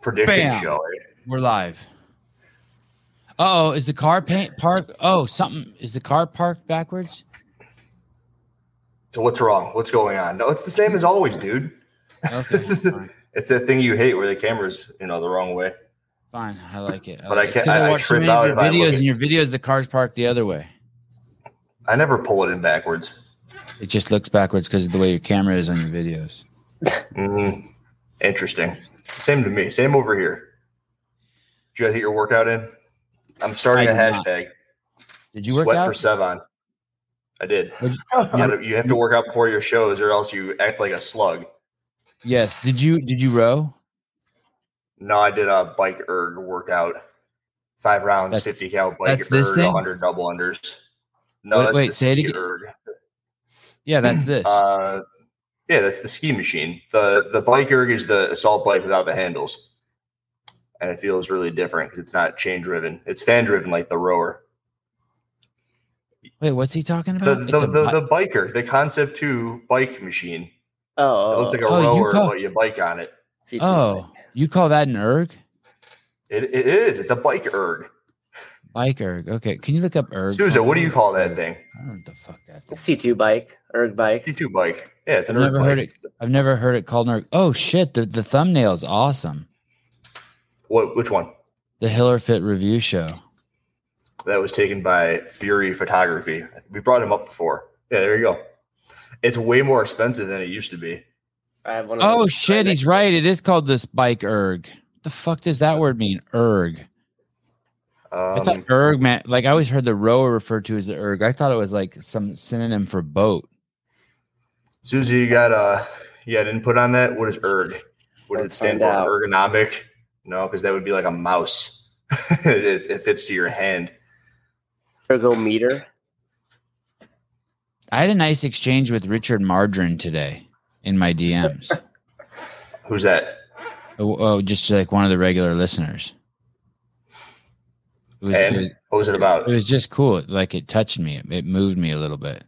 prediction Bam. show. right? We're live. Oh, is the car paint park? Oh, something is the car parked backwards? So what's wrong? What's going on? No, it's the same as always, dude. Okay, fine. It's that thing you hate where the camera's you know the wrong way. fine. I like it. But like I it. can't- 'Cause I- I watch so trip many of out your if I look videos, at- and your videos, the car's parked the other way. I never pull it in backwards. It just looks backwards because of the way your camera is on your videos. Mm, interesting. Same to me. Same over here. Did you guys get your workout in? I'm starting I a did not. hashtag. Did you work sweat for out? Sevon. I did. Would you- You gotta- you have Um, to work out before your shows, or else you act like a slug. yes. Did you? Did you row? No, I did a bike erg workout. Five rounds, That's- 50 cal bike that's this erg, thing? 100 double unders. No, Wait- that's wait, the say it ski again. erg. Yeah, that's this. Uh, yeah, that's the ski machine. The the bike erg is the assault bike without the handles. And it feels really different because it's not chain driven. It's fan driven like the rower. Wait, what's he talking The about? the, It's a the, bi- the biker, the concept two bike machine. It Oh, looks like a Oh, you rower, call- but you bike on it. see, oh, you call that an erg? It, it is. It's a bike erg. Bike erg. Okay. Can you look up erg? Souza, what do you call that Erg. thing? I don't know what the fuck that thing. C two bike, erg bike. T2 bike. Yeah, it's an I've erg never heard bike. I've never heard it called an erg. Oh shit! The the thumbnail's awesome. What? Which one? The Hiller Fit review show. That was taken by Fury Photography. We brought him up before. Yeah, there you go. It's way more expensive than it used to be. I have one. Of Oh those shit! right He's next right. It is called this bike erg. What the fuck does that word mean? Erg. I thought Um, erg meant like I always heard the rower referred to as the erg. I thought it was like some synonym for boat. Susie, you got uh, you got input on that? What is erg? What does it Let's stand for? find out. Ergonomic? No, because that would be like a mouse. it, it fits to your hand. to Ergometer. I had a nice exchange with Richard Margarine today in my DMs. Who's that? oh, oh, just like one of the regular listeners. It was, it and was what was it about? it was just cool. Like it touched me. It moved me a little bit.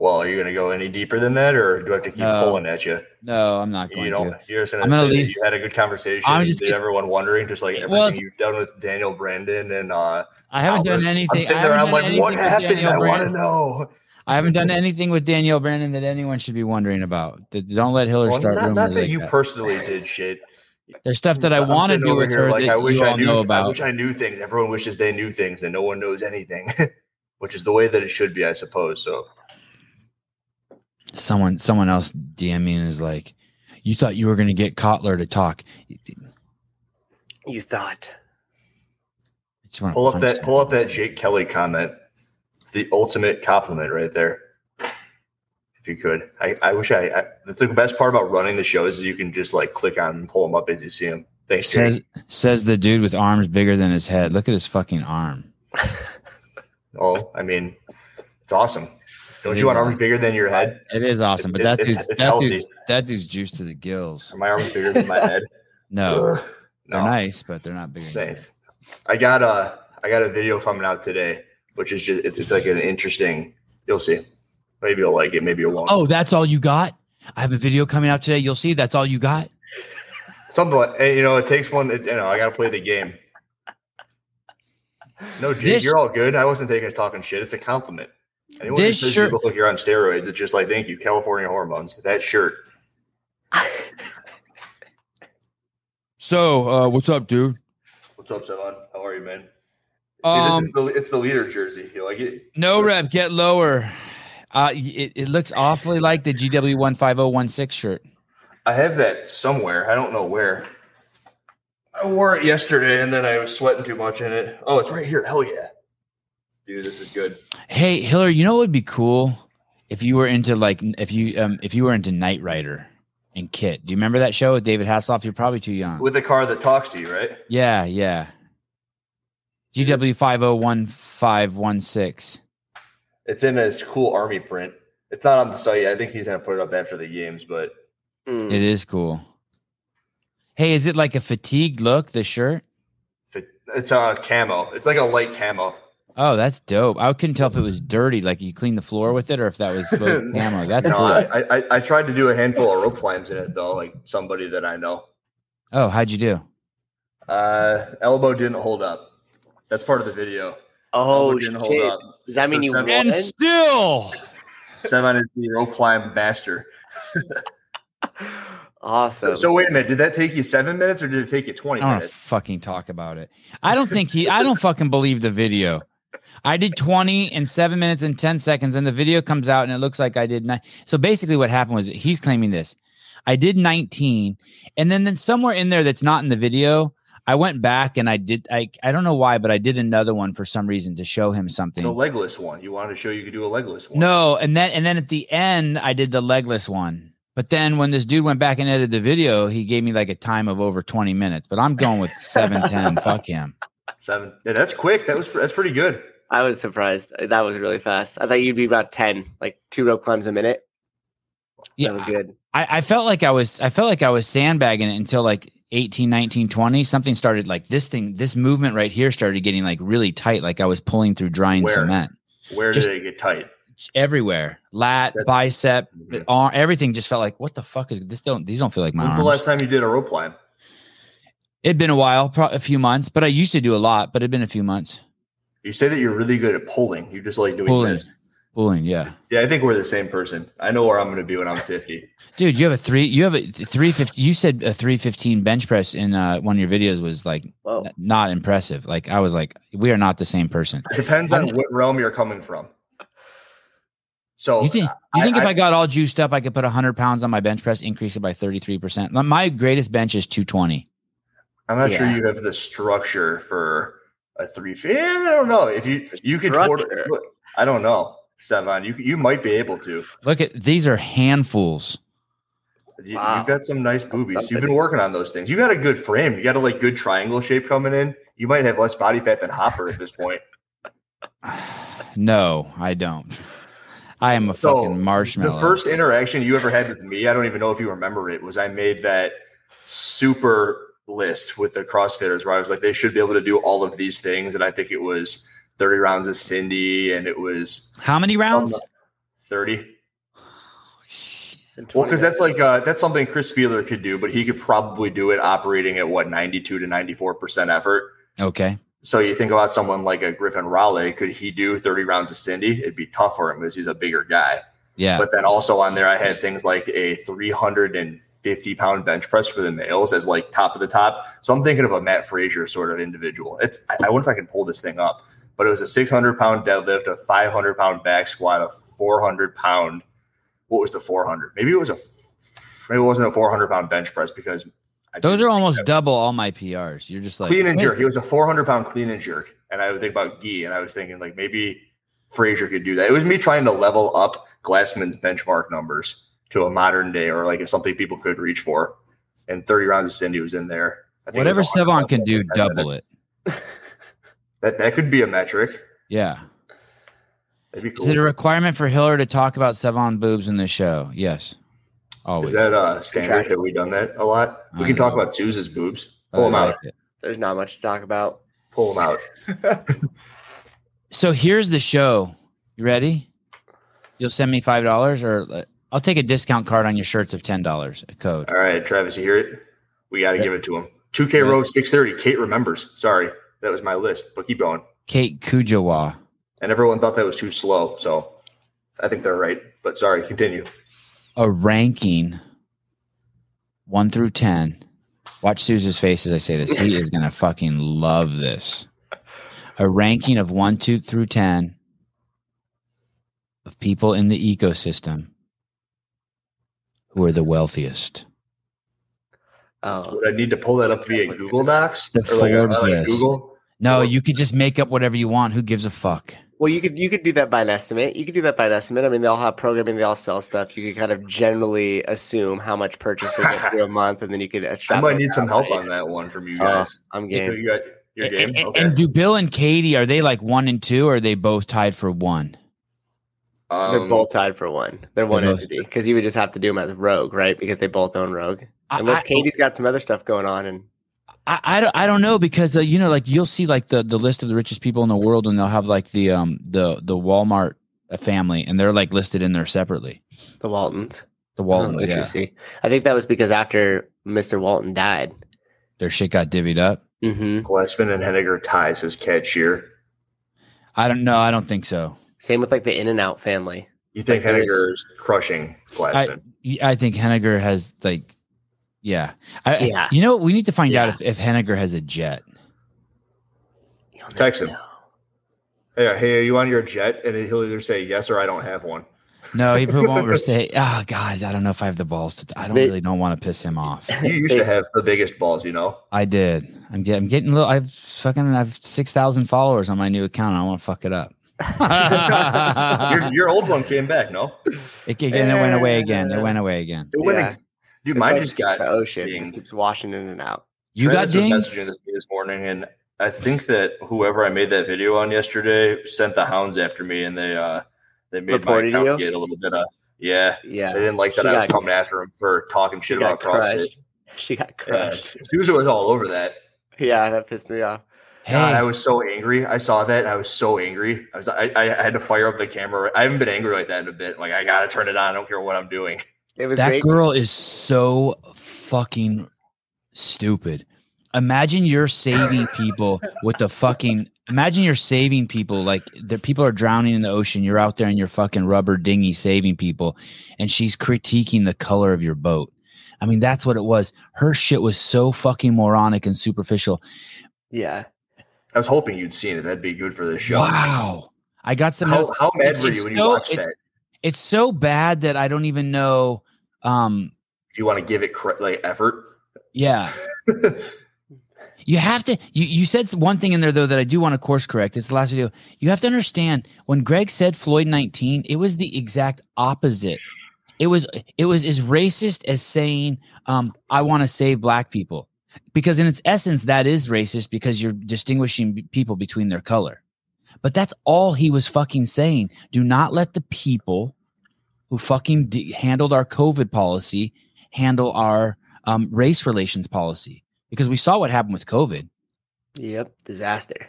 well, are you going to go any deeper than that, or do I have to keep No. pulling at you? Uh, No, I'm not You going don't. to. You're just gonna, I'm gonna say that leave- you had a good conversation. I'm and just leave gonna- everyone wondering, just like Well, everything it's- you've done with Daniel Brandon and uh, I haven't done Albert. anything. I'm sitting I there. haven't I'm done like, what anything with happened? Daniel I want to Brand- know. I haven't done anything with Danielle Brandon that anyone should be wondering about. Th- Don't let Hiller Well, start not, rumors not that like you that. personally did shit. There's stuff that I I'm want to sitting do over with here her like, that I wish you I all knew, know I about. wish I knew things. Everyone wishes they knew things, and no one knows anything, which is the way that it should be, I suppose. So Someone, someone else DM me and is like, "You thought you were going to get Kotler to talk." I You thought just want to pull up that pull up that Jake Kelly comment. It's the ultimate compliment right there. If you could, I, I wish I, I. That's the best part about running the shows is you can just like click on and pull them up as you see them. Thanks, Jake. Says says the dude with arms bigger than his head. Look at his fucking arm. Oh, I mean, it's awesome. Don't It you want is arms awesome. bigger than your head? It is awesome, but It- that it's- dude's it's that healthy. dude's that dude's juiced to the gills. Are my arms bigger than my head? No, Ugh. they're nice, but they're not bigger. Than Thanks. I got a I got a video coming out today, which is just it's, it's like an interesting. You'll see. Maybe you'll like it. Maybe you won't. Oh, that's all you got? I have a video coming out today. You'll see. That's all you got. Something. Like, and, you know, it takes one. You know, I got to play the game. No, Jake, This- you're all good. I wasn't taking talking shit. It's a compliment. Anyone This this says shirt- you look like you're on steroids, it's just like thank you, California hormones. That shirt. Hmm. So, uh, what's up, dude? What's up, Savon? How are you, man? See, Um, this is the it's the leader jersey. You like it? No rep, get lower. Uh, y- it, it looks awfully like the GW one five zero one six shirt. I have that somewhere. I don't know where. I wore it yesterday and then I was sweating too much in it. Oh, it's right here. Hell yeah. Dude, this is good. Hey, Hiller, you know what would be cool if you were into like n- if you um if you were into Knight Rider and Kit. Do you remember that show with David Hasselhoff? You're probably too young. With a car that talks to you, right? yeah, yeah. GW five zero one five one six. It's in this cool army print. It's not on the site. yet. I think he's going to put it up after the games, but Mm. It is cool. Hey, is it like a fatigued look? The shirt? if it- it's a camo. It's like a light camo. Oh, that's dope. I couldn't tell if it was dirty, like you cleaned the floor with it, or if that was both camo. That's No, cool. I, I, I tried to do a handful of rope climbs in it, though, like somebody that I know. Oh, how'd you do? Uh, elbow didn't hold up. That's part of the video. Oh elbow shit! didn't Does that So mean you seven- won? And still, Seven is the rope climb master. So, Awesome. so wait a minute. Did that take you seven minutes or did it take you I twenty don't want to minutes? fucking talk about it. I don't think he. I don't fucking believe the video. I did twenty in seven minutes and ten seconds, and the video comes out, and it looks like I did nine. So basically, what happened was he's claiming this. I did nineteen, and then then somewhere in there that's not in the video, I went back and I did. I I don't know why, but I did another one for some reason to show him something. The legless one. You wanted to show you could do a legless one. No, and then and then at the end I did the legless one. But then when this dude went back and edited the video, he gave me like a time of over 20 minutes. But I'm going with 710. Fuck him. seven. Yeah, that's quick. That was that's pretty good. I was surprised. That was really fast. I thought you'd be about ten, like two rope climbs a minute. Yeah. that was good. I, I felt like I was I felt like I was sandbagging it until like 18, 19, 20. Something started like this thing, this movement right here started getting like really tight, like I was pulling through drying Where? cement Where Just- did it get tight? everywhere. Lat, That's- bicep, Mhm. arm, everything just felt like what the fuck is this don't these don't feel like my When's arms. the last time you did a rope climb? It'd been a while, pro- a few months, but I used to do a lot, but it'd been a few months. You say that you're really good at pulling. You just like doing Pulling. this. Pulling, yeah. Yeah, I think we're the same person. I know where I'm going to be when I'm 50. Dude, you have a three. You have a three fifty. You said a three fifteen bench press in uh, one of your videos was like Whoa. n- not impressive. Like I was like, we are not the same person. Depends on what realm you're coming from. So You think you I- think if I- I, got all juiced up, I could put hundred pounds on my bench press, increase it by thirty three percent. My greatest bench is two twenty. I'm not sure Yeah. you have the structure for a three. fe- Yeah, I don't know if you you could. tort- Structure. look, I don't know, Sevan. You you might be able to. Look at these are handfuls. You, Wow. You've got some nice boobies. You've something. been working on those things. You got a good frame. You got a like good triangle shape coming in. You might have less body fat than Hopper at this point. No, I don't. I am a So, fucking marshmallow. The first interaction you ever had with me, I don't even know if you remember it, was I made that super list with the CrossFitters where I was like, they should be able to do all of these things. And I think it was 30 rounds of Cindy and it was How many rounds? 30. Shit. Well, because that's like uh, that's something Chris Spieler could do, but he could probably do it operating at what 92 to 94 percent effort. Okay. So you think about someone like a Griffin Raleigh, could he do 30 rounds of Cindy? It'd be tough for him because he's a bigger guy. Yeah. But then also on there, I had things like a 350 pound bench press for the males as like top of the top. So I'm thinking of a Matt Frazier sort of individual. It's I I wonder if I can pull this thing up, but it was a 600 pound deadlift, a 500 pound back squat, a 400 pound. What was the 400? Maybe it was a. Maybe it wasn't a 400 pound bench press because I Those didn't- are almost double all my PRs. You're just like clean and jerk. He was a 400 pound clean and jerk. And I would think about Gee, and I was thinking like maybe Frazier could do that. It was me trying to level up Glassman's benchmark numbers to a modern day or like something people could reach for. And 30 rounds of Cindy was in there. I think it Whatever was 100 Sevon can pounds. do, That- double it. That that could be a metric. Yeah. That'd be Is it a cool. requirement for Hiller to talk about Sevon boobs in the show? Yes. Always. Is that uh standard? Have we done that a lot? We I can talk know. about Suze's boobs. I Pull them like out. it. There's not much to talk about. Pull them out. So here's the show. You ready? You'll send me five dollars, or uh, I'll take a discount card on your shirts of ten dollars. A code. All right, Travis, you hear it? We got to Yeah. give it to him. 2K Yeah. row 630. Kate remembers. Sorry. That was my list, but keep going. Kate Kujawa. and everyone thought that was too slow. So I think they're right. But sorry, continue. A ranking. One through ten. Watch Suze's face as I say this. He is gonna fucking love this. A ranking of one, two through ten of people in the ecosystem who are the wealthiest. Oh, Would I need to pull that up via Google Docs The or like, a- Forbes like list. Google? No, Well- you could just make up whatever you want. Who gives a fuck? well, you could you could do that by an estimate. You could do that by an estimate. I mean, they all have programming. They all sell stuff. You could kind of generally assume how much purchase they get through a month, and then you could. I might need some help on extrapolate. that one from you Uh, Oh, guys. I'm You- game. you got your And- game. And, Okay. and do Bill and Katie are they like one and two, or are they both tied for one? Um, They're both tied for one. They're one both- entity because you would just have to do them as Rogue, right? Because they both own Rogue. I, Unless I, Katie's got some other stuff going on, and I, I don't, I don't know because uh, you know, like you'll see like the the list of the richest people in the world, and they'll have like the um the the Walmart uh, family, and they're like listed in there separately. the Waltons. The Oh, Waltons, yeah. interesting. I think that was because after Mr. Walton died, Their shit got divvied up. Mm-hmm. Glassman and Henniger ties his cashier. I don't know. I don't think so. Same with like the In and Out family. You think Like there's- Henniger is crushing Glassman? Y- I think Henniger has like, yeah. I, Yeah. You know, what? we need to find out Yeah. if, if Henniger has a jet. You'll never Text him. know. Hey, hey, are you on your jet? And he'll either say yes or I don't have one. No, he probably won't ever say, oh, God, I don't know if I have the balls. To I don't They- really don't want to piss him off. You used to have the biggest balls, you know. I did. I'm, get, I'm getting a little, I've fucking, I've 6,000 followers on my new account. I don't want to fuck it up. Uh-huh. your, your old one came back, no? It it, again, it went away again. It went away again. went Yeah. ag- Dude, It's mine like just got. the ocean. dinged. Just keeps washing in and out. You got Travis was dinged? messaging this, me this morning, and I think that whoever I made that video on yesterday sent the hounds after me, and they uh they made Reported my account you? get a little bit of yeah. They Yeah. didn't like that She I was got- coming after him for talking She shit got about CrossFit. crushed. She got Yeah, crushed. Sousa was all over that. Yeah, that pissed me off. God, I Hey, was so angry. I saw that. And I was so angry. I was. I, I had to fire up the camera. I haven't been angry like that in a bit. Like I gotta turn it on. I don't care what I'm doing. It was that great. girl is so fucking stupid. Imagine you're saving people with the fucking. Imagine you're saving people like the people are drowning in the ocean. You're out there in your fucking rubber dinghy saving people, and she's critiquing the color of your boat. I mean, that's what it was. Her shit was so fucking moronic and superficial. Yeah. I was hoping you'd seen it. That'd be good for this show. Wow. I got some. How, how mad It's- were you it's when you so- watched it- that? It's so bad that I don't even know. Um, If you want to give it cre- like effort, yeah. You have to. You, you said one thing in there though that I do want to course correct. It's the last video. You have to understand when Greg said Floyd nineteen, it was the exact opposite. It was it was as racist as saying um, I want to save black people, because in its essence that is racist because you're distinguishing b- people between their color. But that's all he was fucking saying. Do not let the people who fucking d- handled our COVID policy handle our um, race relations policy because we saw what happened with COVID. Yep. Disaster.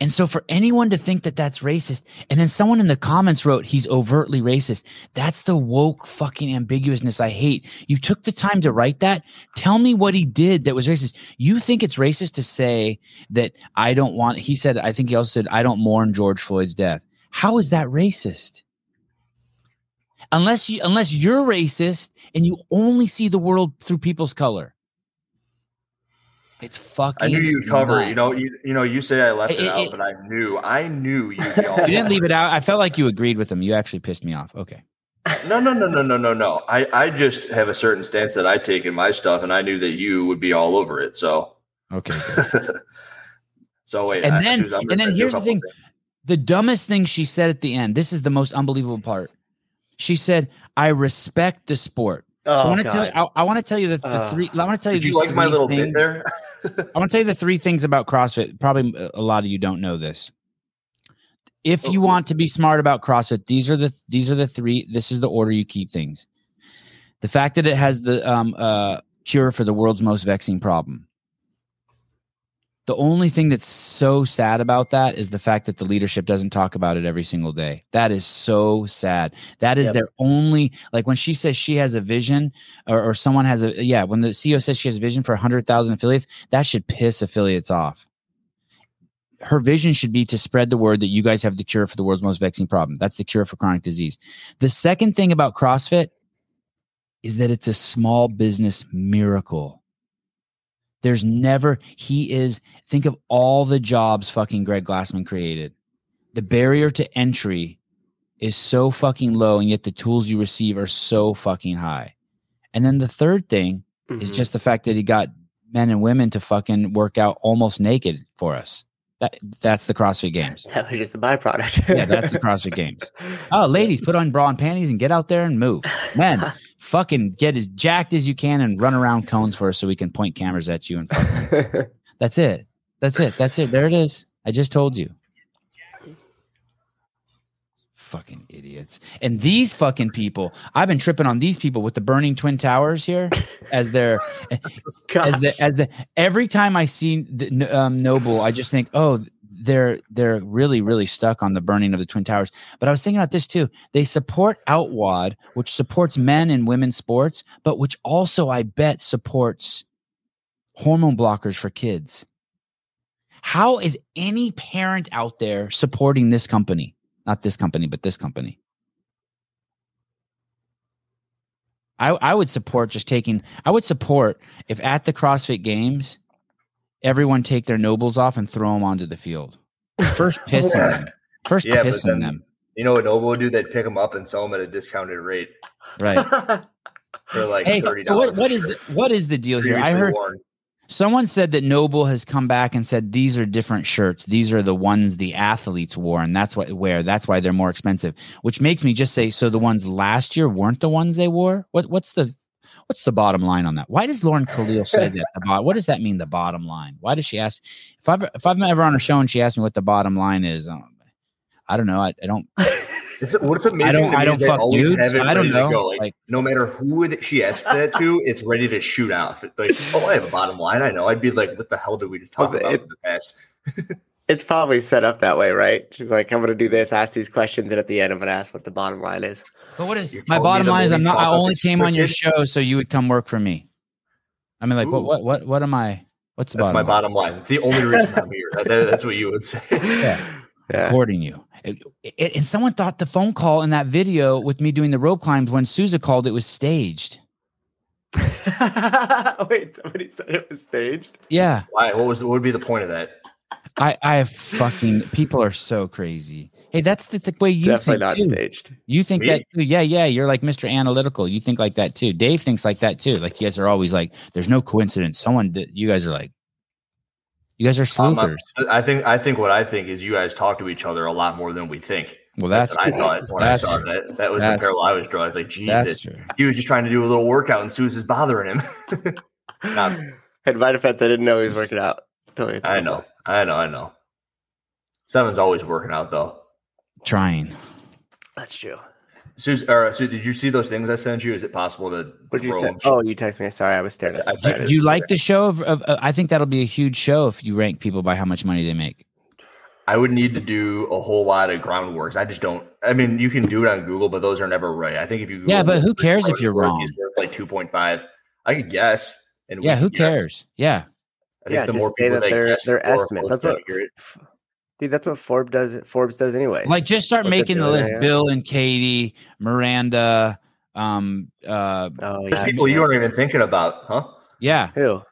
And so for anyone to think that that's racist, and then someone in the comments wrote he's overtly racist. That's the woke fucking ambiguousness I hate. You took the time to write that. Tell me what he did that was racist. You think it's racist to say that I don't want, he said, I think he also said, I don't mourn George Floyd's death. How is that racist? Unless you, unless you're racist and you only see the world through people's color. It's fucking. I knew you'd cover. it. You nuts. know, you, you know, you say I left it, It- it- out, it- but I knew, I knew you'd be all You didn't over it. leave it out. I felt like you agreed with him. You actually pissed me off. Okay. No, no, no, no, no, no, no. I, I just have a certain stance that I take in my stuff, and I knew that you would be all over it. So, Okay. so wait. And I- then- Suze, I'm gonna and then do a here's the couple thing. things. the dumbest thing she said at the end, this is the most unbelievable part. She said, I respect the sport. Oh, so I want to God. tell you, I, I want to tell you that the Ugh. three, I want to tell you, Did you these like my three little bit things. there? I want to tell you the three things about CrossFit. Probably a lot of you don't know this. If you Oh. want to be smart about CrossFit, these are the these are the three. This is the order you keep things. The fact that it has the um, uh, cure for the world's most vexing problem. The only thing that's so sad about that is the fact that the leadership doesn't talk about it every single day. That is so sad. That is Yep. their only like when she says she has a vision or, or someone has a yeah, when the CEO says she has a vision for 100,000 affiliates, that should piss affiliates off. Her vision should be to spread the word that you guys have the cure for the world's most vexing problem. That's the cure for chronic disease. The second thing about CrossFit is that it's a small business miracle. There's never, he is, think of all the jobs fucking Greg Glassman created. The barrier to entry is so fucking low, and yet the tools you receive are so fucking high. And then the third thing is Mhm. just the fact that he got men and women to fucking work out almost naked for us. That that's the CrossFit Games. that was just a byproduct. Yeah, that's the CrossFit Games. Oh, ladies, put on bra and panties and get out there and move. Men, fucking get as jacked as you can and run around cones for us so we can point cameras at you. And that's it. That's it. That's it. There it is. I just told you. Fucking idiots. And these fucking people, I've been tripping on these people with the burning twin towers here as their as the as the every time I see the, N- um, Noble, I just think, oh, they're they're really really stuck on the burning of the twin towers. But I was thinking about this too. They support Outwad, which supports men and women's sports, but which also I bet supports hormone blockers for kids. How is any parent out there supporting this company? Not this company, but this company. I, I would support just taking, I would support if at the CrossFit games, everyone take their nobles off and throw them onto the field. First pissing them. First Yeah, but pissing then- them. You know what Noble would do? They'd pick them up and sell them at a discounted rate Right. for like hey, thirty so dollars. what, what is the, what is the deal here? I heard someone said that Noble has come back and said these are different shirts. These are the ones the athletes wore, and that's what wear. That's why they're more expensive. Which makes me just say, so the ones last year weren't the ones they wore. What what's the what's the bottom line on that? Why does Lauren Khalil say that? The bo- what does that mean? The bottom line. Why does she ask? If I've if I'm ever on her show and she asks me what the bottom line is, um, I don't know. I, I don't. It's, what's amazing I to don't. me I is don't they fuck always dudes. have it I don't ready to know. go. Like, like, no matter who that she asks that to, it's ready to shoot out. If it's like, oh, I have a bottom line. I know. I'd be like, what the hell did we just talk Well, about it- in the past? It's probably set up that way, right? She's like, I'm gonna do this, ask these questions, and at the end, I'm gonna ask what the bottom line is. But what is You're my telling bottom me the line is I'm movie not I Top Up only is came on your scripted? show so you would come work for me. I mean like what Ooh. what what what am I what's the That's my bottom line? bottom line. It's the only reason I'm here. That- that- that's what you would say. Yeah. Recording you. It- it- and someone thought the phone call in that video with me doing the rope climbs when Sousa called it was staged. Wait, somebody said it was staged. Yeah. Why? What was? What would be the point of that? I I have fucking people are so crazy. Hey, that's the, the way you think Definitely not too. staged. You think Me? that too. Yeah, yeah. You're like Mr. Analytical. You think like that too. Dave thinks like that too. Like you guys are always like, there's no coincidence. Someone did you guys are like you guys are Um, sleuthers. I think. I think what I think is you guys talk to each other a lot more than we think. well, that's what I true. thought when That's I saw true. that. That was That's- the parallel I was drawing. It's like That's Jesus. true. He was just trying to do a little workout, and Suze is bothering him. Nah. In my defense, I didn't know he was working out. Totally, it's I not- know. I know. I know. Seven's always working out though. Trying. That's true. Suze, or, Suze, did you see those things I sent you? Is it possible to What did you throw say? them? Oh, you text me. Sorry, I was staring at I the text chat. Do Right. you like the show? Of, of, uh, I think that'll be a huge show if you rank people by how much money they make. I would need to do a whole lot of groundworks. I just don't. I mean, you can do it on Google, but those are never right. I think if you Google Yeah, but who Rich cares if Frost you're worth, wrong? He's worth like two point five. I could guess. And we Yeah, who could guess. cares? I Yeah, think Yeah, the just more say people that they're guess, the they're more estimates. close That's what, accurate. dude. That's what Forbes does. Forbes does anyway. like just start What they're making the doing, list. yeah. Bill and Katie, Miranda. Um. Uh. oh There's yeah, people you aren't even thinking about, huh? Yeah. Who?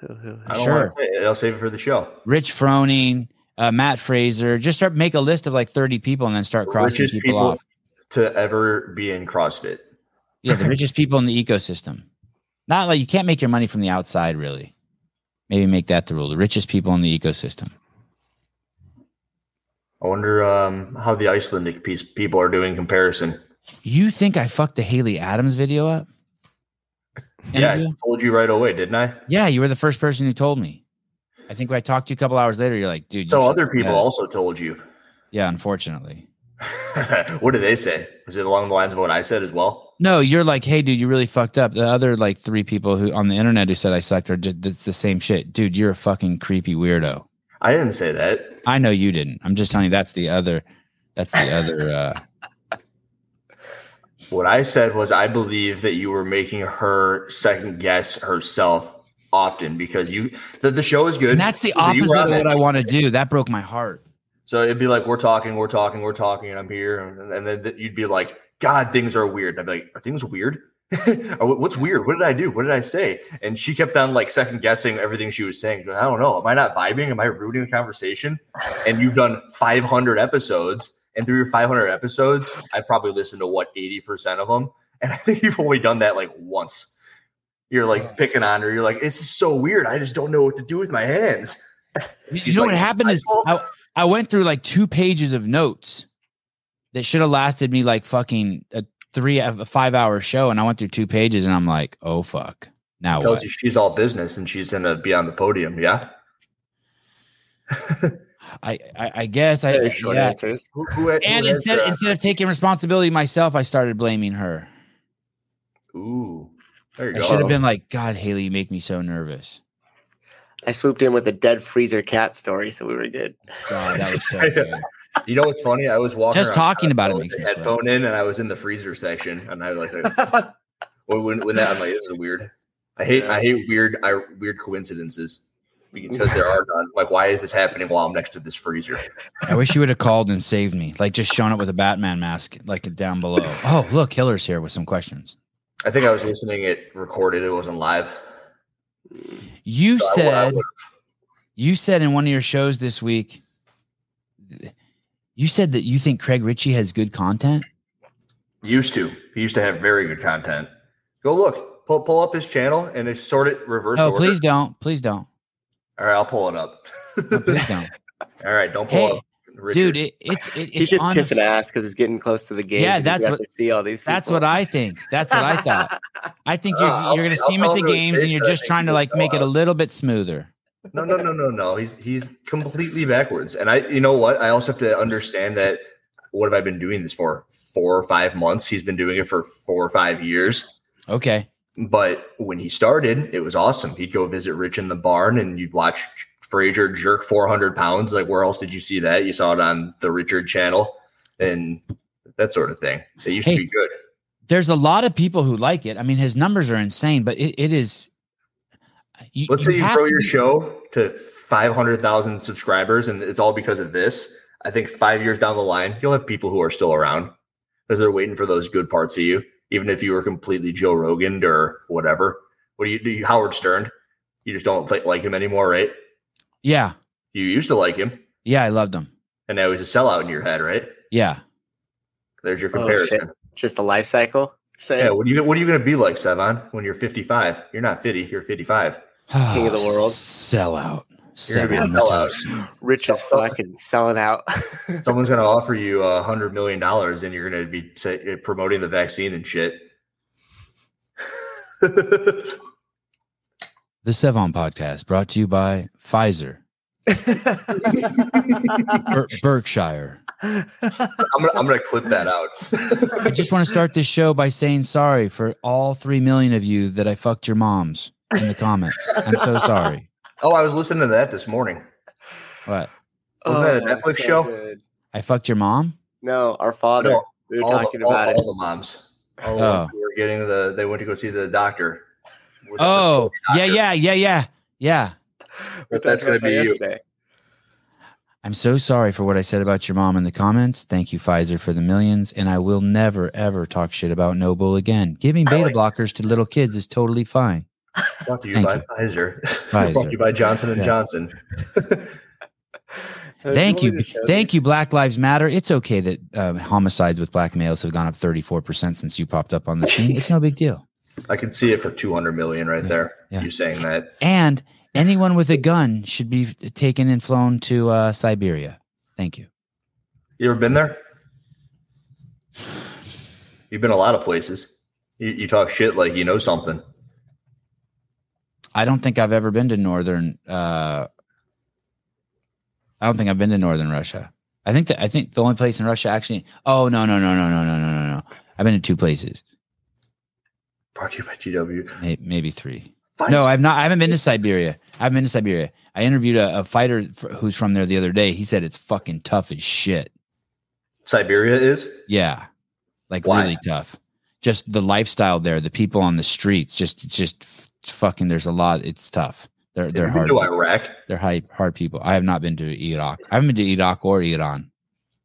Who? Who? who? I don't Sure. want to say it. I'll save it for the show. Rich Froning, uh, Matt Fraser. Just start make a list of like thirty people and then start The crossing richest people, people- off. To ever be in CrossFit. Yeah, the richest people in the ecosystem. Not like you can't make your money from the outside, really. Maybe make that the rule. The richest people in the ecosystem. I wonder um, how the Icelandic piece people are doing comparison. You think I fucked the Haley Adams video up? Yeah, Interview? I told you right away, didn't I? Yeah, you were the first person who told me. I think when I talked to you a couple hours later, you're like, dude. you So should other do people that. also told you. Yeah, unfortunately. what did they say? Was it along the lines of what I said as well? No, you're like, hey, dude, you really fucked up. The other like three people who on the internet who said I sucked are just it's the same shit. Dude, you're a fucking creepy weirdo. I didn't say that. I know you didn't. I'm just telling you that's the other. That's the other. uh What I said was I believe that you were making her second guess herself often because you the, the show is good. And that's the So you were opposite of on what that. I want to do. That broke my heart. So it'd be like we're talking, we're talking, we're talking, and I'm here, and, and then th- you'd be like, "God, things are weird." And I'd be like, "Are things weird? Or what- What's weird? What did I do? What did I say?" And she kept on like second guessing everything she was saying. I don't know. Am I not vibing? Am I ruining the conversation? And you've done 500 episodes, and through your 500 episodes, I probably listened to what 80 percent of them, and I think you've only done that like once. You're like picking on her. You're like, "This is so weird. I just don't know what to do with my hands." You He's know like, what happened "I is told- I, I went through like two pages of notes that should have lasted me like fucking a three a five hour show, and I went through two pages, and I'm like, oh fuck, now tells what? you she's all business and she's gonna be on the podium. Yeah. I, I I guess I Very short yeah. answers. Who, who, who And has instead the- instead of taking responsibility myself, I started blaming her. ooh, there you I go. should have been like, God, Haley, you make me so nervous. I swooped in with a dead freezer cat story, so we were good. God, that was so good. You know what's funny? I was walking Just around talking about it with makes the me sweat. headphone in, and I was in the freezer section, and I was like, when, when that, I'm like, this is weird. I hate I hate weird I, weird coincidences because there are none. Like, why is this happening while I'm next to this freezer? I wish you would have called and saved me. Like just shown up with a Batman mask, like down below. Oh, look, Hiller's here with some questions. I think I was listening. It recorded. It wasn't live. You So I would- I said would- you said in one of your shows this week. You said that you think Craig Ritchie has good content. Used to. He used to have very good content. Go look. Pull, pull up his channel and it's sort it reverse Oh, order. please don't, please don't, All right, I'll pull it up. No, please don't, All right, don't pull Hey, up. Richard. dude. It, it's it, it's He's just on the kissing ass because he's getting close to the game. Yeah, that's have what- to see all these. People. That's what I think. That's what I thought. I think Uh, you're, I'll you're going to see- I'll see him at tell the him to his games, and face you're that I just think trying to he's like a make it a sellout. little bit smoother. No, no, no, no, no. He's he's completely backwards. And I, you know what? I also have to understand that. What have I been doing this for? Four or five months. He's been doing it for four or five years. Okay. But when he started, it was awesome. He'd go visit Rich in the barn, and you'd watch Frazier jerk four hundred pounds. Like where else did you see that? You saw it on the Richard channel, and that sort of thing. It used Hey. to be good. There's a lot of people who like it. I mean, his numbers are insane, but it, it is. You, Let's say you have grow to your be- show to 500,000 subscribers and it's all because of this. I think five years down the line, you'll have people who are still around because they're waiting for those good parts of you, even if you were completely Joe Rogan or whatever. What do you do? You, Howard Stern, you just don't like- like him anymore, right? Yeah. You used to like him Yeah. I loved him. and now he's a sellout in your head, right? Yeah. There's your Oh, comparison. Just a life cycle. Saying yeah. What are you, what are you going to be like, Sevan, when you're 55? You're not 50, you're 55. King of the world. Sell out. You're Sell going to be a out. sellout. rich as Sell- fuck and selling out. someone's going to offer you a hundred million dollars and you're going to be say, eh, promoting the vaccine and shit. The Sevon podcast brought to you by Pfizer, Ber- Berkshire. I'm going to I'm going to clip that out. I just want to start this show by saying sorry for all 3 million of you that I fucked your moms in the comments. I'm so sorry. oh, I was listening to that this morning. What? Wasn't that a Oh, that's Netflix show? good. I fucked your mom? No, our father. No, we were all, talking the, all- about all, it. the moms. All the ones Oh. who were getting the they went to go see the doctor. With the- Oh, yeah, doctor. yeah, yeah, yeah, yeah. We But that's talked about gonna that be you. yesterday. I'm so sorry for what I said about your mom in the comments. Thank you, Pfizer, for the millions. And I will never, ever talk shit about Noble again. Giving beta like- blockers to little kids is totally fine. brought to you Thank by you. Pfizer. Pfizer. brought to you by Johnson and Yeah. Johnson. Uh, Thank wanted you. to show Thank you, Black Lives Matter. It's okay that um, homicides with black males have gone up 34% since you popped up on the scene. It's no big deal. I can see it for two hundred million right Yeah, there. yeah. You saying that? And anyone with a gun should be taken and flown to uh, Siberia. Thank you. You ever been there? You've been a lot of places. You, you talk shit like you know something. I don't think I've ever been to northern. Uh, I don't think I've been to northern Russia. I think that I think the only place in Russia actually. Oh no no no no no no no no no! I've been to two places, Brought to you by GW. may, maybe three. No, I've not. I haven't been to Siberia. I've been to Siberia. I interviewed a, a fighter f- who's from there the other day. He said it's fucking tough as shit. Siberia is. Yeah, like Why? really tough. Just the lifestyle there, the people on the streets, just it's just f- fucking. There's a lot. It's tough. They're they're You've hard. been to Iraq. They're high, hard people. I have not been to Iraq. I haven't been to Iraq or Iran.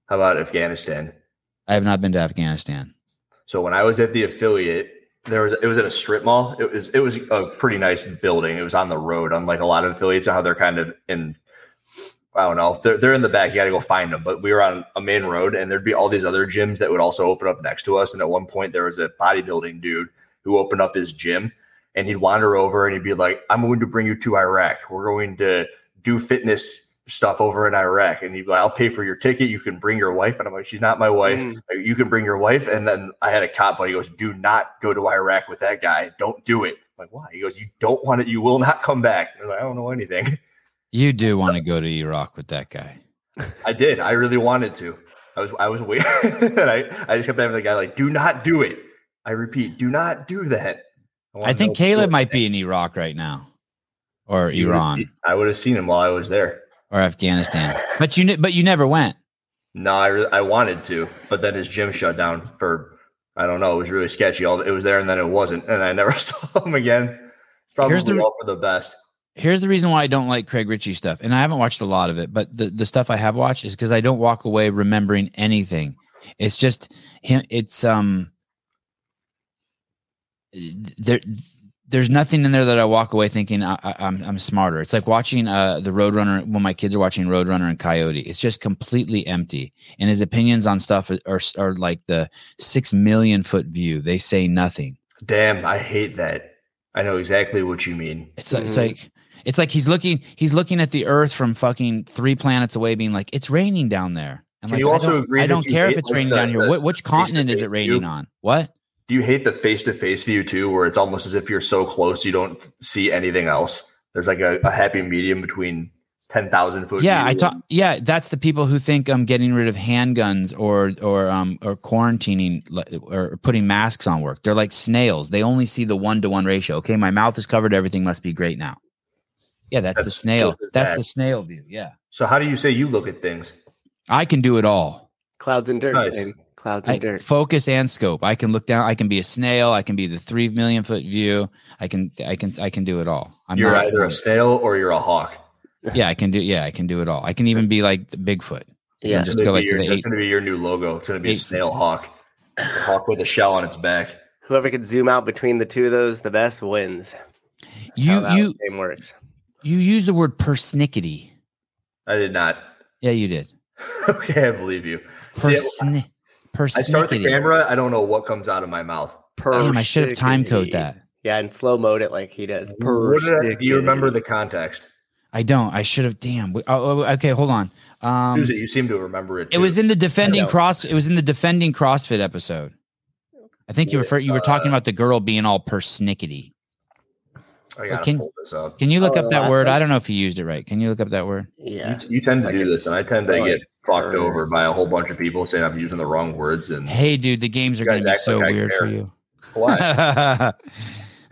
How about Afghanistan? I have not been to Afghanistan. So when I was at the affiliate, there was it was at a strip mall. It was it was a pretty nice building. It was on the road, unlike a lot of affiliates, how they're kind of in. I don't know. They're, they're in the back. You got to go find them. But we were on a main road, and there'd be all these other gyms that would also open up next to us. And at one point, there was a bodybuilding dude who opened up his gym, and he'd wander over and he'd be like, "I'm going to bring you to Iraq. We're going to do fitness stuff over in Iraq." And he'd be like, "I'll pay for your ticket. You can bring your wife." And I'm like, "She's not my wife." Mm. Like, you can bring your wife. And then I had a cop, but he goes, do not go to Iraq with that guy. Don't do it. I'm like, why? He goes, you don't want it. You will not come back. I, was like, I don't know anything. You do want to go to Iraq with that guy. I did. I really wanted to. I was, I was waiting. and I, I just kept having the guy like, do not do it. I repeat, do not do that. I wanna think know- Caleb might be in Iraq right now, or You would've Iran, seen- I would have seen him while I was there. or Afghanistan. But you, ne- but you never went. No, I, re- I wanted to, but then his gym shut down for, I don't know. It was really sketchy. All It was there and then it wasn't. And I never saw him again. Probably Here's the- all for the best. Here's the reason why I don't like Craig Ritchie stuff, and I haven't watched a lot of it, but the, the stuff I have watched is because I don't walk away remembering anything. It's just him. It's um, there. There's nothing in there that I walk away thinking I, I, I'm I'm smarter. It's like watching uh the Roadrunner when my kids are watching Roadrunner and Coyote. It's just completely empty, and his opinions on stuff are are, are like the six million foot view. They say nothing. Damn, I hate that. I know exactly what you mean. It's like, it's Mm-hmm. Mhm. like it's like he's looking he's looking at the Earth from fucking three planets away, being like, "It's raining down there." And Can like, you also I don't, agree I that don't you care if hate, it's like, raining the- down here. the What which continent is face it raining view? on? What? Do you hate the face to face view too, where it's almost as if you're so close you don't see anything else? There's like a, a happy medium between ten thousand foot. Yeah, view I and- talk. Yeah, that's the people who think I'm getting rid of handguns or or um or quarantining li- or putting masks on work. They're like snails. They only see the one to one ratio. Okay, my mouth is covered. Everything must be great now. Yeah, that's, the That's- snail. that's That's bad. the snail view. Yeah, So how do you say you look at things? I can do it all. Clouds and dirt. Nice. baby. Clouds and I, dirt. focus and scope. I can look down. I can be a snail. I can be the three million foot view. I can, I can, I can do it all. I'm you're not- either a snail or you're a hawk. yeah, I can do, yeah, I can do it all. I can even be like the Bigfoot. Yeah. just That's gonna go be like to your- the that's eight- going to be your new logo. It's going to be a eight- snail hawk, a hawk with a shell on its back. Whoever can zoom out between the two of those, the best wins. That's how You, that you, game works. you use the word persnickety. I did not. Yeah, you did. okay, I believe you. See, Persni- I start the persnickety. camera. I don't know what comes out of my mouth. Damn, I should have time Persnickety. code that. Yeah, and slow mode it like he does. What did I, do you Persnickety. remember the context? I don't. I should have. Damn. Oh, oh, okay, hold on. Um, Susie, you seem to remember it. it was too. in the defending know. cross. It was in the defending CrossFit episode. I think you refer. You were talking uh, about the girl being all persnickety. I gotta can- pull this up. Can you look Oh, up the that last word? one? I don't know if you used it right. Can you look up that word? Yeah. You, you tend to Like do it's- this, and I tend to like- get fucked over by a whole bunch of people saying I'm using the wrong words. And Hey, dude, the games are You going guys to act be so like I weird for care. you. why?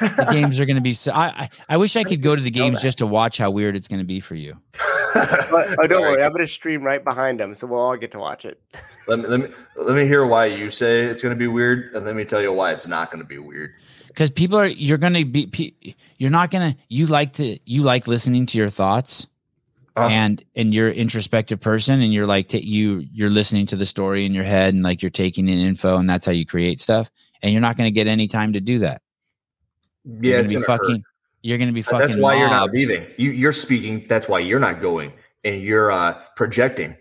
the games are going to be so. I, I I wish I could go to the games that. just to watch how weird it's going to be for you. But- oh, don't Sorry. worry. I'm going to stream right behind him, so we'll all get to watch it. Let me, let me let me hear why you say it's going to be weird, and let me tell you why it's not going to be weird. Because people are you're going to be pe- you're not going to you like to you like listening to your thoughts. Uh. and and you're an introspective person and you're like ta you you're listening to the story in your head and like you're taking in info and that's how you create stuff and you're not going to get any time to do that Yeah, you're it's gonna gonna hurt. be fucking. You're gonna be fucking. That's why you're not mobs. leaving. You, you're speaking. That's why you're not going, and you're uh, projecting.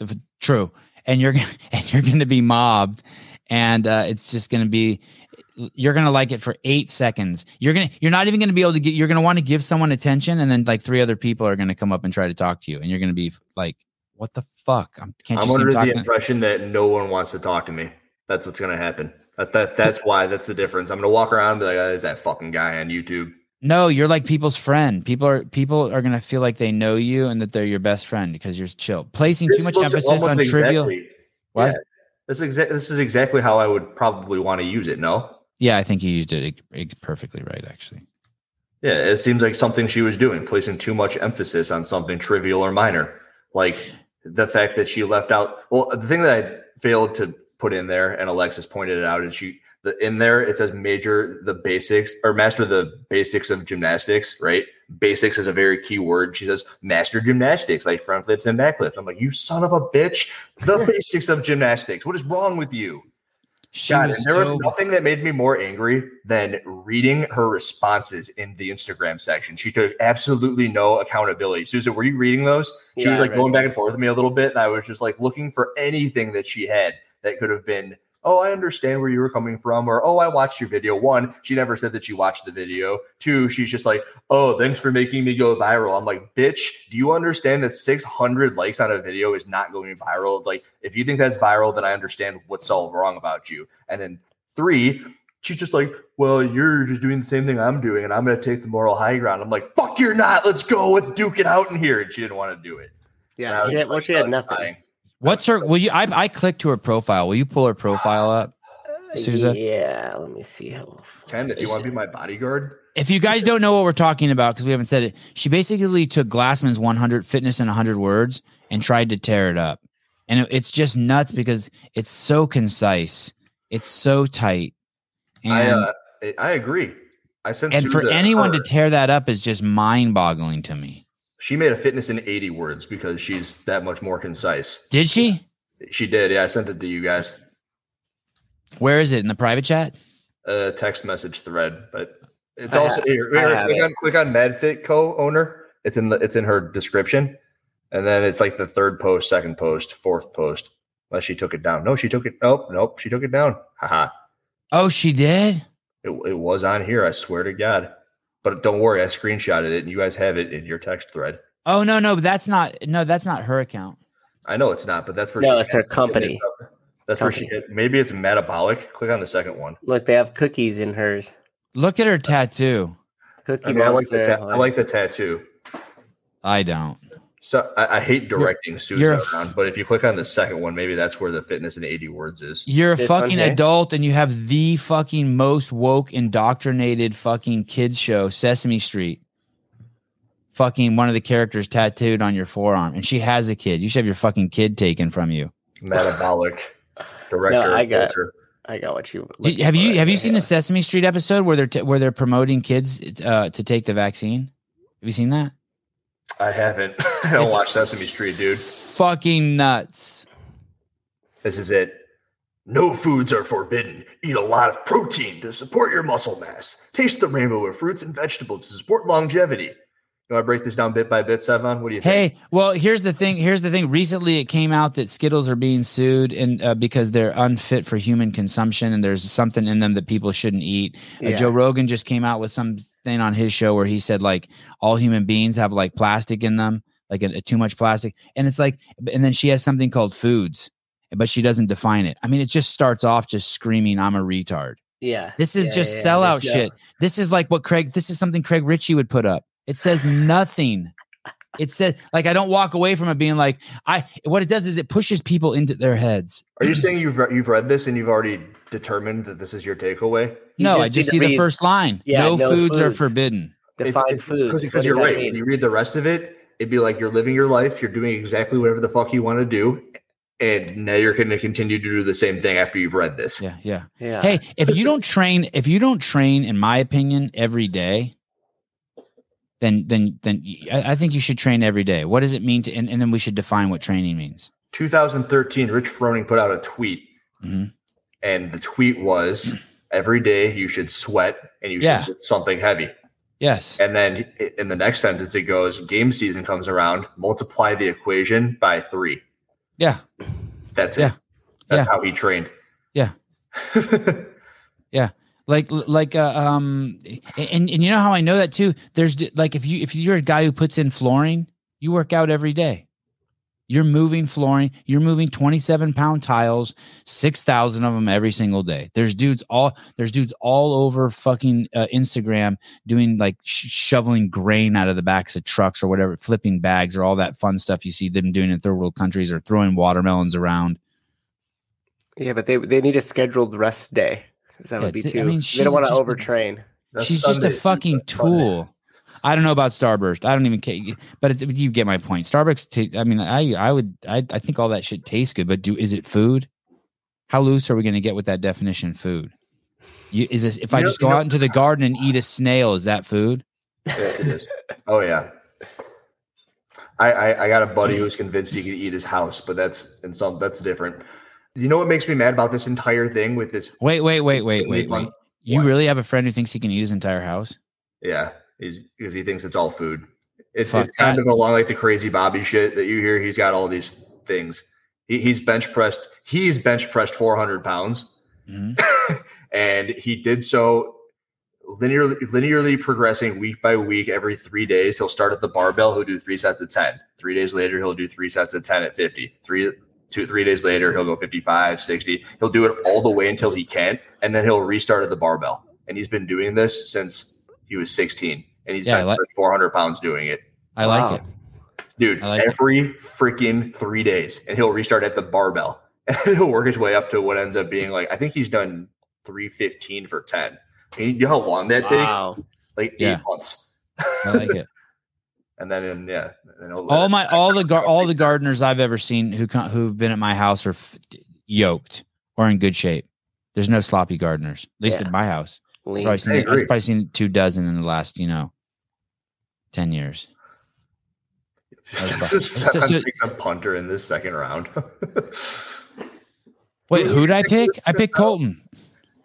F- True, and you're gonna and you're gonna be mobbed, and uh, it's just gonna be. You're gonna like it for eight seconds. You're gonna. You're not even gonna be able to get. You're gonna want to give someone attention, and then like three other people are gonna come up and try to talk to you, and you're gonna be like, "What the fuck? I'm, can't I'm you see under I'm the talking?" to-" impression that no one wants to talk to me. That's what's going to happen. That, that that's why. That's the difference. I'm going to walk around and be like, oh, "There's that fucking guy on YouTube." No, you're like people's friend. People are people are gonna feel like they know you and that they're your best friend because you're chill. Placing too This much looks emphasis almost on trivial. exactly- What? Yeah. This exact. This is exactly how I would probably want to use it. No. Yeah, I think you used it ex- perfectly right, actually. Yeah, it seems like something she was doing, placing too much emphasis on something trivial or minor, like the fact that she left out. Well, the thing that I failed to put in there, and Alexis pointed it out, is she the in there it says major the basics or master the basics of gymnastics, right? Basics is a very key word. She says master gymnastics, like front flips and back flips. I'm like, you son of a bitch! The basics of gymnastics. What is wrong with you? She God, was and there so- was nothing that made me more angry than reading her responses in the Instagram section. She took absolutely no accountability. Susan, were you reading those? She Yeah, was I like read going them. back and forth with me a little bit, and I was just like looking for anything that she had that could have been. Oh, I understand where you were coming from, or oh, I watched your video. One, she never said that she watched the video. Two, she's just like, oh, thanks for making me go viral. I'm like, bitch, do you understand that 600 likes on a video is not going viral? Like, if you think that's viral, then I understand what's all wrong about you. And then three, she's just like, well, you're just doing the same thing I'm doing, and I'm going to take the moral high ground. I'm like, fuck, you're not. Let's go. Let's duke it out in here. And she didn't want to do it. And I was just Yeah. She had, well, like, she had oh, it's nothing. fine. What's her? Will you? I I clicked to her profile. Will you pull her profile up? Sousa? Uh, Yeah. Let me see how. Ken, if you want to be my bodyguard, If you guys don't know what we're talking about because we haven't said it, she basically took Glassman's 100 fitness in 100 words and tried to tear it up, and it- it's just nuts because it's so concise, it's so tight, and uh, I, uh, I- I agree. I sent And for Suze a- anyone to her. tear that up is just mind boggling to me. she made a fitness in 80 words because she's that much more concise. Did she? She did. Yeah, I sent it to you guys. Where is it in the private chat? A text message thread, but it's I also here. I here, have click, it. on, click on MadFit co owner. It's in the it's in her description. And then it's like the third post, second post, fourth post. Unless she took it down. No, she took it. Nope, nope. She took it down. Haha. Oh, she did. It, it was on here. I swear to God. But don't worry, I screenshotted it, and you guys have it in your text thread. Oh no, no, but that's not no, that's not her account. I know it's not, but that's where No, she it's her company. That's where she Company. hit. Maybe it's metabolic. Click on the second one. Look, they have cookies in hers. Look at her tattoo. Cookie I, mean, I like the monster. ta- I like the tattoo. I don't. So I, I hate directing Suze you're a- around, but if you click on the second one, maybe that's where the fitness and 80 words is. You're a This one fucking here? adult and you have the fucking most woke indoctrinated fucking kids show, Sesame Street. Fucking one of the characters tattooed on your forearm, and she has a kid. You should have your fucking kid taken from you. Metabolic director. No, I of got- culture. I got what you were Did- looking have for you right have you there. seen the Sesame Street episode where they're t- where they're promoting kids uh, to take the vaccine? Have you seen that? I haven't. I don't It's- watch Sesame Street, dude. Fucking nuts. This is it. No foods are forbidden. Eat a lot of protein to support your muscle mass. Taste the rainbow of fruits and vegetables to support longevity. You want to break this down bit by bit, Sevan? What do you think? Hey, well, here's the thing. Here's the thing. Recently, it came out that Skittles are being sued and uh, because they're unfit for human consumption, and there's something in them that people shouldn't eat. Uh, Yeah. Joe Rogan just came out with something on his show where he said like all human beings have like plastic in them, like a, too much plastic, and it's like, and then she has something called foods, but she doesn't define it. I mean, it just starts off just screaming, "I'm a retard." Yeah. This is Yeah, just yeah, yeah. sellout Yeah. shit. This is like what Craig. This is something Craig Ritchie would put up. It says nothing. It says like I don't walk away from it being like I. What it does is it pushes people into their heads. Are you saying you've re- you've read this and you've already determined that this is your takeaway? You no, just I just see need to the read- first line. Yeah, no, no foods, are foods. forbidden. Define It's- food. Because because you're right. When you read the rest of it, it'd be like you're living your life, you're doing exactly whatever the fuck you want to do, and now you're going to continue to do the same thing after you've read this. Yeah, yeah. Yeah. Hey, if you don't train, if you don't train, in my opinion, every day, then then then y- I, I think you should train every day. What does it mean to? And, and then we should define what training means. 2013, Rich Froning put out a tweet, Mhm. and the tweet was every day you should sweat and you Yeah. should lift something heavy. Yes. And then i- in the next sentence, it goes game season comes around, multiply the equation by three. Yeah. That's it. Yeah. That's how he trained. Yeah. like like uh, um and and you know how I know that too there's d- like if you if you're a guy who puts in flooring you work out every day you're moving flooring you're moving 27 pound tiles 6000 of them every single day there's dudes all there's dudes all over fucking uh, Instagram doing like sh- shoveling grain out of the backs of trucks or whatever flipping bags or all that fun stuff you see them doing in third world countries or throwing watermelons around Yeah, but they they need a scheduled rest day. 'cause That Yeah, would be th- too. I mean, they she's don't want to just- overtrain. That's She's Sunday. just a fucking That's Sunday. tool. I don't know about Starburst. I don't even care, but it's you get my point. Starbucks. ta- I mean, I I would I, I think all that shit tastes good, but do is it food? How loose are we going to get with that definition? Food. You, is this if I You know- just go you know- out into the garden and eat a snail? Is that food? Yes, it is. Oh yeah. I, I I got a buddy who's convinced he could eat his house, but that's and some that's different. You know what makes me mad about this entire thing with this? Wait, wait, wait, wait, Leave wait, one- wait. You What? really have a friend who thinks he can eat his entire house? Yeah, because he thinks it's all food. It's, Fuck it's kind that. of along like the crazy Bobby shit that you hear. He's got all these things. He, he's bench pressed. He's bench pressed 400 pounds, Mhm. and he did so linearly, linearly progressing week by week. Every three days, he'll start at the barbell. He'll do three sets of 10. Three days later, he'll do three sets of 10 at 50. Three, two, three days later, he'll go 55, 60. He'll do it all the way until he can't, and then he'll restart at the barbell. And he's been doing this since he was 16, and he's Yeah, I been like- 400 pounds doing it. I Wow. like it. Dude, I like it. every freaking three days, and he'll restart at the barbell. And he'll work his way up to what ends up being like, I think he's done 315 for 10. And you know how long that takes? Wow. Like Yeah. eight months. I like it. And then, um, yeah. And he'll- all my all the gar- all the gardeners I've ever seen who co- who've been at my house are f- yoked or in good shape. There's no sloppy gardeners, at least Yeah. in my house. lean. Probably I seen, I've agree. probably seen two dozen in the last, you know, 10 years. That's fine. Seven picks a punter in this second round. Wait, who'd I pick? I picked Colton.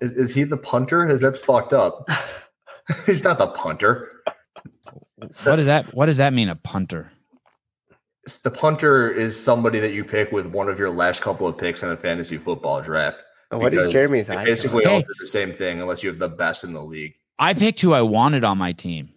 Is, is he the punter? Is that's fucked up? He's not the punter. What does that what does that mean? A punter. It's- The punter is somebody that you pick with one of your last couple of picks in a fantasy football draft. Oh, What is because Jeremy's they eye? Basically, Hey. all do the same thing unless you have the best in the league. I picked who I wanted on my team.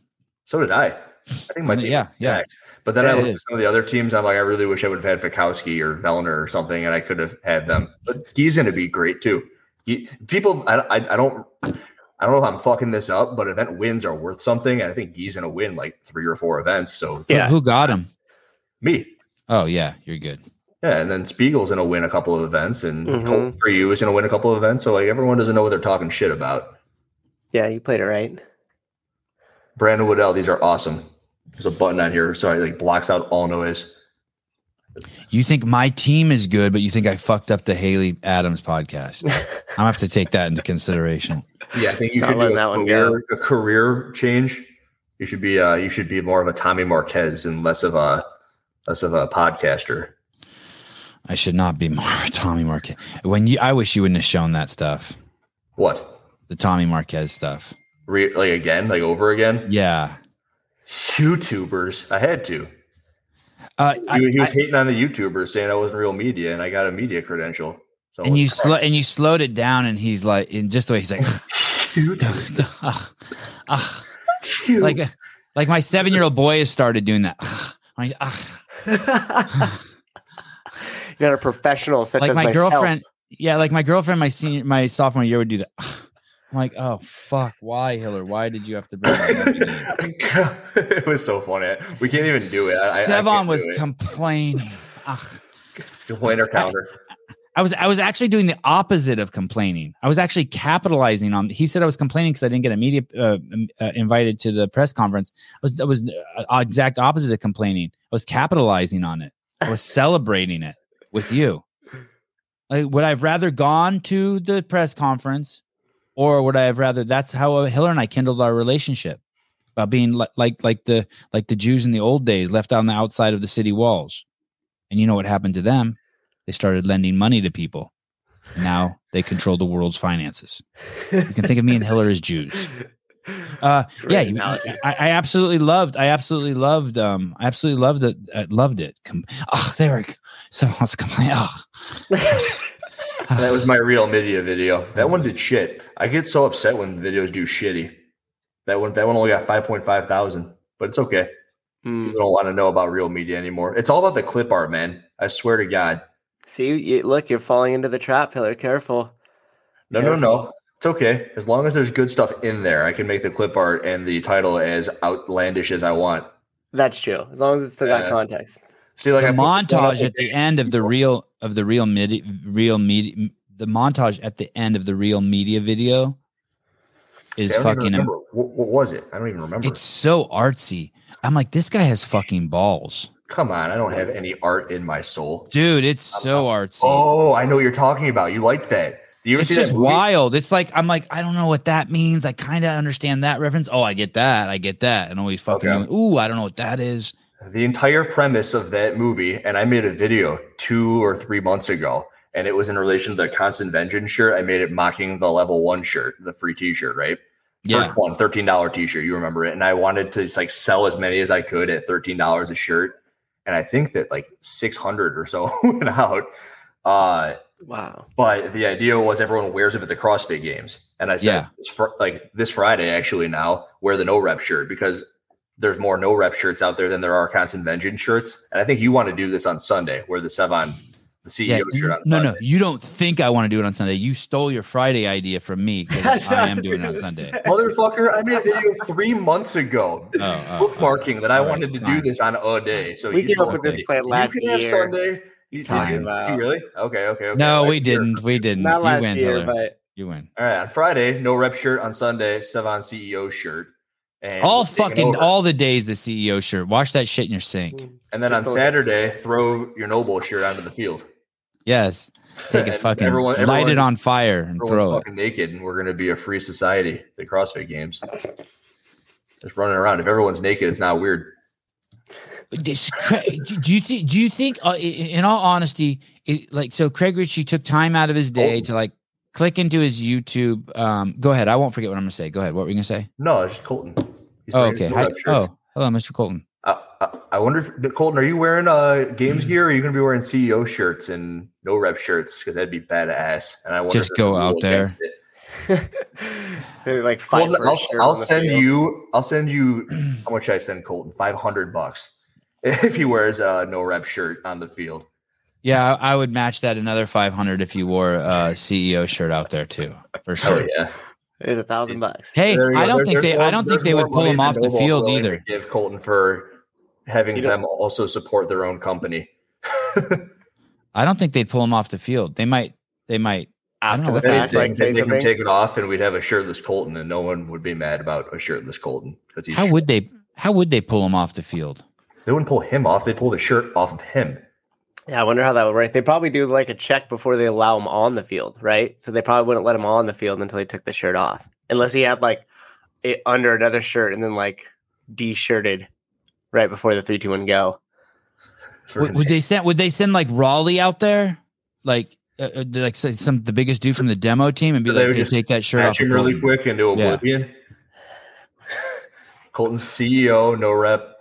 So did I. I think my Mm, team. yeah, was yeah. stacked. But then Yeah, I it looked at is. some of the other teams. I'm like, I really wish I would have had Fikowski or Vellner or something, and I could have had them. But he's going to be great too. He, people, I, I, I don't. I don't know if I'm fucking this up, but event wins are worth something, and I think he's gonna win like three or four events. So Who- Yeah. Who, got him? me, Oh yeah, you're good. yeah, and then Spiegel's gonna win a couple of events, and Mhm. Colton for you is gonna win a couple of events. So like everyone doesn't know what they're talking shit about. Yeah, you played it right. Brandon Woodell, these are awesome. There's a button on here, so I like blocks out all noise. You think my team is good, but you think I fucked up the Haley Adams podcast. I'm gonna have to take that into consideration. Yeah, I think you Not should do letting a that one career, a career change. You should be uh, you should be more of a Tommy Marquez and less of a less of a podcaster. I should not be more Tommy Marquez. When you, I wish you wouldn't have shown that stuff, What? the Tommy Marquez stuff. Re- like again, like over again? Yeah, YouTubers. I had to. uh, I- He, he was I- hating on the YouTubers, saying I wasn't real media, and I got a media credential. So and you it's slow and you slowed it down, and he's like, in just the way he's like, ah, ah. cute. like, like my seven year old boy has started doing that. Like, ah. You're not a professional, such like as my myself. girlfriend. Yeah, like my girlfriend, my senior, my sophomore year would do that. I'm like, oh fuck, why Hiller? Why did you have to bring that up? again?" it was so funny. We can't even do it. I, I- I Sevon can't was do it. complaining. Ah. complainer counter. I was I was actually doing the opposite of complaining. I was actually capitalizing on. He said I was complaining because I didn't get a media uh, um, uh, invited to the press conference. I was I was uh, exact opposite of complaining. I was capitalizing on it. I was celebrating it with you. Like, would I have rather gone to the press conference, or would I have rather? That's how uh, Hiller and I kindled our relationship by being like like like the like the Jews in the old days, left on the outside of the city walls. And you know what happened to them? They started lending money to people. And now they control the world's finances. You can think of me and Hiller as Jews. Uh, yeah, Great you- analogy. I, I absolutely loved. I absolutely loved. Um, I absolutely loved it. I loved it. Com- oh, they were so I was complaining. Oh. That was my real media video. That one did shit. I get so upset when videos do shitty. That one, that one only got five point five thousand, but it's okay. Mm. People don't want to know about real media anymore. It's all about the clip art, man. I swear to God. See, you, look, you're falling into the trap, Hiller. Careful. No, no, no. It's okay. As long as there's good stuff in there, I can make the clip art and the title as outlandish as I want. That's true. As long as it's still Yeah. got context. See, like the I put this one up montage at the end of the real of the real midi, real media the montage at the end of the real media video I is don't even fucking remember. What, what was it? I don't even remember. it's so artsy i'm like this guy has fucking balls Come on, I don't have any art in my soul. dude it's so artsy Oh, I know what you're talking about. You like that? Do you ever it's see just that movie? wild it's like i'm like i don't know what that means i kind of understand that reference oh i get that i get that and always fucking Okay. ooh i don't know what that is the entire premise of that movie, and I made a video two or three months ago, and it was in relation to the Constant Vengeance shirt. I made it mocking the level one shirt, the free t shirt, right? yeah First one, $13 t shirt. You remember it. And I wanted to just, like sell as many as I could at $13 a shirt. And I think that like 600 or so went out. Uh, Wow. but the idea was everyone wears it at the CrossFit games. And I said, Yeah. it's fr- like this Friday, actually, now wear the no rep shirt because there's more no rep shirts out there than there are constant vengeance shirts. And I think you want to do this on Sunday, wear the Sevon, the CEO Yeah, shirt on no, Sunday. no, you don't think I want to do it on Sunday. You stole your Friday idea from me 'cause That's what I am was doing it on gonna Sunday. say. Motherfucker, I made a video three months ago Oh, oh, bookmarking that I All right, wanted to do fine. this on a day. So We you came up know with what this day. plan last you can have year. Sunday. You, did you- Fine. did you really? Okay, okay, okay. No, Like, we sure. didn't. We didn't. Not you last win, year, Hiller. but you win. All right, on Friday, no rep shirt. On Sunday, Sevon CEO shirt. And All he's taking fucking over. all the days the CEO shirt. Wash that shit in your sink. Mm. And then Just on don't- Saturday, throw your Noble shirt onto the field. Yes. Take a And fucking everyone- light it everyone- on fire and Everyone's throw it. fucking naked, and we're gonna be a free society. at The CrossFit Games, just running around. If everyone's naked, it's not weird. This Cra- do you think? Do you think? Uh, i- i- in all honesty, it, like so, Craig Ritchie took time out of his day Oh. to like click into his YouTube. Um, go ahead. I won't forget what I'm gonna say. Go ahead. What were you gonna say? No, it's just Colton. He's Oh, wearing okay. his Hi- Moab shirts. oh, hello, Mr. Colton. I, I, I wonder, if, Colton, are you wearing uh games gear? Or are you gonna be wearing CEO shirts and no rep shirts? Because that'd be badass. And I wonder Just if there's go a rule out there. against it. They, like Well, fight no, for a I'll, shirt I'll on the send field. you. I'll send you. How much should I send Colton? Five hundred bucks if he wears a no rep shirt on the field. Yeah, I, I would match that another 500 if you wore a CEO shirt out there too, for Oh sure. yeah. It's a thousand bucks. Hey, There you go. I don't There- think there's they. more- I don't think there's they more would pull money him than off the Noble is field willing to either. Give Colton for having You know- them also support their own company. I don't think they'd pull him off the field. They might. They might. I don't After know the what fact, Anything, like say they can something. take it off, and we'd have a shirtless Colton, and no one would be mad about a shirtless Colton because he's. How would they? How would they pull him off the field? they wouldn't pull him off? They pull the shirt off of him. Yeah, I wonder how that would work. They probably do like a check before they allow him on the field, right? So they probably wouldn't let him on the field until he took the shirt off, unless he had like it under another shirt and then like de-shirted right before the three, two, one, go. for Would, him would to- they send? Would they send like Raleigh out there, like uh, uh, like say, some the biggest dude from the demo team, and be So they like, would "Hey, just take that shirt off." match him of really Colton." quick into Yeah. oblivion? Colton's CEO, no rep,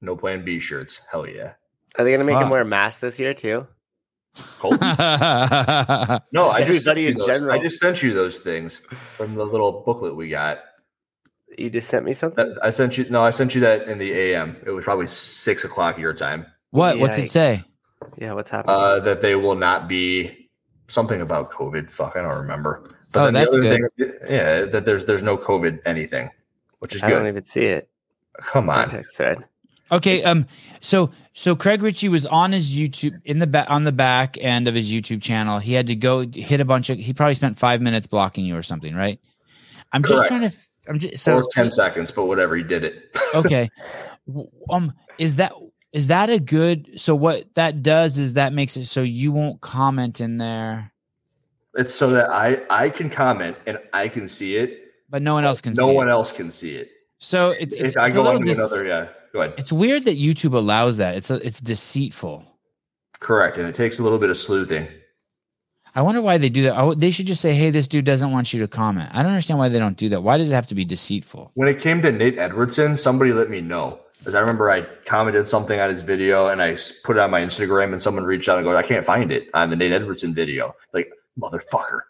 no plan B shirts. Hell yeah, Are they gonna make Fuck. him wear a mask this year too? Colton. No, I Yeah, just sent study you in those. I general. just sent you those things from the little booklet we got. You just sent me something. That, I sent you. No, I sent you that in the AM. It was probably six o'clock your time. what? What's it Yikes. say? Yeah, what's happening? Uh, that they will not be something about COVID. Fuck, I don't remember. Oh, then the that's other Thing, yeah, that there's there's no COVID anything, which is I good. don't even see it. Come My on. text thread. Okay. Um. So so Craig Ritchie was on his YouTube in the back on the back end of his YouTube channel. He had to go hit a bunch of. He probably spent five minutes blocking you or something, right? I'm just Correct. trying to. f- I'm just So so it was ten seconds, but whatever, he did it. okay. W- Um. Is that is that a good? So what that does is that makes it so you won't comment in there, It's so that I I can comment and I can see it. but no one else can. No see it. one else can see it. So it's, it's, if I it's a go little on to dis- another, yeah, go ahead. It's weird that YouTube allows that. It's a, it's deceitful. Correct, and it takes a little bit of sleuthing. I wonder why they do that. I w they should just say, "Hey, this dude doesn't want you to comment." I don't understand why they don't do that. Why does it have to be deceitful? When it came to Nate Edwardson, somebody let me know because I remember I commented something on his video and I s- put it on my Instagram, and someone reached out and goes, "I can't find it on the Nate Edwardson video." Like motherfucker,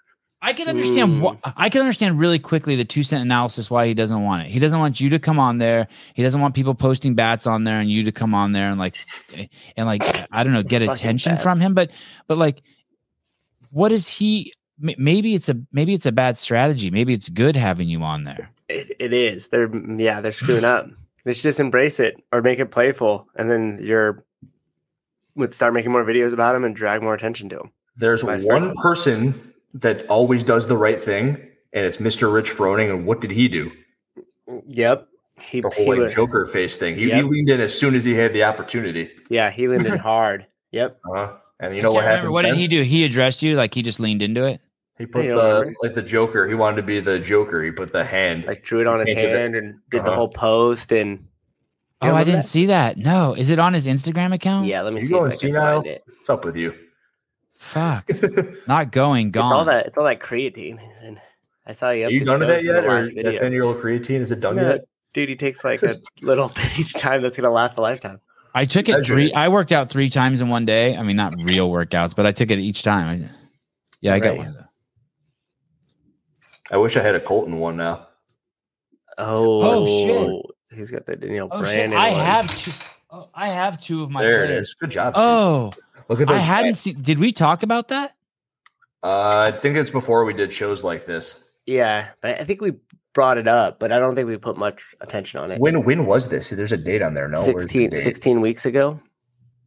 I can understand. wh- I can understand really quickly the two cent analysis why he doesn't want it. He doesn't want you to come on there. He doesn't want people posting bats on there and you to come on there and like and like I don't know, get Fucking attention bats. from him. But but like, what is he? m- Maybe it's a maybe it's a bad strategy. Maybe it's good having you on there. It, it is. They're mm, yeah, they're screwing up. They should just embrace it or make it playful, and then you're would start making more videos about him and drag more attention to him. there's Vice one versa. person that always does the right thing, and it's Mr. Rich Froning. And what did he do? Mm, Yep. He, The he whole like, was- Joker face thing. He, he Yep. leaned in as soon as he had the opportunity. yeah, he leaned in hard. Yep. Uh-huh. And you I know what can't remember. happened? What did he since? do? He addressed you like he just leaned into it. Oh, He put don't the remember. like the Joker. He wanted to be the Joker. He put the hand. Like drew it on his Can't do that. hand and did the Uh-huh. whole post and You oh, I remember didn't that? see that. No, is it on his Instagram account? yeah, let me You see if going I can senile? find it. What's up with you? Fuck. Not going. It's all Gone. that it's all that creatine. And I saw you. Are you his done with that nose in the yet? Or last video. that ten year old creatine is it done No, yet? Dude, he takes like a little bit each time that's gonna last a lifetime. I took it Measure three. it. I worked out three times in one day. I mean, not real workouts, but I took it each time. I, yeah, I got Right. one. Of those. I wish I had a Colton one now. Oh, Oh, He's got the Daniel Oh shit! Brandon. I one. have two. Oh, I have two of my. there it players. is. Good job. Steve. Oh, look at I those. hadn't seen. Did we talk about that? uh, I think it's before we did shows like this. Yeah, but I think we brought it up, but I don't think we put much attention on it. When when was this? There's a date on there. No, Where's the 16, date? 16 weeks ago.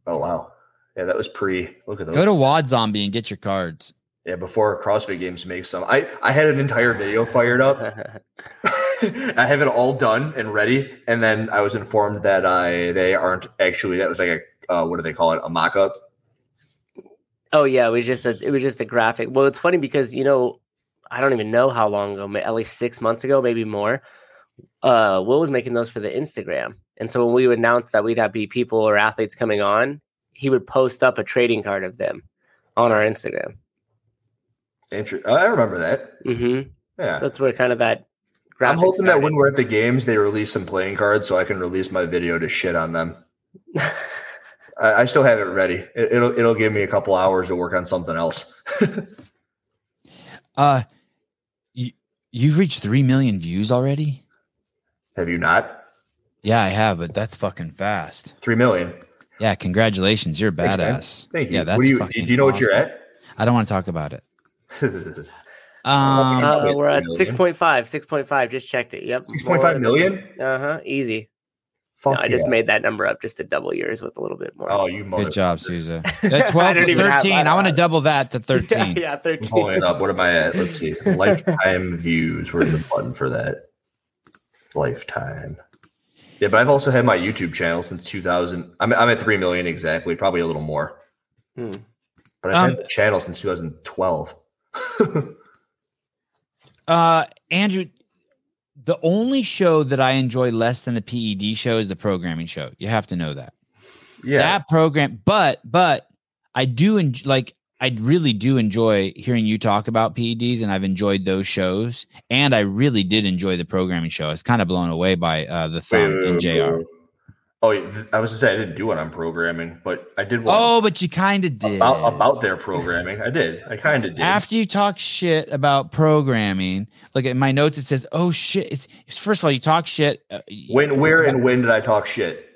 Oh wow. Yeah, that was pre. Look at those. Go to Wad Zombie and get your cards. yeah, before CrossFit Games makes some. I I had an entire video fired up. I have it all done and ready, and then I was informed that I they aren't actually. That was like a uh, what do they call it? A mock up. Oh yeah, it was just a it was just a graphic. Well, it's funny because you know I don't even know how long ago, ma- at least six months ago, maybe more. Uh, Will was making those for the Instagram, and so when we would announce that we'd have be people or athletes coming on, he would post up a trading card of them on our Instagram. Inter- I remember that. Mm-hmm. Yeah. So that's where kind of that. I'm graphic hoping that started. when we're at the games, they release some playing cards so I can release my video to shit on them. I, I still have it ready. It, it'll it'll give me a couple hours to work on something else. Uh, you, you've reached three million views already. Have you not? Yeah, I have, but that's fucking fast. Three million. Yeah, congratulations, you're a Thanks, man. badass. Thank you. Yeah, that's what do you fucking do you know what you're awesome. at? I don't want to talk about it. Six Um, Uh, Uh, we're at million. 6.5, 6.5. Just checked it. Yep. point five million. Uh huh. Easy. Fuck No, I yeah. just made that number up just to double yours with a little bit more. Oh, you mother. good job, Souza. I That 12 don't to even have 13. I that. want to double that to 13. yeah, I'm 13. pulling it up. What am I at? Let's see. Lifetime views. Where's the button for that? Lifetime. Yeah, but I've also had my YouTube channel since 2000. I'm, I'm at 3 million exactly, probably a little more. Hmm. But I've Um, had the channel since 2012. Uh, Andrew, the only show that I enjoy less than the PED show is the programming show. You have to know that. yeah. That program, but but I do en- like I really do enjoy hearing you talk about PEDs, and I've enjoyed those shows, and I really did enjoy the programming show. I was kind of blown away by uh, the Wait, thumb wait, and wait, wait, Jr. wait. Oh, yeah, th- I was to say I didn't do one on programming, but I did one Oh, but you kind of did about, about their programming. I did. I kind of did. After you talk shit about programming, like in my notes, it says, "Oh shit!" It's it's- first of all, you talk shit. Uh, y- when, where, and when did I talk shit?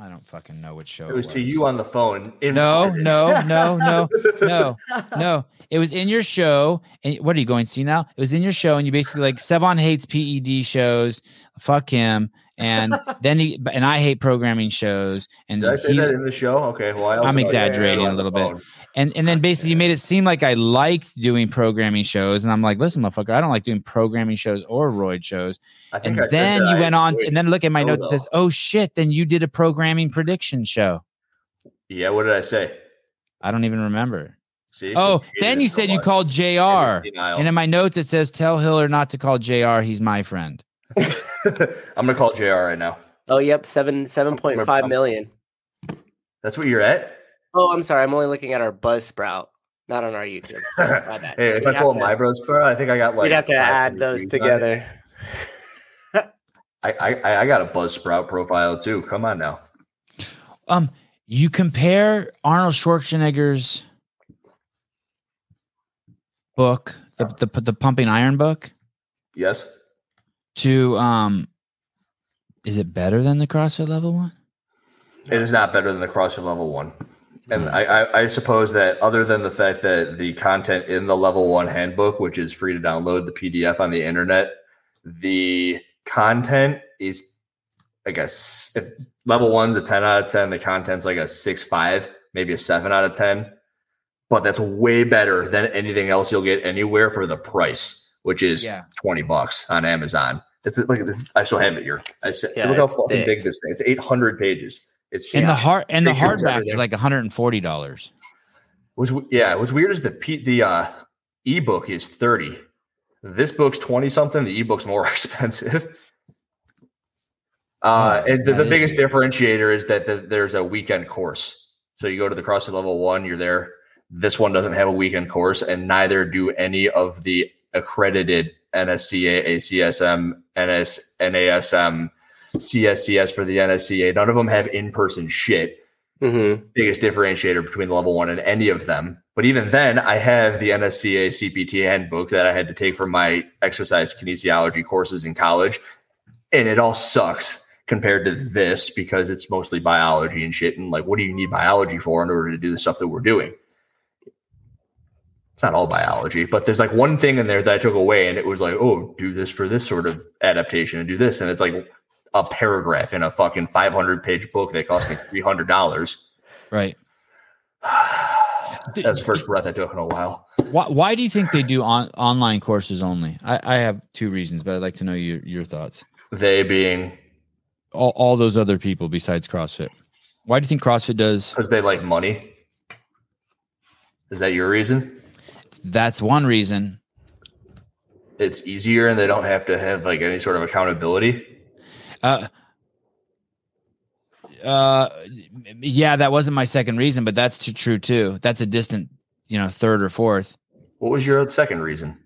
I don't fucking know what show It was to you on the phone. in Oh, No, private. no, no, no, no, no. It was in your show. And what are you going to see now? It was in your show, and you basically like Sevon hates PED shows. Fuck him. And then he and I hate programming shows. And Did I say he- that in the show? Okay. Well, I also I'm said it exaggerating on a the little bit. phone. And and then basically you made it seem like I liked doing programming shows, and I'm like, listen, motherfucker, I don't like doing programming shows or roid shows. I think And I said then that you I went on, enjoyed- and then look at my show, notes. It though. says, oh shit, then you did a programming prediction show. yeah. What did I say? I don't even remember. See. Oh, Hated then it you so said you much. called It Jr. was denial. And in my notes, it says, "Tell Hiller not to call Jr. He's my friend." I'm gonna call Jr. right now. Oh, yep. Seven, 7.5 million. That's what you're at. Oh, I'm sorry. I'm only looking at our Buzzsprout, not on our YouTube. My bad. hey, if We'd I call have to- my bros, bro, I think I got like. We'd have to five add hundred those views on it. together. I, I I got a Buzzsprout profile too. Come on now. Um, you compare Arnold Schwarzenegger's book, the the, the Pumping Iron book, Yes. to um, is it better than the CrossFit level one? It is not better than the CrossFit level one. And Mm. I, I, I suppose that other than the fact that the content in the level one handbook, which is free to download the PDF on the internet, the content is I guess if level one's a 10 out of 10, the content's like a six five, maybe a seven out of 10. But that's way better than anything else you'll get anywhere for the price, which is Yeah. 20 bucks on Amazon. It's look at this. I still have it here. I said, Yeah, look how it's fucking thick. big this thing. It's 800 pages. It's huge. And the hard and the Pictures hardback is everything. like one hundred and forty dollars. What's w- yeah, what's weird is the P, the uh, ebook is thirty. This book's twenty something. The ebook's more expensive. Uh, Oh, and the, that the is biggest weird. differentiator is that the, there's a weekend course. So you go to the CrossFit level one, you're there. This one doesn't have a weekend course, and neither do any of the accredited NSCA, ACSM, NS, NASM, CSCS for the NSCA. None of them have in person shit Mm-hmm. biggest differentiator between level one and any of them. But even then, I have the NSCA CPT handbook that I had to take for my exercise kinesiology courses in college. And it all sucks compared to this because it's mostly biology and shit. And like, what do you need biology for in order to do the stuff that we're doing? It's not all biology, but there's like one thing in there that I took away and it was like, oh, do this for this sort of adaptation and do this. And it's like a paragraph in a fucking 500 page book that cost me $300. Right. That was the first breath I took in a while. Why, why do you think they do on, online courses only? I, I have two reasons, but I'd like to know your, your thoughts. They being all, all those other people besides CrossFit? Why do you think CrossFit does? because they like money. Is that your reason? That's one reason. It's easier and they don't have to have like any sort of accountability. Uh, uh, yeah, that wasn't my second reason, but that's too true too. That's a distant, you know, third or fourth. What was your second reason?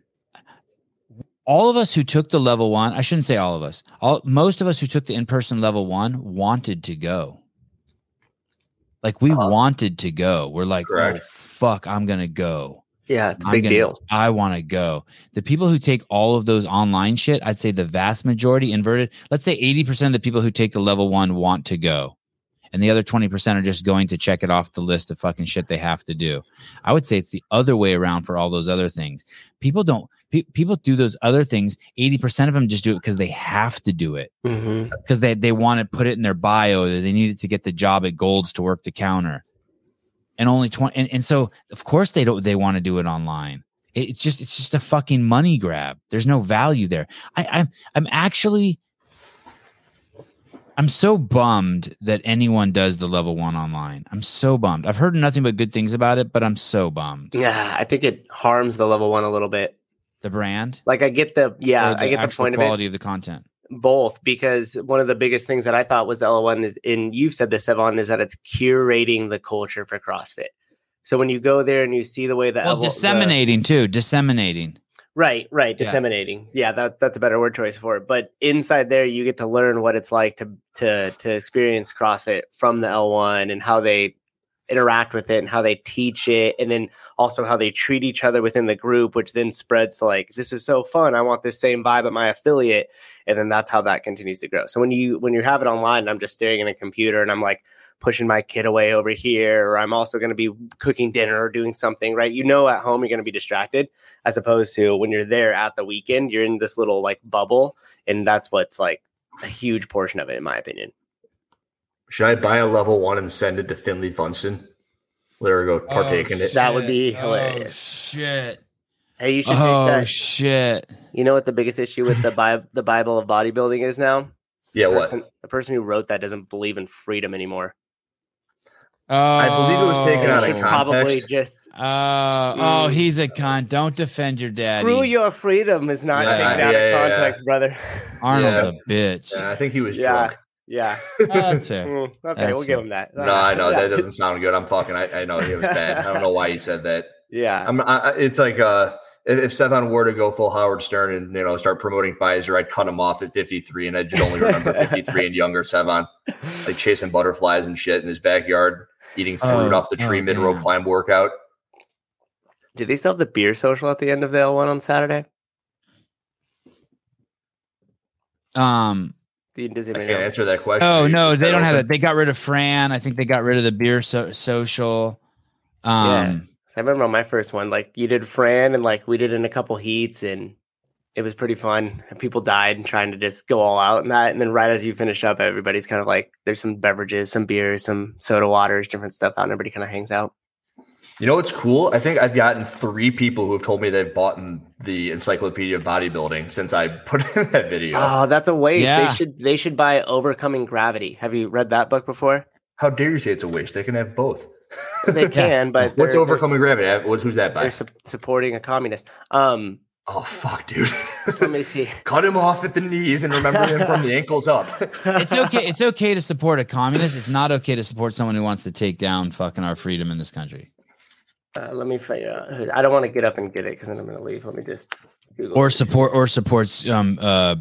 all of us who took the level one, I shouldn't say all of us, all most of us who took the in-person level one wanted to go. Like we Uh-huh. wanted to go. We're like, oh Correct. fuck, I'm gonna go. Yeah, it's a I'm big gonna- deal. I want to go. The people who take all of those online shit, I'd say the vast majority inverted. Let's say 80% of the people who take the level one want to go. And the other 20% are just going to check it off the list of fucking shit they have to do. I would say it's the other way around for all those other things. People don't, pe- people do those other things. 80% of them just do it because they have to do it Mm-hmm. because they, they want to put it in their bio that they needed to get the job at Gold's to work the counter. And only 20 and, and so of course they don't they want to do it online. It- It's just it's just a fucking money grab. There's no value there. I, I'm I'm actually I'm so bummed that anyone does the level one online. I'm so bummed. I've heard nothing but good things about it, but I'm so bummed. Yeah, I think it harms the level one a little bit. The brand. Like I get the yeah, or I get the actual point of it. quality of, the content. both because one of the biggest things that I thought was L1 is, and you've said this, Evan, is that it's curating the culture for CrossFit. So when you go there and you see the way that Well, L1 the- disseminating too. Disseminating. right, right, Yeah. disseminating. Yeah, that, that's a better word choice for it. But inside there, you get to learn what it's like to to to experience CrossFit from the L1 and how they interact with it and how they teach it, and then also how they treat each other within the group, which then spreads to like this is so fun. I want this same vibe at my affiliate and then that's how that continues to grow. So when you when you have it online, and I'm just staring at a computer and I'm like pushing my kid away over here, or I'm also going to be cooking dinner or doing something, right? You know, at home you're going to be distracted, as opposed to when you're there at the weekend, you're in this little like bubble, and that's what's like a huge portion of it, in my opinion. Should I buy a level one and send it to Finley Funson? Let her go partake in it. shit. That would be hilarious. Oh, shit. Hey, you should Oh take that. shit! you know what the biggest issue with the Bi- the Bible of bodybuilding is now? It's Yeah, the what? person, The person who wrote that doesn't believe in freedom anymore. Oh, believe it was taken So out you of should context. probably just Oh, oh, he's a cunt. Don't defend your daddy. Screw your freedom is not Yeah, taken yeah, out yeah, of context, brother. Arnold's a bitch. Yeah, I think he was Yeah. drunk. yeah. Oh, that's fair. Mm, okay, That's we'll give him that. No, I know Yeah. that doesn't sound good. I'm fucking. I, I know it was bad. I don't know why he said that. Yeah. I'm. I, I- it's like uh, if, if Stefan were to go full Howard Stern and you know start promoting Pfizer, I'd cut him off at 53, and I just only remember 53 and younger Stefan, like chasing butterflies and shit in his backyard, eating fruit Oh, off the tree oh, mid row damn. climb workout. Did they still have the beer social at the end of the L1 on Saturday? Um. Do you- Does I anybody can't know? answer that question. Oh no, Is they don't have open? that. They got rid of Fran. I think they got rid of the beer so- social. Um. 'Cause I remember on my first one, like you did Fran and like we did in a couple heats and it was pretty fun. And people died trying to just go all out and that. And then right as you finish up, everybody's kind of like, there's some beverages, some beers, some soda waters, different stuff out. And everybody kind of hangs out. You know what's cool? I think I've gotten three people who have told me they've bought in the Encyclopedia of Bodybuilding since I put in that video. Ah. Oh, that's a waste. Yeah. They should they should buy Overcoming Gravity. Have you read that book before? How dare you say it's a waste? They can have both. They can, but What's they're- overcoming gravity? Uh, What's, who's that They're, by? they're su- supporting a communist. Um, Oh fuck, dude! let me see. Cut him off at the knees and remember him from the ankles up. It's okay. It's okay to support a communist. It's not okay to support someone who wants to take down fucking our freedom in this country Uh, let me figure out. who- I don't want to get up and get it because then I'm going to leave. Let me just Google. or it. support or supports um uh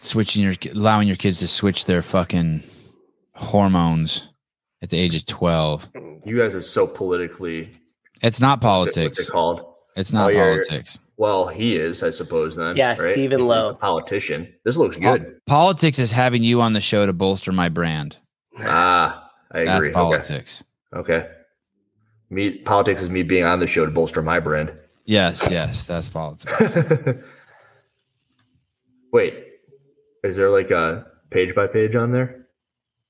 switching your allowing your kids to switch their fucking hormones at the age of 12 You guys are so politically. It's not What's it politics. called? It's not Oh, you're- politics. Well, he is, I suppose. Then, Yeah, Stephen He's- he's Lowe. Oh. a politician. This looks good. Politics is having you on the show to bolster my brand. Ah, I That's agree. Okay. politics. okay. Me, politics is me being on the show to bolster my brand. Yes, yes, that's politics. Wait, is there like a page by page on there?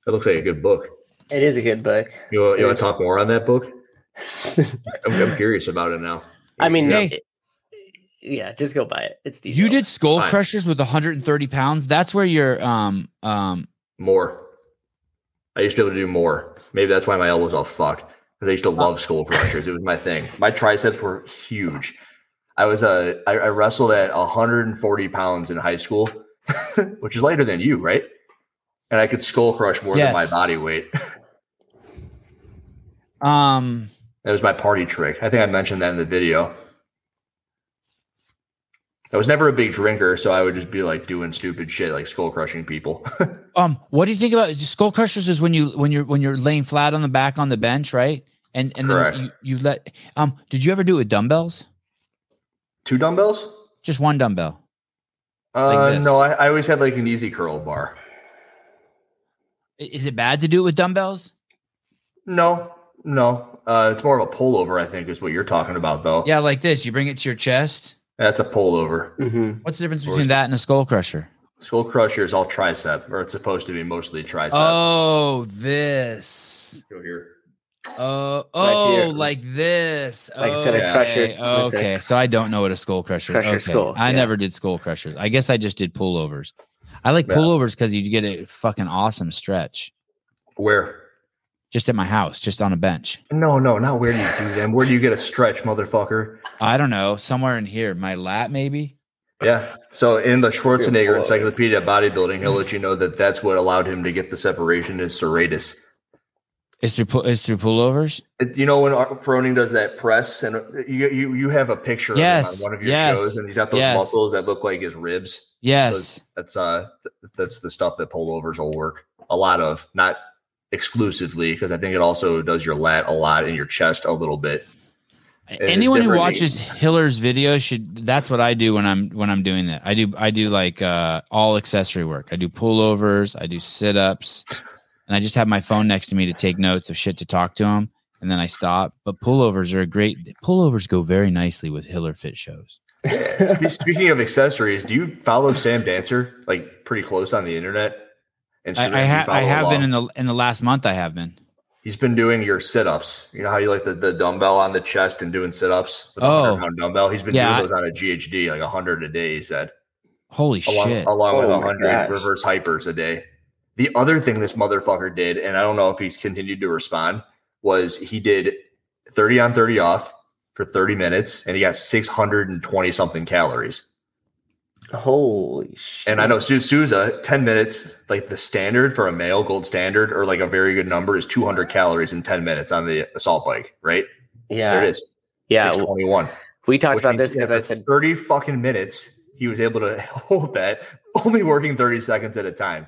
That looks like a good book. It is a good book. You want, you want Yes. to talk more on that book? I'm, I'm curious about it now. I mean, Hey. it- yeah, just go buy it. It's decent. You did skull Fine. crushers with 130 pounds. That's where your um um more. I used to be able to do more. Maybe that's why my elbow's all fucked. because I used to Oh. love skull crushers. It was my thing. My triceps were huge. I was uh, I I wrestled at 140 pounds in high school, which is lighter than you, right? And I could skull crush more than my Yes. body weight. Um, That was my party trick. I think I mentioned that in the video. I was never a big drinker, so I would just be like doing stupid shit, like skull crushing people. um, what do you think about skull crushers? Is when you when you're when you're laying flat on the back on the bench, right? And and Correct. then you, you let um. Did you ever do it with dumbbells? Two dumbbells? Just one dumbbell. Uh, this. no, I, I always had like an easy curl bar. I- Is it bad to do it with dumbbells? No, no. Uh, it's more of a pullover, I think, is what you're talking about, though. Yeah, like this. You bring it to your chest. That's a pullover. Mm-hmm. What's the difference Or between is- that and a skull crusher? Skull crusher is all tricep, or it's supposed to be mostly tricep. Oh, this. Go here. Oh, Right oh, here. like this. Like okay. instead of crushers, it's a- Okay, so I don't know what a skull crusher. is. Crusher okay. skull, I yeah. never did skull crushers. I guess I just did pullovers. I like Yeah. pullovers because you get a fucking awesome stretch. Where? Just at my house, just on a bench. No, no, not where do you do them? Where do you get a stretch, motherfucker? I don't know, somewhere in here, my lap maybe. Yeah. So in the Schwarzenegger Beautiful. Encyclopedia of Bodybuilding, he'll let you know that that's what allowed him to get the separation is serratus. Is through pu- is through pullovers. It- you know when Ar- Froning does that press, and uh, you you, you have a picture of him Yes, on one of your yes, shows, and he's got those yes. muscles that look like his ribs. Yes. That's uh, th- that's the stuff that pullovers will work a lot of, not exclusively, because I think it also does your lat a lot and your chest a little bit. is Anyone who different. watches Hiller's video should that's what I do when I'm when I'm doing that. I do I do like uh all accessory work. I do pullovers, I do sit-ups, and I just have my phone next to me to take notes of shit to talk to him and then I stop. But pullovers are a great pullovers go very nicely with Hiller fit shows. Spe- Speaking of accessories, do you follow Sam Dancer like pretty close on the internet? Instagram, I, I, do you ha- I follow have along? been in the in the last month I have been. He's been doing your sit ups. You know how you like the, the dumbbell on the chest and doing sit ups with a Oh. 100 pound dumbbell? He's been Yeah, I- doing those on a GHD, like 100 a day, he said, Holy along, shit. along with Oh with my 100 gosh. reverse hypers a day. The other thing this motherfucker did, and I don't know if he's continued to respond, was he did 30 on 30 off for 30 minutes and he got 620 something calories. Holy shit! And I know Su Souza, 10 minutes, like the standard for a male gold standard or like a very good number is 200 calories in 10 minutes on the assault bike, right? Yeah, There it is. yeah. w- 621. We talked Which about means this because I after said 30 fucking minutes, he was able to hold that, only working 30 seconds at a time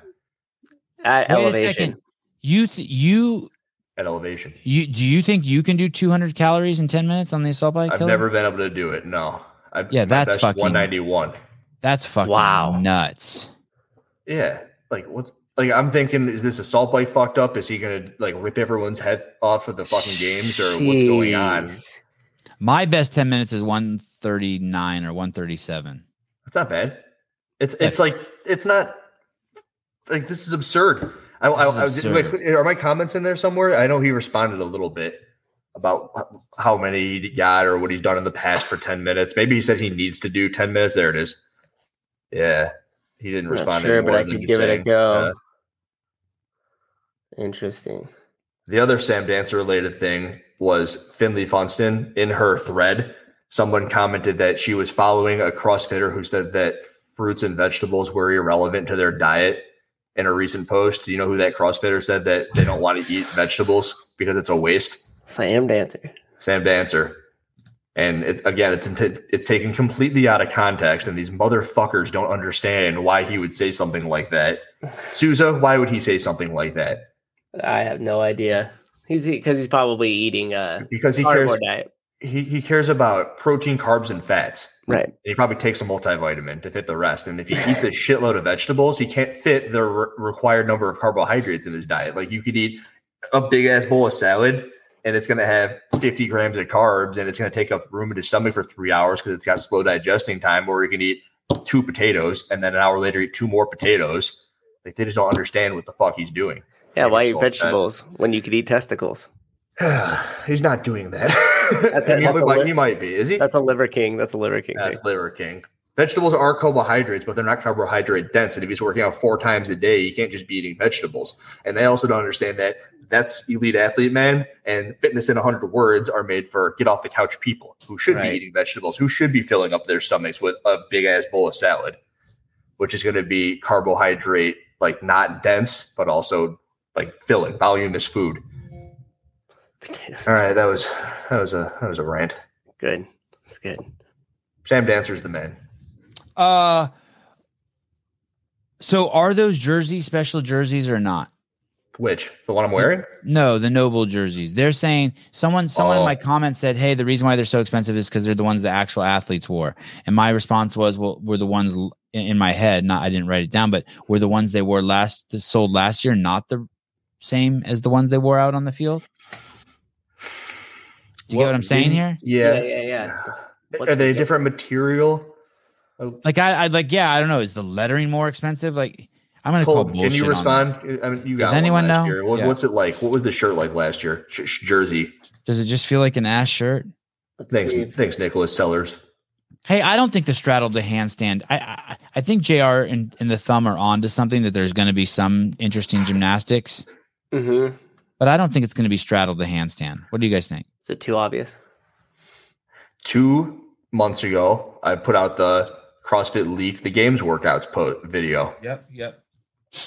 at Wait elevation. a second. You th- you at elevation. you do you think you can do 200 calories in 10 minutes on the assault bike? I've Hiller? never been able to do it. No. I, Yeah, my that's best fucking- 191. That's fucking Wow. nuts. Yeah. Like what like I'm thinking, is this assault bike fucked up? Is he gonna like rip everyone's head off of the fucking games or what's going on? Jeez. My best 10 minutes is 139 or 137. It's not bad. It's it's like it's not like this is absurd. I, I, This is I was- did- absurd. wait, are my comments in there somewhere? I know he responded a little bit about wh- how many he got or what he's done in the past for ten minutes. Maybe he said he needs to do ten minutes. There it is. Yeah, he didn't I'm not respond. sure, anymore but I than could just give it a saying, go. uh, Interesting. The other Sam Dancer related thing was Finley Funston in her thread. Someone commented that she was following a CrossFitter who said that fruits and vegetables were irrelevant to their diet in a recent post. Do you know who that CrossFitter said that they don't want to eat vegetables because it's a waste? Slam dancer. Sam Dancer. And it's again, it's int- it's taken completely out of context, and these motherfuckers don't understand why he would say something like that. Souza, why would he say something like that? I have no idea. He's because he's probably eating a Because he cares carnivore diet. he, he cares about protein, carbs, and fats. Right. And he probably takes a multivitamin to fit the rest. And if he eats a shitload of vegetables, he can't fit the re- required number of carbohydrates in his diet. Like you could eat a big ass bowl of salad and it's going to have 50 grams of carbs and it's going to take up room in his stomach for three hours because it's got slow digesting time. Or you can eat two potatoes and then an hour later eat two more potatoes. Like they just don't understand what the fuck he's doing. Yeah, Maybe why eat salt, fat. vegetables when you could eat testicles? he's not doing that. That's a- he, that's a might, li- he might be. Is he? That's a liver king. That's a liver king That's thing. Liver King. Vegetables are carbohydrates, but they're not carbohydrate dense. And if he's working out four times a day, you can't just be eating vegetables. And they also don't understand that that's elite athlete, man. And fitness in 100 words are made for get off the couch people who should Right. be eating vegetables, who should be filling up their stomachs with a big ass bowl of salad, which is going to be carbohydrate, like not dense, but also like filling, voluminous food. Potatoes. All right, that was that was a that was a rant. Good. That's good. Sam Dancer's the man. Uh, so are those jerseys special jerseys or not? Which the one I'm wearing? No, the noble jerseys. They're saying someone someone in Oh. my comments said, "Hey, the reason why they're so expensive is because they're the ones the actual athletes wore." And my response was, "Well, were the ones l- in, in my head. Not I didn't write it down, but were the ones they wore last that sold last year not the same as the ones they wore out on the field?" Do you get what I'm saying here? Yeah. Yeah. Yeah. What's Are they a the different material? Like I, I like yeah, I don't know. Is the lettering more expensive? Like I'm gonna Cole, call bullshit. can you on that. respond? I mean, you Does got one anyone last know? year. What- Yeah. What's it like? What was the shirt like last year? Sh- sh- jersey. Does it just feel like an ass shirt? Let's Thanks, see. thanks, Nicholas Sellers. Hey, I don't think the straddle to handstand. I I, I think Jr. and, and the thumb are onto something that there's going to be some interesting gymnastics, Mm-hmm. but I don't think it's going to be straddle to handstand. What do you guys think? Is it too obvious? Two months ago, I put out the CrossFit Leak the Games workouts po- video, Yep, yep.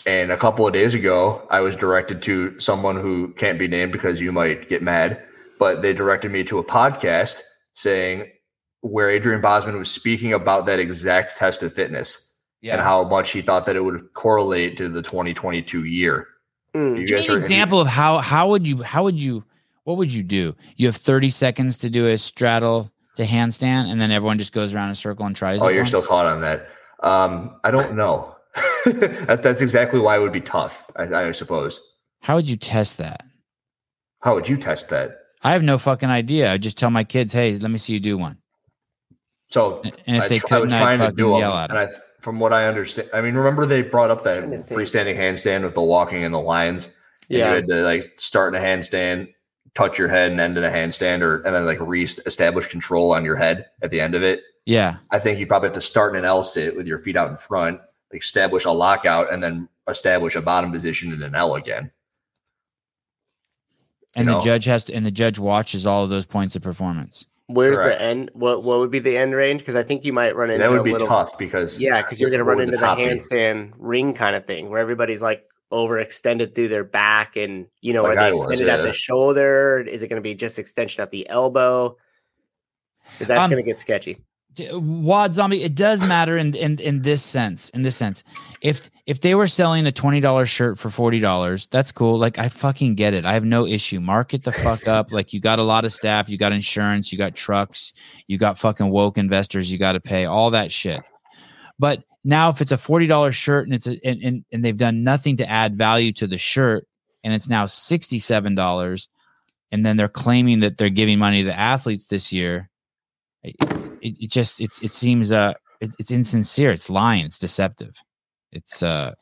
and a couple of days ago, I was directed to someone who can't be named because you might get mad, but they directed me to a podcast saying where Adrian Bosman was speaking about that exact test of fitness and how much he thought that it would correlate to the 2022 year. Mm. Give me an heard- example of how how would you how would you what would you do? You have 30 seconds to do a straddle to handstand, and then everyone just goes around in a circle and tries. Oh, it you're once? still caught on that. Um, I don't know. that, that's exactly why it would be tough, I, I suppose. How would you test that? How would you test that? I have no fucking idea. I just tell my kids, hey, let me see you do one. So And and if I, they tr- I couldn't, was I'd trying to fucking do 'em, yell at them. and I, th- from what I understand, I mean, remember they brought up that Trying to think. freestanding handstand with the walking and the lines. And Yeah. you had to like start in a handstand, touch your head, and end in a handstand, or and then like re-establish control on your head at the end of it. Yeah. I think you probably have to start in an L sit with your feet out in front, establish a lockout, and then establish a bottom position in an L again. and you the know? judge has to and the judge watches all of those points of performance Where's Correct. the end? What What would be the end range? Because I think you might run into That a would be little, tough because Yeah, because you're going to what run would into the, top be? handstand ring kind of thing where everybody's like overextended through their back, and you know, Like are I they was, extended at yeah. the shoulder? Is it going to be just extension at the elbow? 'Cause That's Um, going to get sketchy. D- wad zombie it does matter in in in this sense in this sense if if they were selling a $20 shirt for $40 that's cool like i fucking get it i have no issue market the fuck up like you got a lot of staff you got insurance you got trucks you got fucking woke investors you got to pay all that shit but now if it's a $40 shirt and it's a, and, and and they've done nothing to add value to the shirt and it's now $67 and then they're claiming that they're giving money to the athletes this year it, it it just it's it seems uh it, it's insincere it's lying it's deceptive it's uh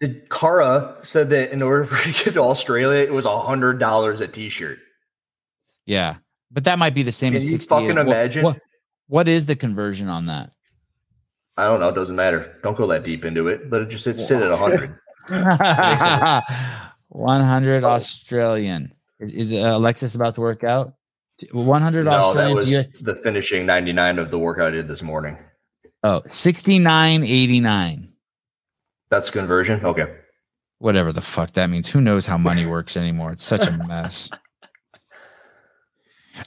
Did- Cara said that in order for her to get to Australia, it was hundred dollars a T-shirt. yeah but that might be the same Can as you 60 fucking What- imagine? what, what is the conversion on that I don't know. It doesn't matter. Don't go that deep into it. Let it just sit, sit at hundred. 100 Oh. australian is, is uh, alexis about to work out 100 no, that australian was do you, the finishing ninety-nine of the workout I did this morning. oh 69.89 That's conversion. Okay. whatever the fuck that means. Who knows how money works anymore? It's such a mess.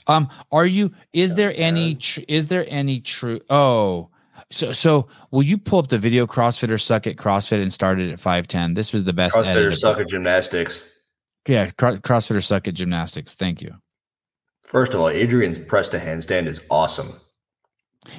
Um, are you? Is there any? Tr- is there any true? Oh, so so will you pull up the video CrossFitter suck at CrossFit and started at five ten? This was the best. CrossFitter edited- suck at gymnastics. Yeah, cro- CrossFitter suck at gymnastics. Thank you. First of all, Adrian's press to handstand is awesome.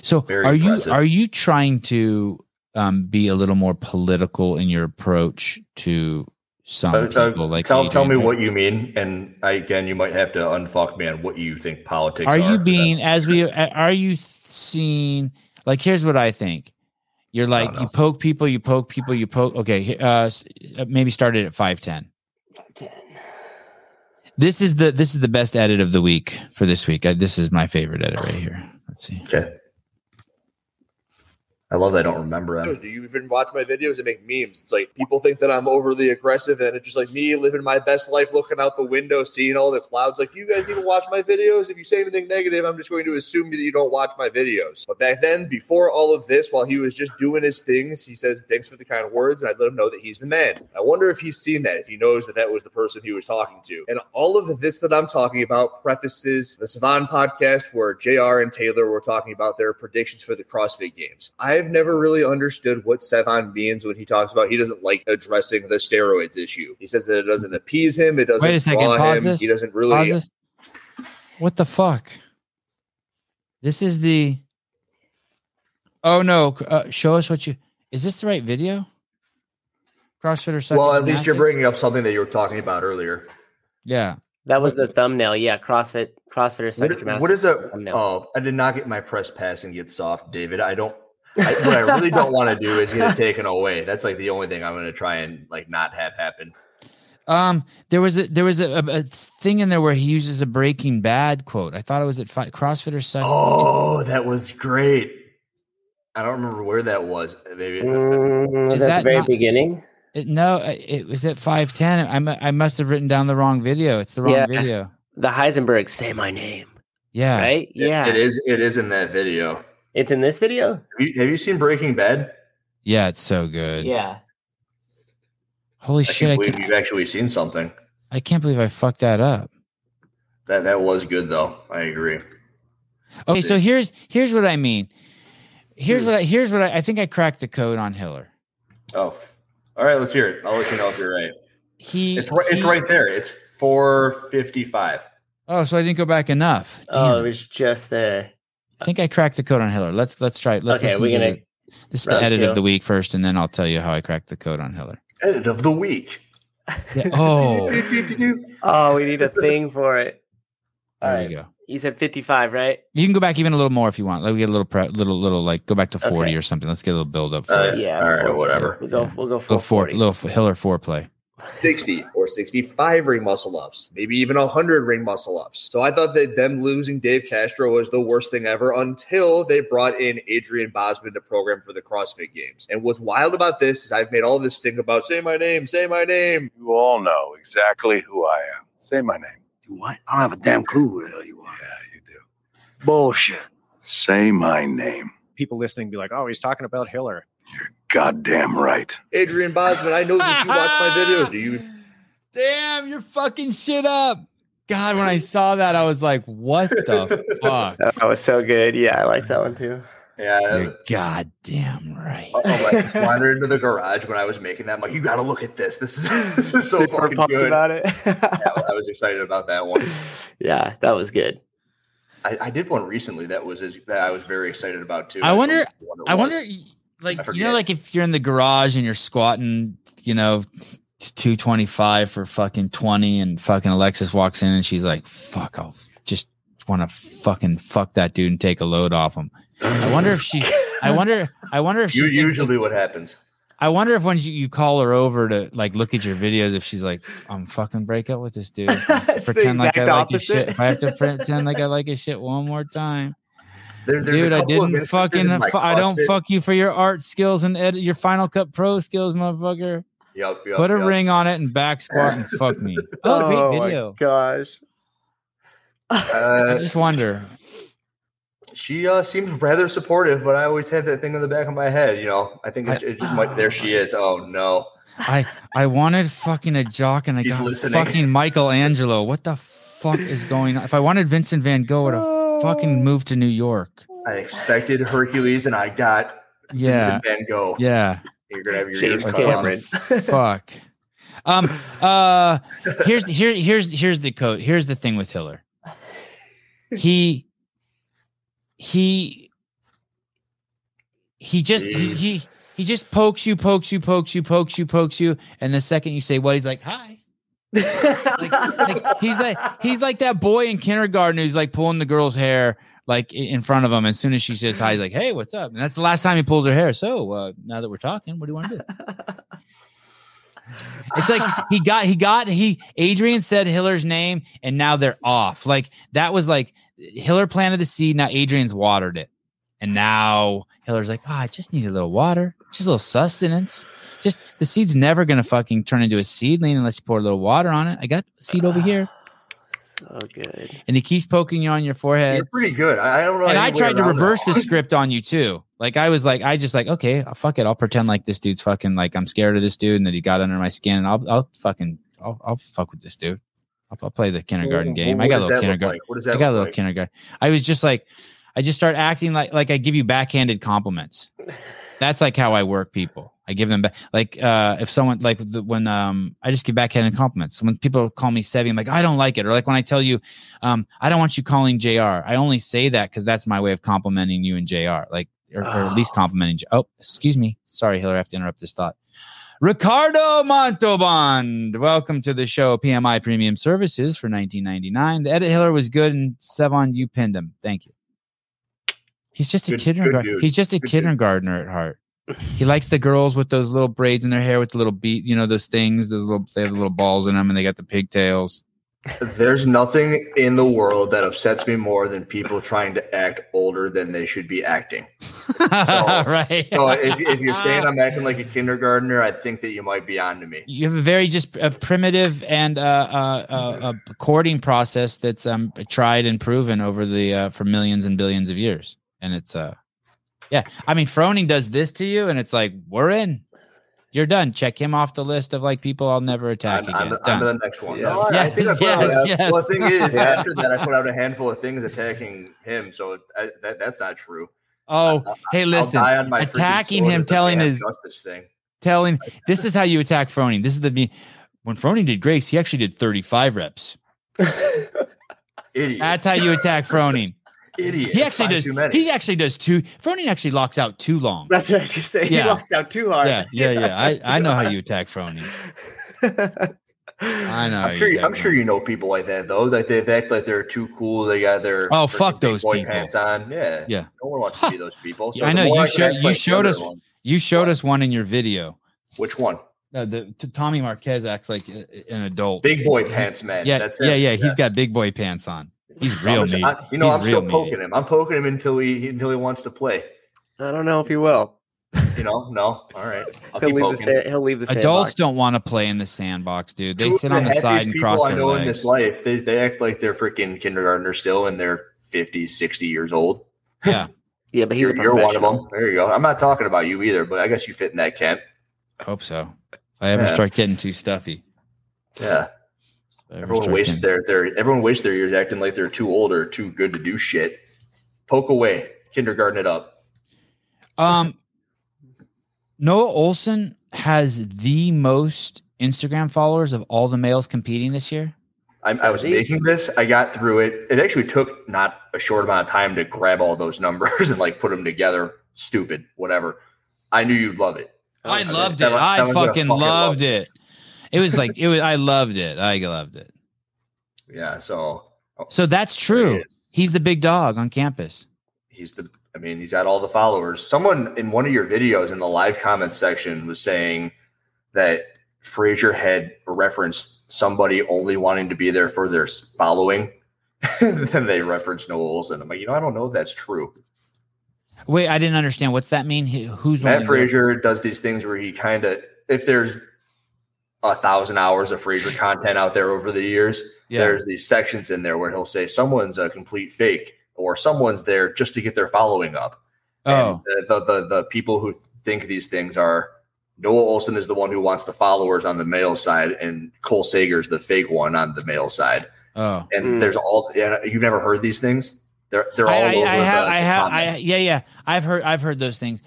So Very are impressive. you are you trying to um, be a little more political in your approach to some Uh, uh, people? like tell, tell me Adrian? what you mean, and I, again, you might have to unfuck me on what you think politics are. are you being as we are you seeing like here's what i think you're like know. you poke people you poke people you poke okay he- uh s- uh, maybe started at 510 this is the this is the best edit of the week for this week Uh this is my favorite edit right here let's see Okay. I love that I don't remember them. videos. Do you even watch my videos and make memes? It's like people think that I'm overly aggressive, and it's just like me living my best life, looking out the window, seeing all the clouds. Like, do you guys even watch my videos? If you say anything negative, I'm just going to assume that you don't watch my videos. But back then, before all of this, while he was just doing his things, he says, "Thanks for the kind words," and I let him know that he's the man. I wonder if he's seen that, if he knows that that was the person he was talking to. And all of this that I'm talking about prefaces the Savon podcast where JR and Taylor were talking about their predictions for the CrossFit games. I've never really understood what Savon means when he talks about he doesn't like addressing the steroids issue. He says that it doesn't appease him, it doesn't Wait a second, draw pause him, this, he doesn't really Pause this. What the fuck? This is the. Oh no! Uh, show us what you. Is this the right video? CrossFit or Well, at least you're psychogymnastics? bringing up something that you were talking about earlier. Yeah. That was the thumbnail. Yeah, CrossFit, CrossFit or What- what is a? Oh, I did not get my press pass and get soft, David. I don't. I, what I really don't want to do is get it taken away. That's like the only thing I'm going to try and like not have happen. Um. There was a there was a, a, a thing in there where he uses a Breaking Bad quote. I thought it was at fi- CrossFit or psych. Oh, that was great. I don't remember where that was. Maybe Mm, mm, was Is that, that the very not- beginning? It, no, I- it was at five ten. I mu- I must have written down the wrong video. It's the wrong Yeah. video. The Heisenberg, say my name, Yeah. right? Yeah, it is. It is in that video. Have it's in this video. you, have you seen Breaking Bad? Yeah. It's so good. Yeah, Holy I shit! I can't believe can't, you've actually seen something. I can't believe I fucked that up. That that was good though. I agree. Okay, so See. here's here's what I mean. Here's what I here's what I, I think I cracked the code on Hiller. Oh, f- all right. Let's hear it. I'll let you know if you're right. He It's right. It's he- right there. It's four fifty-five. Oh, so I didn't go back enough. oh, it Damn. was just there. I think I cracked the code on Hiller. Let's let's try it. Let's okay, listen we're to gonna. the- this is the round edit two. of the week first, and then I'll tell you how I cracked the code on Hiller. Edit of the week. Yeah, Oh, there Oh, we need a thing for it. All right, we go. you said fifty-five, right? You can go back even a little more if you want. Let me get a little pre- little little like go back to forty Okay. or something. Let's get a little build up for All it. right. Yeah, All right. four- Whatever. We'll go. Yeah. We'll go for Little four, 40. little f- Hiller foreplay. 60 or 65 ring muscle ups, maybe even 100 ring muscle ups. So I thought that them losing Dave Castro was the worst thing ever until they brought in Adrian Bosman to program for the CrossFit Games. And what's wild about this is I've made all this thing about say my name, say my name. You all know exactly who I am. Say my name. You what? I don't have a damn clue who the hell you are. Yeah, you do. Bullshit. Say my name. people listening be like, oh, he's talking about Hiller. Goddamn right. Adrian Bosman, I know that you watch my videos. Do you Damn, you're fucking shit up. God, when I saw that, I was like, what the fuck? That was so good. Yeah, I like that one too. Yeah. You're goddamn right. Oh, I just wandered into the garage when I was making that. I'm like, you got to look at this. This is this is so Super fucking pumped good. about it. Yeah, I was excited about that one. yeah, that was good. I, I did one recently that was as, that I was very excited about too. I don't wonder- know what it I was. wonder, like, I you forget. know, like if you're in the garage and you're squatting, you know, 225 for fucking 20, and fucking Alexis walks in and she's like, fuck, I'll just want to fucking fuck that dude and take a load off him. I wonder if she, I wonder, I wonder if she You thinks, like, usually what happens? I wonder if when you, you call her over to like look at your videos, if she's like, "I'm fucking break up with this dude, It's the pretend like I like his exact opposite. shit. If I have to pretend like I like his shit one more time, There, there's a dude, I couple of didn't instances fucking, in my fu- I don't CrossFit- fuck you for your art skills and edit your Final Cut Pro skills, motherfucker. Yup, yup, Put a yup. ring on it and back squat and fuck me. Oh, great video. gosh. I Uh, just wonder. she uh, seems rather supportive, but I always have that thing in the back of my head. You know, I think it, it just might. There she is. Oh no, I I wanted fucking a jock and I He's got listening. fucking Michelangelo. What the fuck is going on? If I wanted Vincent Van Gogh, I would have fucking moved to New York. I expected Hercules, and I got Yeah. Vincent Van Gogh. Yeah. You're gonna have your James ears cut off. Cameron. Fuck. Um uh here's here here's here's the code. Here's the thing with Hiller. He he he just he, he he just pokes you, pokes you, pokes you, pokes you, pokes you, and the second you say what, he's like, "Hi." like, like he's like he's like that boy in kindergarten who's like pulling the girl's hair like i- in front of him. As soon as she says hi, he's like, "Hey, what's up?" And that's the last time he pulls her hair. So uh, now that we're talking, what do you want to do? it's like he got he got he Adrian said Hiller's name, and now they're off. Like that was like Hiller planted the seed. Now Adrian's watered it. And now Hiller's like, oh, I just need a little water, just a little sustenance. Just the seed's never gonna fucking turn into a seedling unless you pour a little water on it. I got the seed over here, So good. and he keeps poking you on your forehead. You're pretty good. I, I don't know. And any I way tried to around that. reverse the script on you too. Like I was like, I just like, okay, uh, fuck it. I'll pretend like this dude's fucking like I'm scared of this dude and that he got under my skin, and I'll I'll fucking I'll, I'll fuck with this dude. I'll, I'll play the kindergarten What- game. what I got a does little that look kindergarten. like? What does that I got a look little like? kindergarten. I was just like, I just start acting like like I give you backhanded compliments. That's like how I work people. I give them back like uh if someone like the, when um I just give backhanded compliments. When people call me Sebby, I'm like, I don't like it. Or like when I tell you, um, I don't want you calling JR. I only say that because that's my way of complimenting you and JR. Like or, or Ah. at least complimenting J- Oh, excuse me. Sorry, Hillary, I have to interrupt this thought. Ricardo Montalban, welcome to the show. PMI Premium Services for 1999. The edit Hiller was good, and Sevon, you pinned him. Thank you. He's just a Good- good kindergarten. dude. He's just a Good dude. kindergartner at heart. He likes the girls with those little braids in their hair with the little beat, you know, those things. Those little they have the little balls in them, and they got the pigtails. There's nothing in the world that upsets me more than people trying to act older than they should be acting. right. So if, if you're saying I'm acting like a kindergartner, I think that you might be on to me. you have a very just a primitive and uh, uh, uh, uh, courting process that's um, tried and proven over the uh, for millions and billions of years, and it's uh, yeah. I mean, Froning does this to you, and it's like we're in, you're done. Check him off the list of like people I'll never attack On, on, again. the, on to the Done. next one. Yeah. No, I- I think I Yes, put out yes, a- yes. Well, the thing is, Yeah. after that, I put out a handful of things attacking him. So I, that, that's not true. Oh, hey, listen, I'll die on my freaking attacking sword him, with the telling damn his- justice thing. telling this is how you attack Froning. This is the me. When Froning did Grace, he actually did 35 reps. Idiot. That's how you attack Froning. Idiot. He actually Five does. Too many. He actually does two. Froning actually locks out too long. That's what I was gonna say. He Yeah. walks out too hard. Yeah, yeah, yeah. I, I know how you attack Froning. I know. how I'm sure. You, attack I'm sure Froning. you know people like that though. Like they, they act like they're too cool. They got their Oh, freaking fuck big those boy people. Pants on. Yeah. Yeah. No one wants to be those people. So I the know, more you I can showed- act you like the showed other us- one- You showed us one in your video. which one. No, the t- Tommy Marquez acts like a- an adult. Big boy He's- pants, man. Yeah, That's it. yeah, yeah. He's Yes. got big boy pants on. He's real I'm just- meaty. I- you know, He's I'm real still meaty. poking him. I'm poking him until he he- until he wants to play. I don't know if he will. You know, no. All right. I'll He'll leave, keep the poking. sand, he'll leave the Adults sandbox. don't want to play in the sandbox, dude. They Two of sit on the happiest side and people cross I their know in this legs. life, they, they act like they're freaking kindergartners still, and they're 50, 60 years old. Yeah. Yeah, but he's a you're, you're one of professional. them. There you go. I'm not talking about you either, but I guess you fit in that camp. Hope so. If I ever Yeah. start getting too stuffy. Yeah. if I ever Everyone start wastes getting- their their everyone wastes their years acting like they're too old or too good to do shit. Poke away, kindergarten it up. Um, Noah Olson has the most Instagram followers of all the males competing this year. I, I was making this. I got through it. It actually took not a short amount of time to grab all those numbers and like put them together. Stupid, whatever. I knew you'd love it. I Okay. loved it. Someone- I someone's gonna fucking fucking love loved it. It was like it was. I loved it. I loved it. Yeah. So So that's true. He's the big dog on campus. he's the i mean he's got all the followers someone in one of your videos in the live comments section was saying that Frazier had referenced somebody only wanting to be there for their s- following then they referenced Knowles and I'm like you know I don't know if that's true Wait, I didn't understand. What's that mean? He- Who's Matt only there? Frazier does these things where he kind of if there's a thousand hours of Frazier content out there over the years Yeah. there's these sections in there where he'll say someone's a complete fake or someone's there just to get their following up Oh, And the, the, the, the people who think these things are Noah Olson is the one who wants the followers on the male side, and Cole Sager's the fake one on the male side. oh. And Mm. there's all yeah, you've never heard these things. They're they're all I, I, over I have. the, I the have. I, comments. yeah, yeah. I've heard. I've heard those things.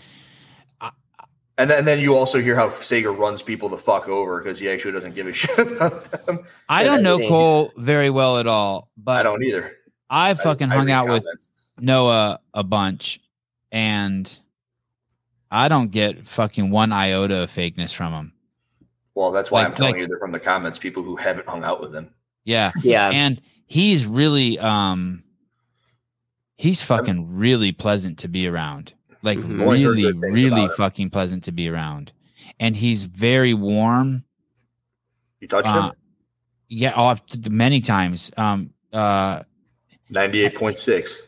and, then, and then you also hear how Sager runs people the fuck over because E he actually doesn't give a shit about them. I Yeah, don't know yeah. Cole very well at all, I but don't either. I, I- fucking I hung read out with comments. Noah a bunch, and I don't get fucking one iota of fakeness from him. Well, that's why like- I'm telling like- you they're from the comments. People who haven't hung out with them. Yeah, Yeah. and he's really um he's fucking really pleasant to be around like Mhm. Only Mm-hmm. heard really good things really about him. fucking pleasant to be around and he's very warm You touched Uh, him. yeah oh, I've- many times um uh Ninety eight point six.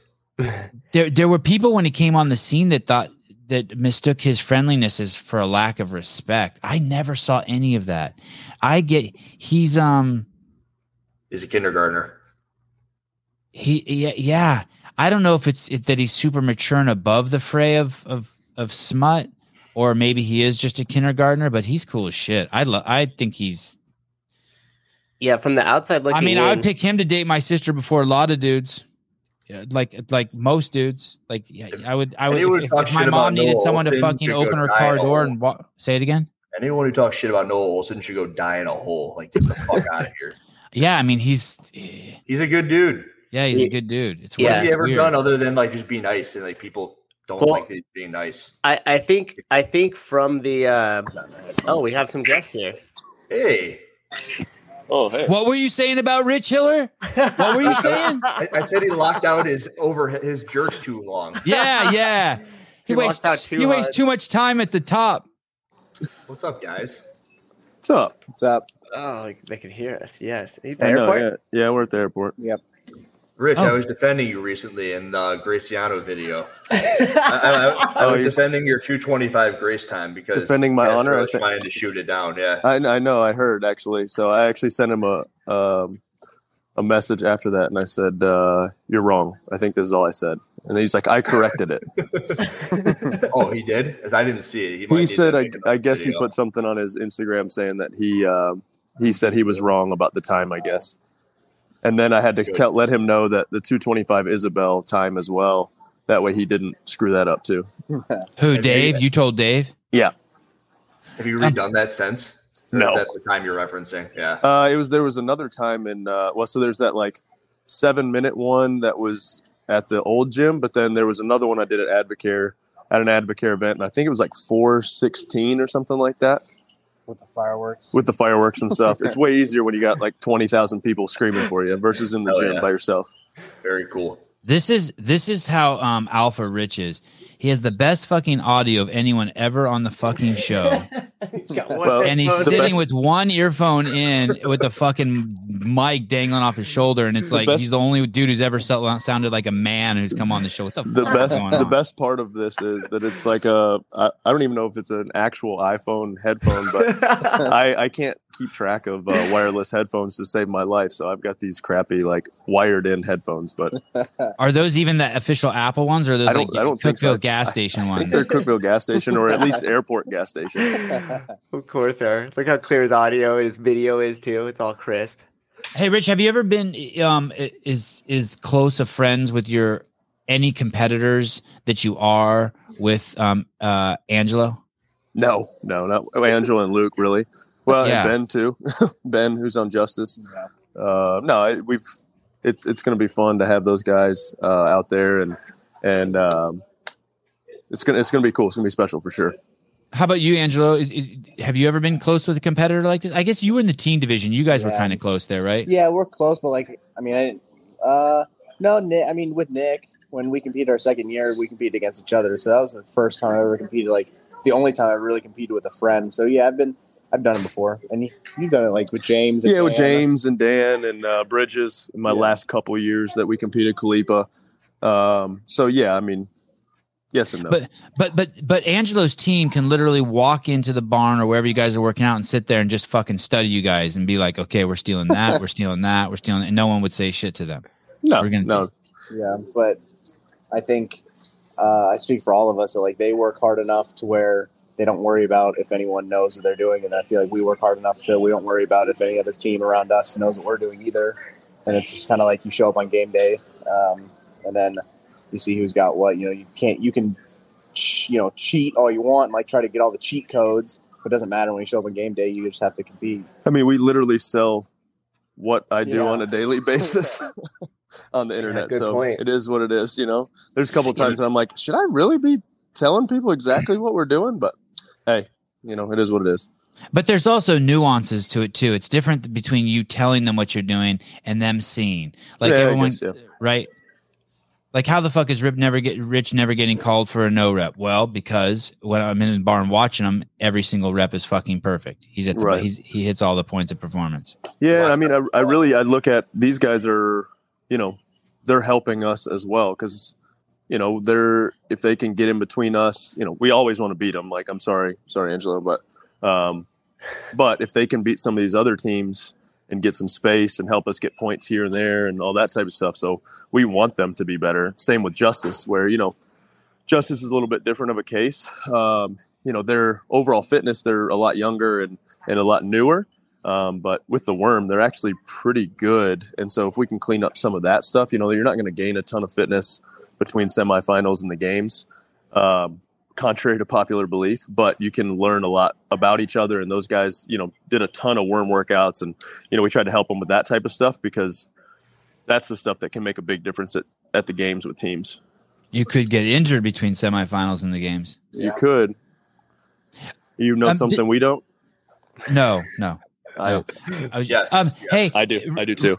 There, there were people when he came on the scene that thought that mistook his friendliness as for a lack of respect. I never saw any of that. I get he's um He's a kindergartner. he yeah yeah. I don't know if it's it, that he's super mature and above the fray of of of smut, or maybe he is just a kindergartner. But he's cool as shit. I love. I think he's. Yeah, from the outside looking. I mean, I would in- pick him to date my sister before a lot of dudes. Yeah, like like most dudes, like yeah, I would I And would you if, would've if- talked if my shit mom about needed Noel someone to Olsen, fucking you open could her die car all- door and wa- say it again. Anyone who talks shit about Noel Olson should go die in a hole. Like, get the fuck out of here. Yeah, I mean he's eh, He's a good dude. yeah he's a He- good dude. It's Yeah, What yeah, has he ever done other than like just be nice and like people don't Well- like they being nice? I, I think I think from the uh, oh we have some guests here. Hey, Oh, hey. What were you saying about Rich Hiller? What were you saying? I, I said he locked out his over his jerks too long. yeah, yeah. He, He wastes walks out he too wastes hard. too much time at the top. What's up, guys? What's up? What's up? Oh, like, they can hear us. Yes, At the I know, airport. yeah. yeah, we're at the airport. Rich, I Oh. was defending you recently in the Graciano video. I, I, I Oh, was you're s- defending your 225 grace time because Defending my Castro honor, I was think. trying to shoot it down. Yeah, I, I know. I heard actually. So I actually sent him a um, a message after that, and I said, uh, "You're wrong. I think this is all I said." And he's like, "I corrected it." oh, he did. As I didn't see it, he, might he need said, to "I, make I another guess he video. put something on his Instagram saying that he um he said he was wrong about the time. I guess." And then I had to Good. tell, let him know that the 225 Isabel time as well. That way he didn't screw that up too. Who, you- Dave? You told Dave? Have you redone that since? Or No. is that the time you're referencing? Yeah. Uh, it was there was another time in uh, well, so there's that like seven minute one that was at the old gym, but then there was another one I did at Advocare at an Advocare event, and I think it was like four sixteen or something like that with the fireworks. with the fireworks and stuff. it's way easier when you got like twenty thousand people screaming for you versus in the Hell gym yeah. by yourself. Very cool. This is this is how um Alpha Rich is. He has the best fucking audio of anyone ever on the fucking show. He's got one Well, And he's The sitting best- with one earphone in with the fucking mic dangling off his shoulder. And it's like best- he's the only dude who's ever so- sounded like a man who's come on the show. What the, The fuck best is going the on? best part of this is that it's like a I, I don't even know if it's an actual iPhone headphone, but I, I can't keep track of uh, wireless headphones to save my life, so I've got these crappy like wired in headphones. But Are those even the official Apple ones or are those I don't- like I don't think Cookville so. gas station I think ones? they're Cookville gas station or at least airport gas station. of course, sir. Look how clear his audio and his video is too. It's all crisp. Hey, Rich, have you ever been um i- is is close of friends with your any competitors that you are with um uh Angelo? No, no, not oh, Angela and Luke really. Well, Yeah. and Ben too. ben, who's on Justice. Uh, no, I, we've it's it's going to be fun to have those guys uh, out there and and um, it's gonna it's gonna be cool. It's gonna be special for sure. How about you, Angelo? Is, is, have you ever been close with a competitor like this? I guess you were in the teen division. You guys were Yeah. kind of close there, right? yeah, we're close, but like, I mean, I didn't. Uh, no, Nick. I mean, with Nick, when we competed our second year, we competed against each other. So that was the first time I ever competed. Like the only time I really competed with a friend. So yeah, I've been, I've done it before, and you- you've done it like with James. and yeah, with Dan. James and Dan and uh, Bridges. in My last couple years that we competed Kalipa. Um, so yeah, I mean, yes and no. But but but Angelo's team can literally walk into the barn or wherever you guys are working out and sit there and just fucking study you guys and be like, okay, we're stealing that, we're stealing that, we're stealing, that, and no one would say shit to them. no, we're gonna no, Yeah, but I think uh, I speak for all of us that like they work hard enough to where they don't worry about if anyone knows what they're doing, and I feel like we work hard enough to we don't worry about if any other team around us knows what we're doing either. And it's just kind of like you show up on game day, um, and then you see who's got what. You know, you can't you can ch- you know cheat all you want, and, like try to get all the cheat codes, but it doesn't matter when you show up on game day. You just have to compete. I mean, we literally sell what I do Yeah. on a daily basis on the internet. good so point. it is what it is. You know, there's a couple times I'm like, should I really be telling people exactly what we're doing? But hey, you know, it is what it is. But there's also nuances to it too. It's different between you telling them what you're doing and them seeing. Like Yeah, I everyone, guess, yeah. right? Like how the fuck is Rip never get Rich never getting called for a no rep? Well, because when I'm in the barn watching him, every single rep is fucking perfect. He's at the, Right. he's, he hits all the points of performance. Yeah, I mean, I, I really I look at these guys are, you know, they're helping us as well because you know, they're if they can get in between us, you know, we always want to beat them. Like I'm sorry, sorry, Angelo, but um, but if they can beat some of these other teams and get some space and help us get points here and there and all that type of stuff, so we want them to be better. Same with Justice, where you know, Justice is a little bit different of a case. Um, you know, their overall fitness, they're a lot younger and and a lot newer. Um, but with the worm, they're actually pretty good. And so if we can clean up some of that stuff, you know, you're not going to gain a ton of fitness between semifinals and the games, um, contrary to popular belief. But you can learn a lot about each other. And those guys, you know, did a ton of worm workouts. And, you know, we tried to help them with that type of stuff because that's the stuff that can make a big difference at, at the games with teams. You could get injured between semifinals and the games. You could. You know Um, di- something we don't? No, no. I, No. I was- Yes, Um, Hey, I do. I do too.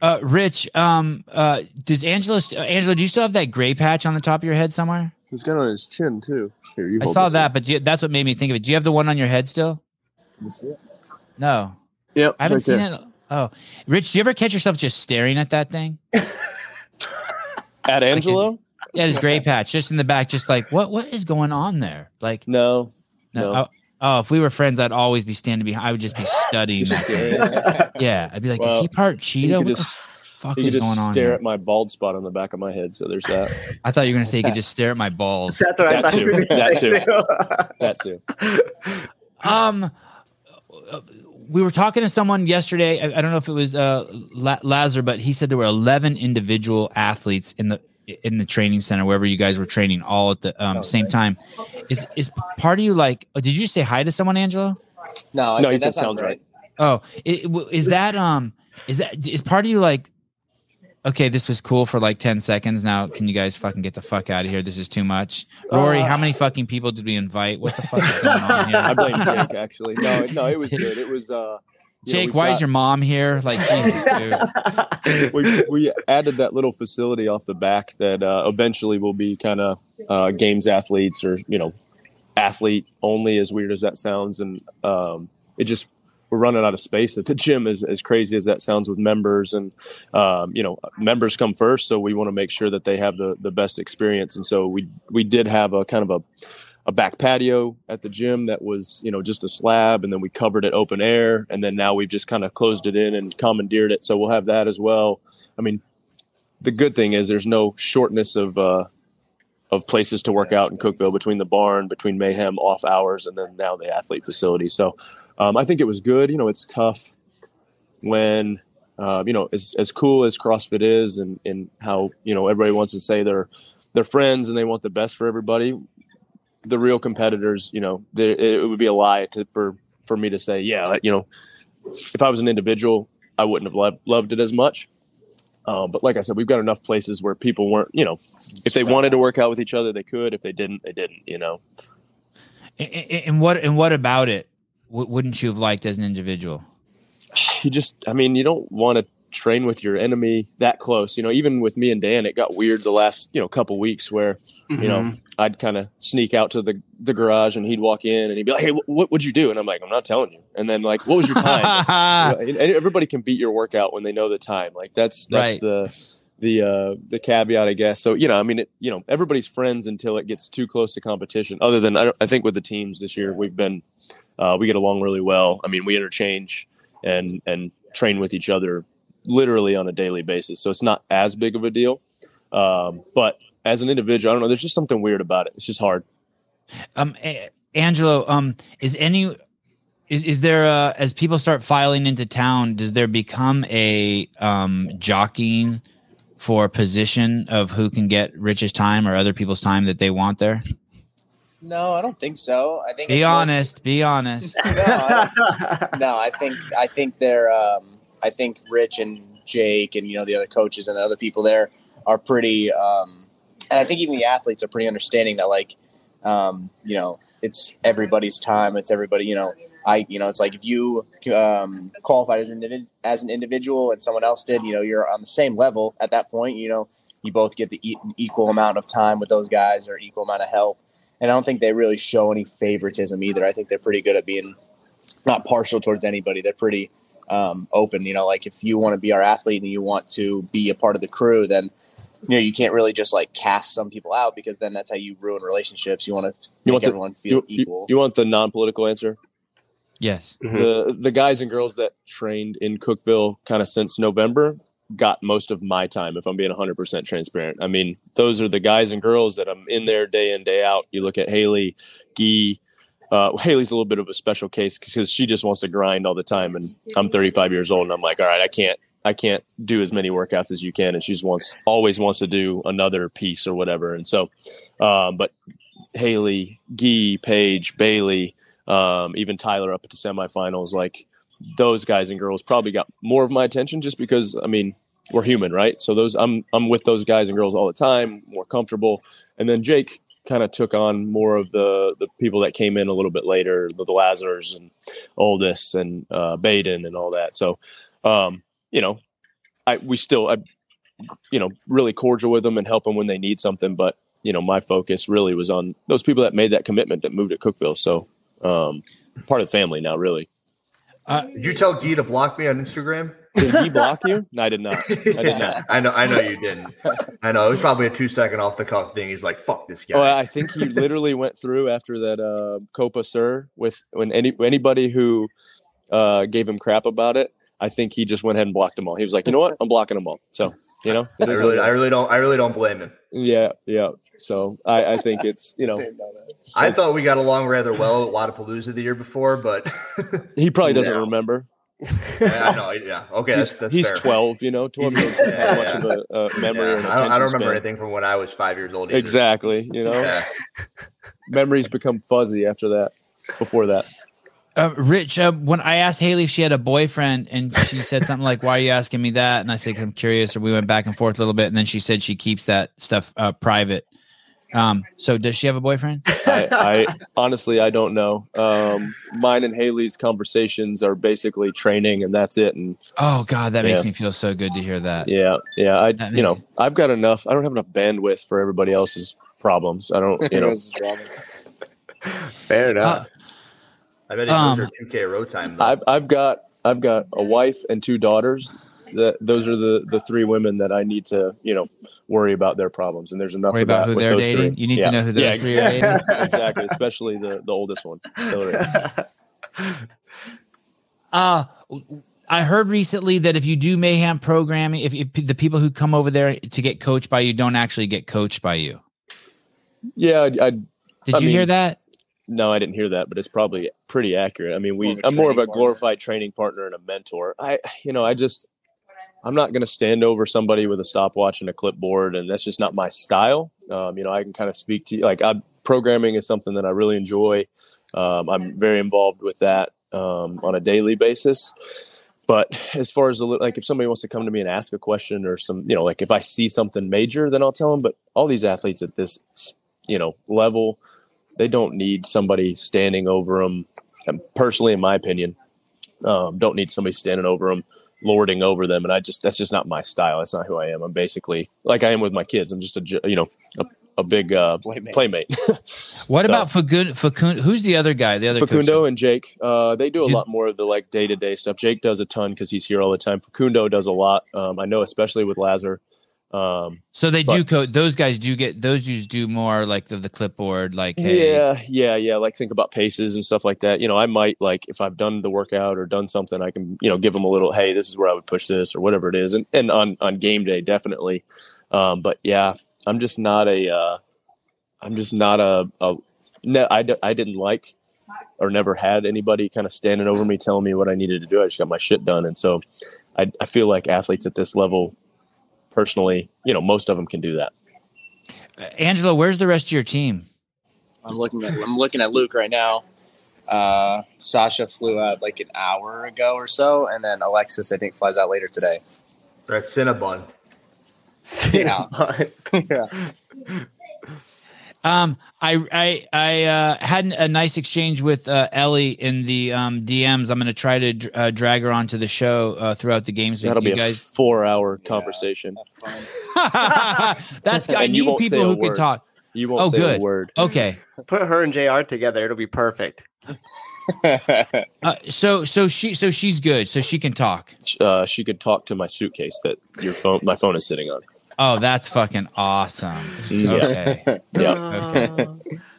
uh, Rich. Um, uh, does Angelo? St- uh, Angelo, do you still have that gray patch on the top of your head somewhere? He's got it on his chin too. Here, you I hold saw this that, but do you, that's what made me think of it. Do you have the one on your head still? up. Can you see it? No, Yep. I haven't seen it. Oh, Rich, do you ever catch yourself just staring at that thing? At Angelo? Yeah, his gray patch just in the back, just like what? What is going on there? Like, No. no. No. Oh, oh, if we were friends, I'd always be standing behind. I would just be studying. that Just thing. staring. Yeah, I'd be like, is Well, he part You cheetah? could What just, the fuck you is could going just on? stare here? at my bald spot on the back of my head. So there's that. I thought you were gonna say you could just stare at my balls. That's what I That thought you were too. going to That say too. That too. Um, we were talking to someone yesterday. I, I don't know if it was uh, La- Lazar, but he said there were eleven individual athletes in the in the training center wherever you guys were training all at the um, same time. Is is part of you like? oh, did you say hi to someone, Angelo? No, I No, he said, that said sounds sounds right. right. Oh, i- w- is that um? Is that is part of you like? Okay, this was cool for like ten seconds. Now, can you guys fucking get the fuck out of here? This is too much. Rory, how many fucking people did we invite? What the fuck is going on here? I blame Jake actually. No, it- no, it was good. It was. uh you know, Jake, we've why got- is your mom here? Like, Jesus, dude. we, we added that little facility off the back that uh, eventually will be kind of uh, games athletes or you know athlete only as weird as that sounds and um, it just we're running out of space at the gym as, as crazy as that sounds with members and um, you know members come first so we want to make sure that they have the, the best experience and so we we did have a kind of a a back patio at the gym that was you know just a slab and then we covered it open air and then now we've just kind of closed it in and commandeered it so we'll have that as well i mean the good thing is there's no shortness of uh of places to work out in cookville between the barn between mayhem off hours and then now the athlete facility so um, i think it was good you know it's tough when uh, you know as, as cool as crossfit is and and how you know everybody wants to say they're they're friends and they want the best for everybody the real competitors, you know, there, it would be a lie to, for for me to say, yeah, like, you know, if I was an individual, I wouldn't have loved, loved it as much. Um, but like I said, we've got enough places where people weren't, you know, if they wanted to work out with each other, they could. If they didn't, they didn't. You know, A- a- And what and what about it? w- Wouldn't you have liked as an individual? you just, I mean, you don't want to train with your enemy that close. You know, even with me and Dan, it got weird the last you know couple weeks where you know I'd kind of sneak out to the the garage and he'd walk in and he'd be like, hey, wh- what would you do? And I'm like, I'm not telling you. And then like, what was your time? right. You know, and everybody can beat your workout when they know the time. Like that's that's Right. the the uh, the caveat, I guess. So you know, I mean, it, you know, everybody's friends until it gets too close to competition. Other than I, don't, I think with the teams this year, we've been uh, we get along really well. I mean, we interchange and and train with each other literally on a daily basis. So it's not as big of a deal. Um, but as an individual, I don't know. There's just something weird about it. It's just hard. Um, A- Angelo, um, is any is is there uh as people start filing into town, does there become a um jockeying for position of who can get Rich's time or other people's time that they want there? No, I don't think so. I think Be it's more- honest. Be honest. No, I don't- no, I think I think they're. Um, I think Rich and Jake and you know the other coaches and the other people there are pretty. Um, and I think even the athletes are pretty understanding that like, um, you know, it's everybody's time. It's everybody. You know, I. You know, it's like if you um, qualified as an individ- as an individual and someone else did, you know, you're on the same level at that point. You know, you both get the e- equal amount of time with those guys or equal amount of help. And I don't think they really show any favoritism either. I think they're pretty good at being not partial towards anybody. They're pretty um, open. You know, like if you want to be our athlete and you want to be a part of the crew, then you know you can't really just like cast some people out because then that's how you ruin relationships. You want to You make want the everyone feel you, you- equal. you want the non-political answer? Yes. The the guys and girls that trained in Cookville kind of since November got most of my time if I'm being 100% transparent. I mean, those are the guys and girls that I'm in there day in day out. You look at Haley, Gee, uh, Haley's a little bit of a special case because she just wants to grind all the time and I'm 35 years old and I'm like, "All right, I can't I can't do as many workouts as you can." And she just wants always wants to do another piece or whatever. And so um, but Haley, Gee, Paige, Bailey, um, even Tyler up at the semifinals. Like those guys and girls probably got more of my attention just because I mean we're human, right? So those I'm I'm with those guys and girls all the time, more comfortable. And then Jake kind of took on more of the the people that came in a little bit later, the, the Lazars and Oldest and uh, Baden and all that. So um, you know, I we still I you know really cordial with them and help them when they need something, but you know my focus really was on those people that made that commitment that moved to Cookville. So um, part of the family now, really. Did you tell Gee to block me on Instagram? Did he block you? No, I did not. I did not. I know. I know you didn't. I know it was probably a two second off the cuff thing. He's like, "Fuck this guy." Oh, I think he literally went through after that uh, Copa Sur with when any anybody who uh, gave him crap about it. I think he just went ahead and blocked them all. He was like, you know what, I'm blocking them all. So you know, I it is what really, it I is. really don't. I really don't blame him. yeah, yeah. So I, I think it's you know I It's- thought we got along rather well at Wadapalooza the year before, but he probably doesn't No. remember. Yeah, I know. Yeah. Okay. he's that's, that's he's fair. 12, you know, 12 years old, Yeah, not much of a, a memory Yeah, I, don't, and I don't attention remember span. anything from when I was five years old. Either. Exactly, you know, Yeah. memories become fuzzy after that. Before that, Uh, Rich, uh, when I asked Haley if she had a boyfriend, and she said something like, "Why are you asking me that?" and I said, "I'm curious," or we went back and forth a little bit, and then she said she keeps that stuff uh, private. Um, so does she have a boyfriend? I, I honestly I don't know. Um, mine and Haley's conversations are basically training, and that's it. And Oh God, that makes Yeah. me feel so good to hear that. yeah, yeah, I That you know makes- I've got enough. I don't have enough bandwidth for everybody else's problems. I don't you know. Fair enough. Uh, I bet Um, those are two K row time. Though. I've I've got I've got a wife and two daughters. That those are the the three women that I need to you know worry about their problems. And there's enough Worry of that about who with they're those dating. Three. You need Yeah. to know who those Yeah, three are dating. exactly, especially the the oldest one, Hillary. Uh, I heard recently that if you do Mayhem programming, if, if the people who come over there to get coached by you don't actually get coached by you, Yeah, I, I did I you hear mean, that? No, I didn't hear that, but it's probably pretty accurate. I mean, we More of a I'm more of a training partner. glorified training partner and a mentor. I you know, I just I'm not going to stand over somebody with a stopwatch and a clipboard, and that's just not my style. Um, you know, I can kind of speak to you. Like, I'm, programming is something that I really enjoy. Um, I'm very involved with that um, on a daily basis. But as far as the li- like, if somebody wants to come to me and ask a question or some, you know, like if I see something major, then I'll tell them. But all these athletes at this, you know, level, they don't need somebody standing over them. Personally, in my opinion, um, don't need somebody standing over them, lording over them. And I just that's just not my style. That's not who I am. I'm basically like I am with my kids. I'm just a ju- you know a, a big uh, Playmate. playmate. What So, about Facundo? Facundo? Who's the other guy? The other coach? Facundo and Jake? Uh, they do a Did- lot more of the like day to day stuff. Jake does a ton because he's here all the time. Facundo does a lot. Um, I know, especially with Lazar. Um, So they do But- coach. Those guys do get. Those dudes do more like the, the clipboard. Like hey, Yeah, yeah, yeah. Like think about paces and stuff like that. You know, I might like if I've done the workout or done something, I can you know give them a little. Hey, this is where I would push this or whatever it is. And and on on game day, definitely. Um, but yeah, I'm just not a. Uh, I'm just not a. a no, I d- I didn't like or never had anybody kind of standing over me telling me what I needed to do. I just got my shit done, and so I I feel like athletes at this level, personally, you know, most of them can do that. Angela, where's the rest of your team? I'm looking at I'm looking at Luke right now. Uh, Sasha flew out like an hour ago or so, and then Alexis I think flies out later today. That's Cinnabon. Yeah. Um, I I I uh, had a nice exchange with uh, Ellie in the um, DMs. I'm going to try to dr- uh, drag her onto the show uh, throughout the games. That'll be you a guys. four-hour Yeah. conversation. That's I And you need won't say people a who can word. talk. You won't Oh, say good. a word. Okay. Put her and JR together. It'll be perfect. Uh, so so she so she's good. So she can talk. uh, she could talk to my suitcase that your phone, my phone is sitting on. Oh, that's fucking awesome. Okay. Yeah. Okay.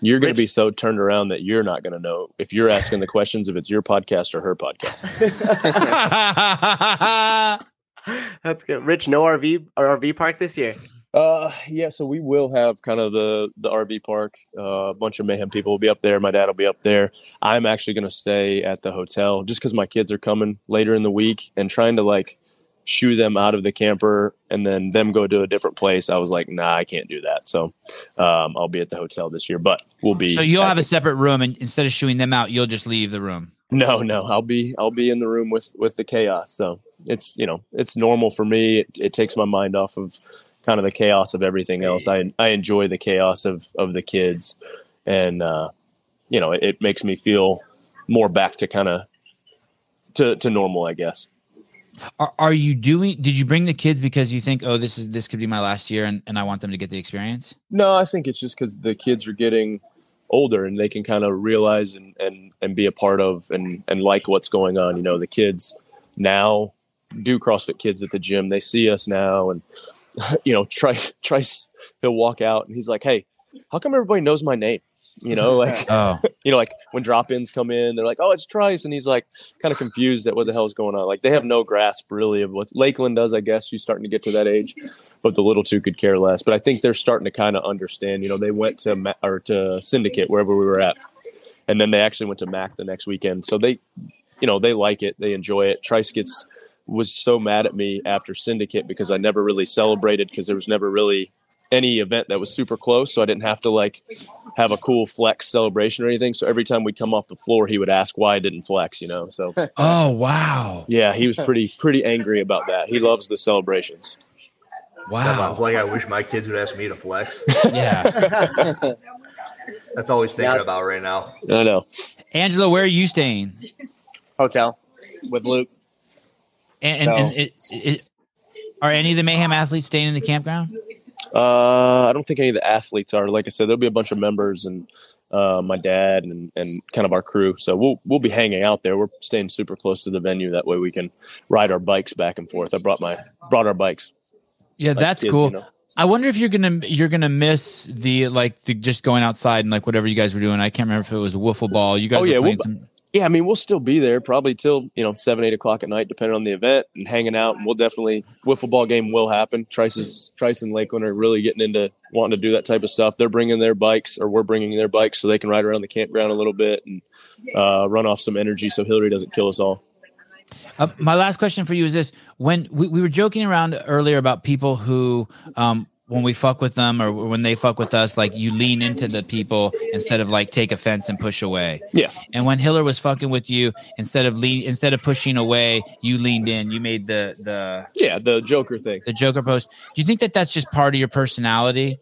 You're going Rich- to be so turned around that you're not going to know if you're asking the questions if it's your podcast or her podcast. That's good. Rich, no RV or RV park this year. Uh, yeah. So we will have kind of the the RV park. Uh, a bunch of mayhem people will be up there. My dad will be up there. I'm actually going to stay at the hotel just because my kids are coming later in the week and trying to like shoo them out of the camper and then them go to a different place. I was like, nah, I can't do that. So um, I'll be at the hotel this year, but we'll be. so you'll at have the- a separate room, and instead of shooing them out, you'll just leave the room. No, no, I'll be I'll be in the room with with the chaos. So it's you know it's normal for me. It, it takes my mind off of kind of the chaos of everything else. I I enjoy the chaos of of the kids, and uh, you know it, it makes me feel more back to kind of to to normal, I guess. Are, are you doing? Did you bring the kids because you think, oh, this is this could be my last year, and, and I want them to get the experience? No, I think it's just because the kids are getting older and they can kind of realize and, and, and be a part of and, and like what's going on. You know, the kids now do CrossFit kids at the gym. They see us now and, you know, Trice, Trice, he'll walk out and he's like, hey, how come everybody knows my name? You know, like, Oh, you know, like when drop ins come in, they're like, oh, it's Trice. And he's like, kind of confused at what the hell's going on. Like, they have no grasp really of what Lakeland does, I guess. She's starting to get to that age, but the little two could care less. But I think they're starting to kind of understand. You know, they went to Ma- or to Syndicate, wherever we were at. And then they actually went to Mac the next weekend. So they, you know, they like it. They enjoy it. Trice gets was so mad at me after Syndicate because I never really celebrated because there was never really any event that was super close. So I didn't have to like have a cool flex celebration or anything. So every time we'd come off the floor, he would ask why I didn't flex, you know? So oh, wow, yeah, he was pretty, pretty angry about that. He loves the celebrations. Sounds wow, like I wish my kids would ask me to flex. yeah. That's all he's thinking Yeah. about right now. I know. Angela, where are you staying? Hotel with Luke. And, and, So- and it, it- are any of the mayhem athletes staying in the campground? Uh, I don't think any of the athletes are. Like I said, there'll be a bunch of members and uh, my dad and, and kind of our crew. So we'll we'll be hanging out there. We're staying super close to the venue. That way we can ride our bikes back and forth. I brought my brought our bikes. Yeah, like that's kids, cool. you know. I wonder if you're gonna you're gonna miss the like the just going outside and like whatever you guys were doing. I can't remember if it was wiffle ball. You guys Oh, were yeah, playing we'll- some. Yeah, I mean we'll still be there probably till you know seven eight o'clock at night, depending on the event and hanging out. And we'll definitely wiffle ball game will happen. Trice is Trice and Lakeland are really getting into wanting to do that type of stuff. They're bringing their bikes or we're bringing their bikes so they can ride around the campground a little bit and uh, run off some energy so Hillary doesn't kill us all. Uh, my last question for you is this: When we, we were joking around earlier about people who, um, when we fuck with them or when they fuck with us, like you lean into the people instead of like take offense and push away. Yeah. And when Hiller was fucking with you, instead of lean, instead of pushing away, you leaned in. You made the the Yeah, the Joker thing. the Joker post. Do you think that that's just part of your personality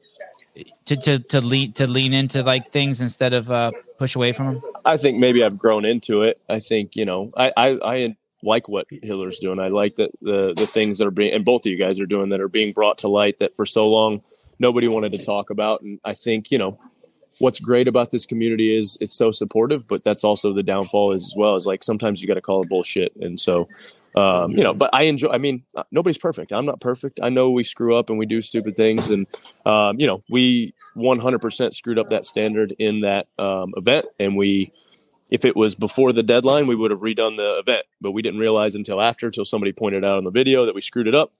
to to to lean to lean into like things instead of uh, push away from them? I think maybe I've grown into it. I think you know, I I, I like what Hiller's doing. I like that the the things that are being and both of you guys are doing that are being brought to light that for so long nobody wanted to talk about. And I think you know what's great about this community is it's so supportive, but that's also the downfall is as well. Is like sometimes you got to call it bullshit, and so. Um, you know, but I enjoy. I mean, uh, nobody's perfect. I'm not perfect. I know we screw up and we do stupid things, and um, you know, we 100% screwed up that standard in that um, event, and we if it was before the deadline, we would have redone the event, but we didn't realize until after, until somebody pointed out on the video that we screwed it up.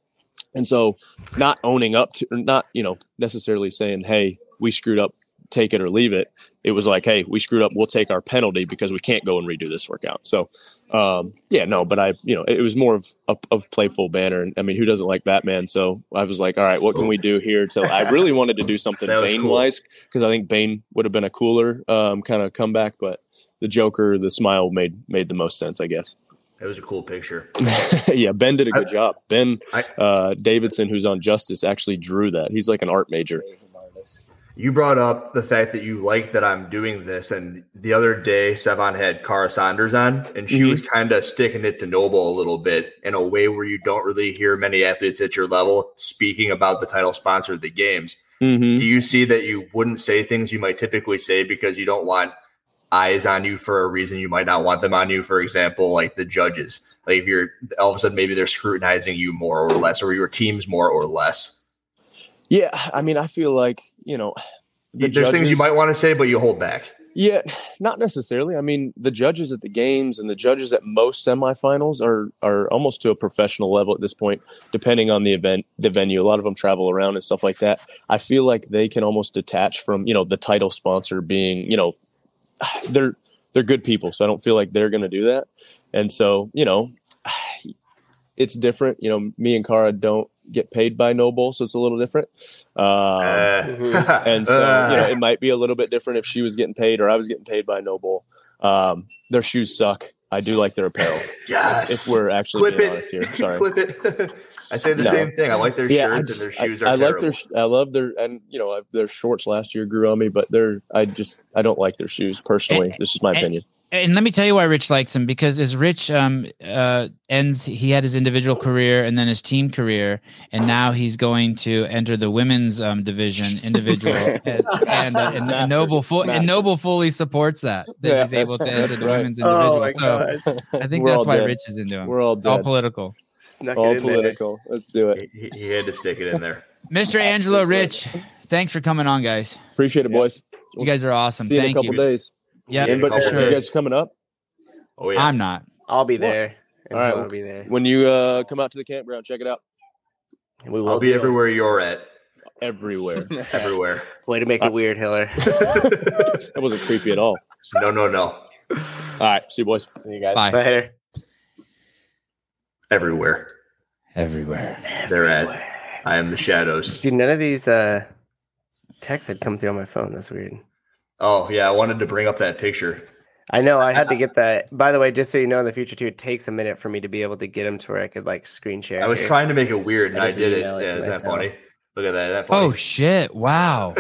And so, not owning up to, or not you know necessarily saying, "Hey, we screwed up, take it or leave it." It was like, "Hey, we screwed up, we'll take our penalty because we can't go and redo this workout." So, um, yeah, no, but I, you know, it, it was more of a of playful banner. And I mean, who doesn't like Batman? So I was like, "All right, what can we do here?" So I really wanted to do something That was Bane cool. wise because I think Bane would have been a cooler um, kind of comeback, but the Joker, the smile made made the most sense, I guess. That was a cool picture. yeah, Ben did a good I- job. Ben I- uh, Davidson, who's on Justice, actually drew that. He's like an art major. He's an artist. You brought up the fact that you like that I'm doing this, and the other day Sevon had Cara Saunders on, and Mm-hmm. she was kind of sticking it to Noble a little bit in a way where you don't really hear many athletes at your level speaking about the title sponsor of the games. Mm-hmm. Do you see that you wouldn't say things you might typically say because you don't want eyes on you for a reason you might not want them on you? For example, like the judges, like if you're all of a sudden maybe they're scrutinizing you more or less, or your teams more or less. Yeah, I mean, I feel like you know, the There's things you judges- might want to say, but you hold back. Yeah, not necessarily. I mean, the judges at the games and the judges at most semifinals are are almost to a professional level at this point, depending on the event, the venue. A lot of them travel around and stuff like that. I feel like they can almost detach from you know the title sponsor being you know they're they're good people, so I don't feel like they're going to do that. And so you know, it's different. You know, me and Cara don't get paid by Noble, so it's a little different. Um, Uh, mhm. and so uh, you know Ah. it might be a little bit different if she was getting paid or I was getting paid by Noble. Um, their shoes suck. I do like their apparel. yes. If we're actually Clip being it. honest here, sorry. Clip it. I say the No. same thing. I like their Yeah, I shirts just- and their shoes I, are I like terrible. their. sh- I love their and you know I, their shorts last year grew on me, but they're. I just I don't like their shoes personally. this is my and- opinion. and let me tell you why Rich likes him because as Rich um uh ends he had his individual career and then his team career and now he's going to enter the women's um division individual and, and, uh, and Masters. Noble Fu- and Masters. Noble fully supports that that Yeah, he's able to that's- enter that's the right. women's individual Oh my so god, I think We're that's all why dead. Rich is into him We're all it's all dead. political snuck All it in there. political. Let's do it. He, he- he had to stick it in there. Mr. Angelo Rich thanks for coming on guys Appreciate it, Yeah. boys. You guys are awesome. See you in Thank a couple you. days. yeah Yeah, Anybody- couple sure. You guys coming up Oh yeah. I'm not I'll be there. All right, I'll well, be there. when you uh, come out to the campground? Check it out. We will I'll be do it. everywhere you're at. Everywhere. Everywhere. Way to make it weird, Hiller. that wasn't creepy at all. no, no, no. All right. See you, boys. See you guys. bye Later. Everywhere everywhere they're at. I am the shadows. Dude, none of these uh, texts had come through on my phone. That's weird. Oh yeah, I wanted to bring up that picture. I know. I had to get that. By the way, just so you know, in the future too, it takes a minute for me to be able to get them to where I could like screen share. I was here. trying to make it weird, and I I just did it. email it Yeah, to isn't that myself. funny? Look at that. Isn't that funny? oh shit wow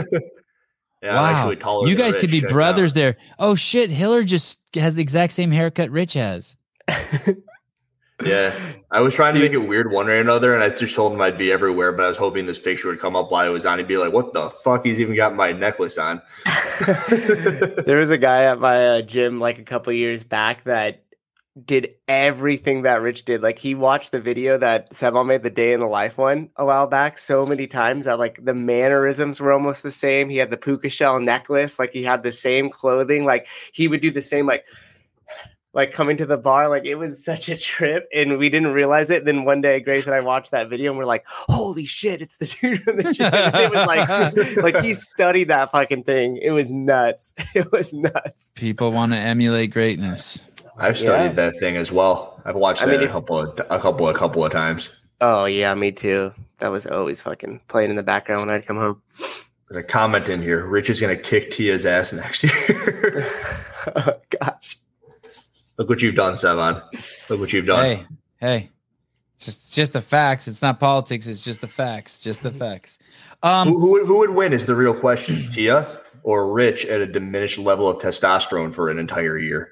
yeah, I'm wow actually taller. you than guys Rich. could be Check it out. brothers there oh shit Hiller just has the exact same haircut Rich has Yeah, I was trying to make it weird one way or another, and I just told him I'd be everywhere. But I was hoping this picture would come up while I was on. He'd be like, "What the fuck? He's even got my necklace on." there was a guy at my uh, gym like a couple years back that did everything that Rich did. Like he watched the video that Sebal made the day in the life one a while back so many times that like the mannerisms were almost the same. He had the puka shell necklace, like he had the same clothing, like he would do the same like like coming to the bar, like it was such a trip, and we didn't realize it. Then one day, Grace and I watched that video, and we're like, "Holy shit, it's the dude from the gym!" It was like, like he studied that fucking thing. It was nuts. It was nuts. People want to emulate greatness. I've studied that thing as well. I've watched I that mean, a if- couple of a couple a couple of times. Oh yeah, me too. That was always fucking playing in the background when I'd come home. There's a comment in here. Rich is gonna kick Tia's ass next year. oh, gosh, Look what you've done, Sevan. Look what you've done. Hey, hey, it's just just the facts. It's not politics. It's just the facts. Just the facts. who, Um, who, would- who would win is the real question. Tia or Rich at a diminished level of testosterone for an entire year?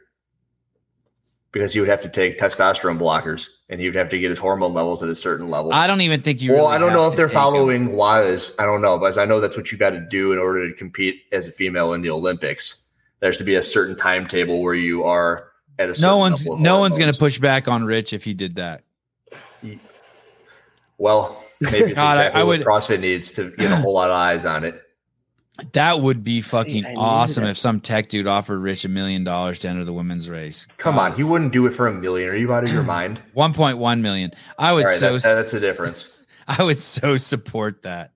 Because he would have to take testosterone blockers and he would have to get his hormone levels at a certain level. I don't even think you. well, really I don't have know if to they're take 'em. following WADAs. I don't know, but I know that's what you got to do in order to compete as a female in the Olympics. There's to be a certain timetable where you are at a certain No one's level of no one's gonna hormones. push back on Rich if he did that. Well, maybe it's God, I- exactly I what would- CrossFit needs to get a whole lot of eyes on it. That would be fucking I knew awesome that. if some tech dude offered Rich a million dollars to enter the women's race. Uh, Come on, he wouldn't do it for a million. Are you out of your mind? one point one million. I would All right, so that- that's the difference. I would so support that.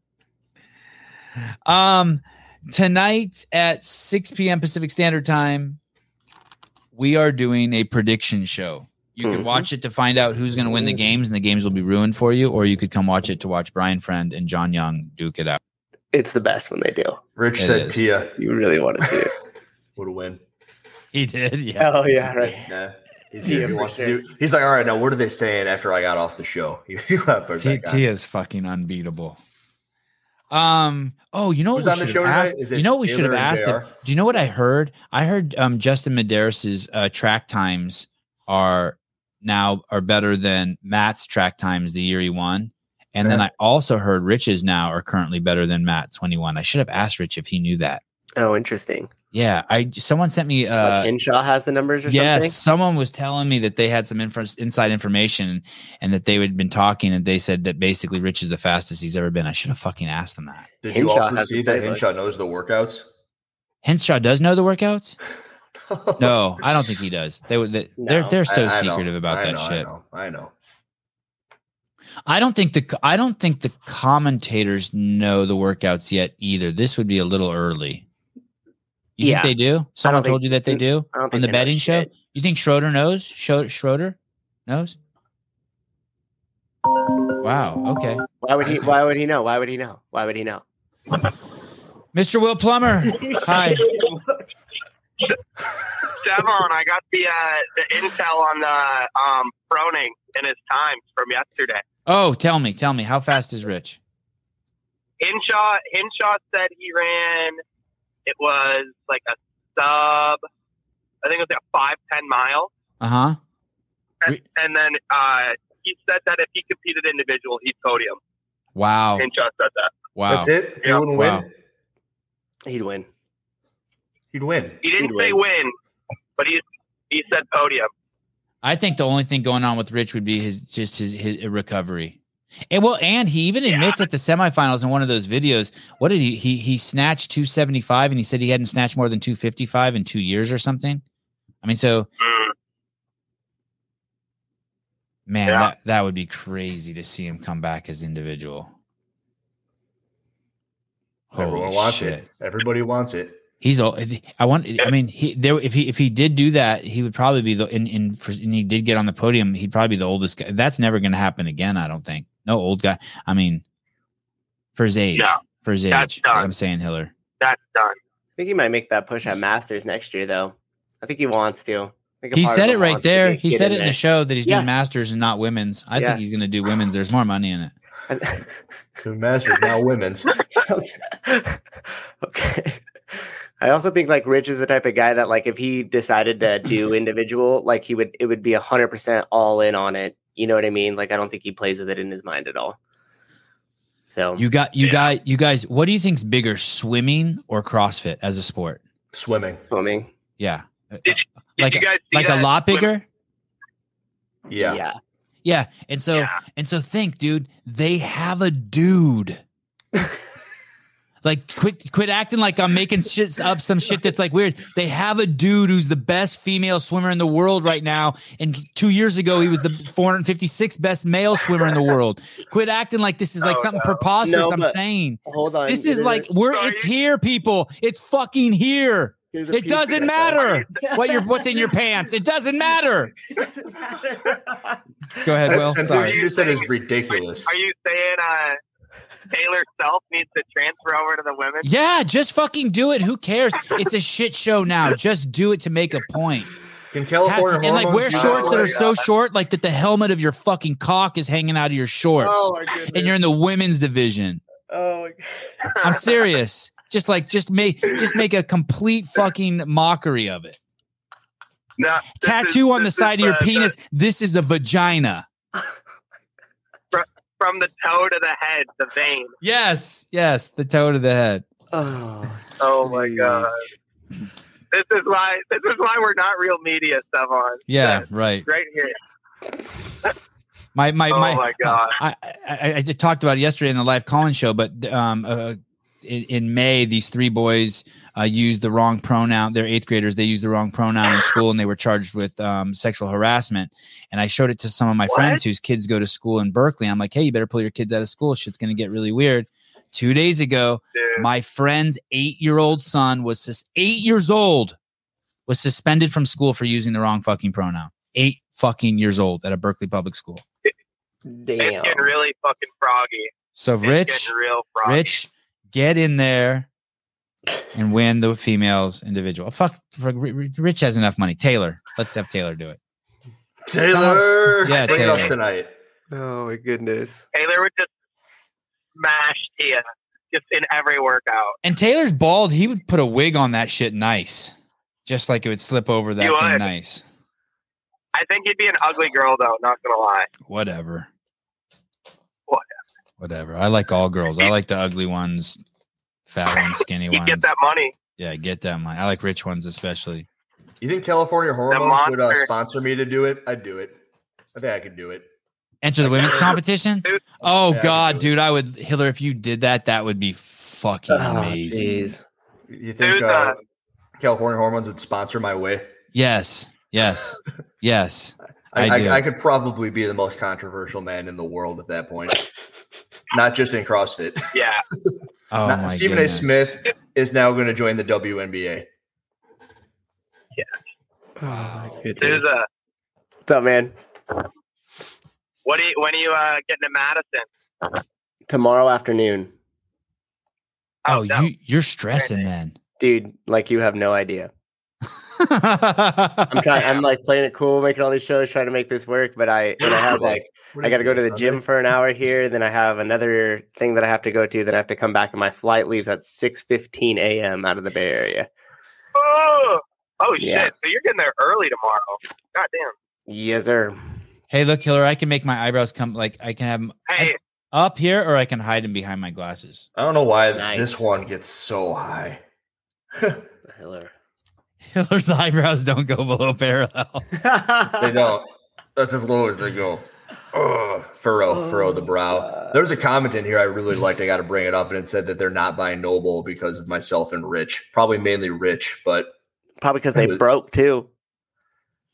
Um, tonight at 6 p.m. Pacific Standard Time, we are doing a prediction show. You can Mhm. watch it to find out who's going to win the games, and the games will be ruined for you, or you could come watch it to watch Brian Friend and John Young duke it out. it's the best when they do. Rich It said is. Tia You really want to see it. would win. He did, yeah. oh yeah, right. Nah. He's, Tia he for wants to sure. do- he's like, all right, now what are they saying after I got off the show? You got put T- back on. Tia's fucking unbeatable. Um. Oh, you know Who's what on we the should show have tonight? asked. Is You it know what we should have Taylor and asked him. JR? Do you know what I heard? I heard um, Justin Medeiros' uh, track times are now are better than Matt's track times the year he won, and then I also heard Rich's now are currently better than Matt's when he won. I should have asked Rich if he knew that. Oh, interesting. Yeah, I someone sent me uh like Inshaw has the numbers or yes, something. someone was telling me that they had some infra- inside information and that they had been talking and they said that basically Rich is the fastest he's ever been. I should have fucking asked them that. Did Henshaw you also has see the that playbook. Henshaw knows the workouts? Henshaw does know the workouts? No, I don't think he does. They would they, they're No. they're so I- I know, secretive about I that know, shit. I know. I know. I don't think the I don't think the commentators know the workouts yet either. This would be a little early. You Yeah. think they do? Someone think- told you that Mm. they do I don't think on the they know betting show. shit. You think Schroeder knows? Scho- Schroeder knows? Wow. Okay, Why would he? Why would he know? Why would he know? Why would he know? Mr. Will Plummer. Hi. Devon, I got the uh, the intel on the um, Froning and his times from yesterday. Oh, tell me, tell me, how fast is Rich? Hinshaw Hinshaw said he ran. It was like a sub. I think it was like a five ten mile, Uh huh. and, Re- and then uh, he said that if he competed individual, he'd podium. Oh. Wow. Hinshaw said that Wow. That's it. He Yeah. wouldn't Wow. win. He'd win. He'd win. he didn't He'd say win, but he he said podium. I think the only thing going on with Rich would be his just his, his uh, recovery. And well, and he even admits at the semifinals in one of those videos, what did he he he snatched 275 and he said he hadn't snatched more than 255 in two years or something. I mean, so Mm. man, Yeah. that, that would be crazy to see him come back as individual. Everyone Holy wants shit. it. Everybody wants it. He's all. I want. I mean, he there. If he if he did do that, he would probably be the. In in for, and he did get on the podium. He'd probably be the oldest guy. That's never going to happen again. I don't think. No old guy. I mean, for his age. No, for his that's age. done. I'm saying Hiller. That's done. I think he might make that push at Masters next year, though. I think he wants to. I think a He part of said him it right wants to there. get- He get said it in the there. show that he's Yeah. doing masters and not women's. I Yeah. think he's going to do women's. There's more money in it. Two masters now women's. okay. I also think like Rich is the type of guy that like if he decided to do individual, like he would it would be hundred percent all in on it. You know what I mean? Like I don't think he plays with it in his mind at all. So You got you Yeah. guys. You guys. What do you think's bigger, swimming or CrossFit as a sport? Swimming. swimming. Yeah. Uh, Did Did Like you a- guys see like a that lot swim- bigger. Yeah. yeah. Yeah. And so Yeah. and so think, dude, they have a dude. like quit quit acting like I'm making shit up some shit that's like weird. They have a dude who's the best female swimmer in the world right now. And two years ago he was the 456th best male swimmer in the world. Quit acting like this is like Oh, something preposterous No, I'm but- saying. Hold on. This is like we're Sorry. it's here, people. It's fucking here. It doesn't matter what you're what's in your pants. It doesn't matter. Go ahead, That Will. sentence Sorry. you just said is ridiculous. Are you saying uh, Taylor Self needs to transfer over to the women? Yeah, just fucking do it. Who cares? It's a shit show now. Just do it to make a point. Can Have- California and like hormones wear do that shorts that way? are so short, like that the helmet of your fucking cock is hanging out of your shorts, my goodness. and you're in the women's division. oh I'm serious. Just like just make just make a complete fucking mockery of it. No, this Tattoo is- on the this side is of your the- penis. This is a vagina. the- from the toe to the head, the vein. Yes, yes, the toe to the head. oh Oh my god! This is why this is why we're not real media, Savon. Yeah, right. right here. My my oh my. my, god! I, I, I, I talked about it yesterday in the live Collins show, but um, uh, in, in May, these three boys uh, used the wrong pronoun. They're eighth graders. They used the wrong pronoun in school, and they were charged with um, sexual harassment. And I showed it to some of my What? friends whose kids go to school in Berkeley. I'm like, hey, you better pull your kids out of school. Shit's gonna get really weird. Two days ago, Dude. my friend's eight-year-old son was sus- eight years old was suspended from school for using the wrong fucking pronoun. Eight fucking years old at a Berkeley public school. damn. It's getting really fucking froggy. So It's Rich. getting real froggy. Rich, get in there and win the females individual. Fuck, fuck, R- R- Rich has enough money. Taylor, let's have Taylor do it. Taylor, Yeah, bring it Taylor. up tonight. Oh my goodness. Taylor would just smash Tia just in every workout. And Taylor's bald. He would put a wig on that shit nice, just like it would slip over that He thing would. nice. I think he'd be an ugly girl though. Not gonna lie. Whatever. Whatever. Whatever. I like all girls. I like the ugly ones, fat ones, skinny He'd ones. get that money. Yeah, get that money. I like rich ones especially. You think California hormones would uh, monster- sponsor me to do it? I'd do it. I think I could do it. Enter the women's competition. Yeah, Oh I could God, dude, I would Hiller. If you did that, that would be fucking Oh, amazing. jeez. You think uh, California hormones would sponsor my way? Yes, yes, yes. I, do. I, I could probably be the most controversial man in the world at that point. Not just in CrossFit. Yeah. Oh Not- my Stephen goodness. A. Smith is now going to join the WNBA. There's a What's up, man? what? Are you, when are you uh, getting to Madison? Tomorrow afternoon, Oh, you you're stressing then. dude. Like you have no idea. I'm trying. I'm like playing it cool, making all these shows, trying to make this work. But I, and I have like, What are I you got to go to doing the gym for an hour here. Then I have another thing that I have to go to. Then I have to come back, and my flight leaves at 6:15 a.m. out of the Bay Area. Oh, oh shit! Yeah. So you're getting there early tomorrow. God damn. Yes, sir. Hey, look, Hiller. I can make my eyebrows come like I can have them Hey, up here, or I can hide them behind my glasses. I don't know why Nice. this one gets so high. Hiller. Hiller's eyebrows don't go below parallel. They don't. That's as low as they go. Ugh, furrow, furrow the brow. Uh, There's a comment in here I really liked. I got to bring it up, and it said that they're not buying Noble because of myself and Rich. Probably mainly Rich, but Probably because they broke too.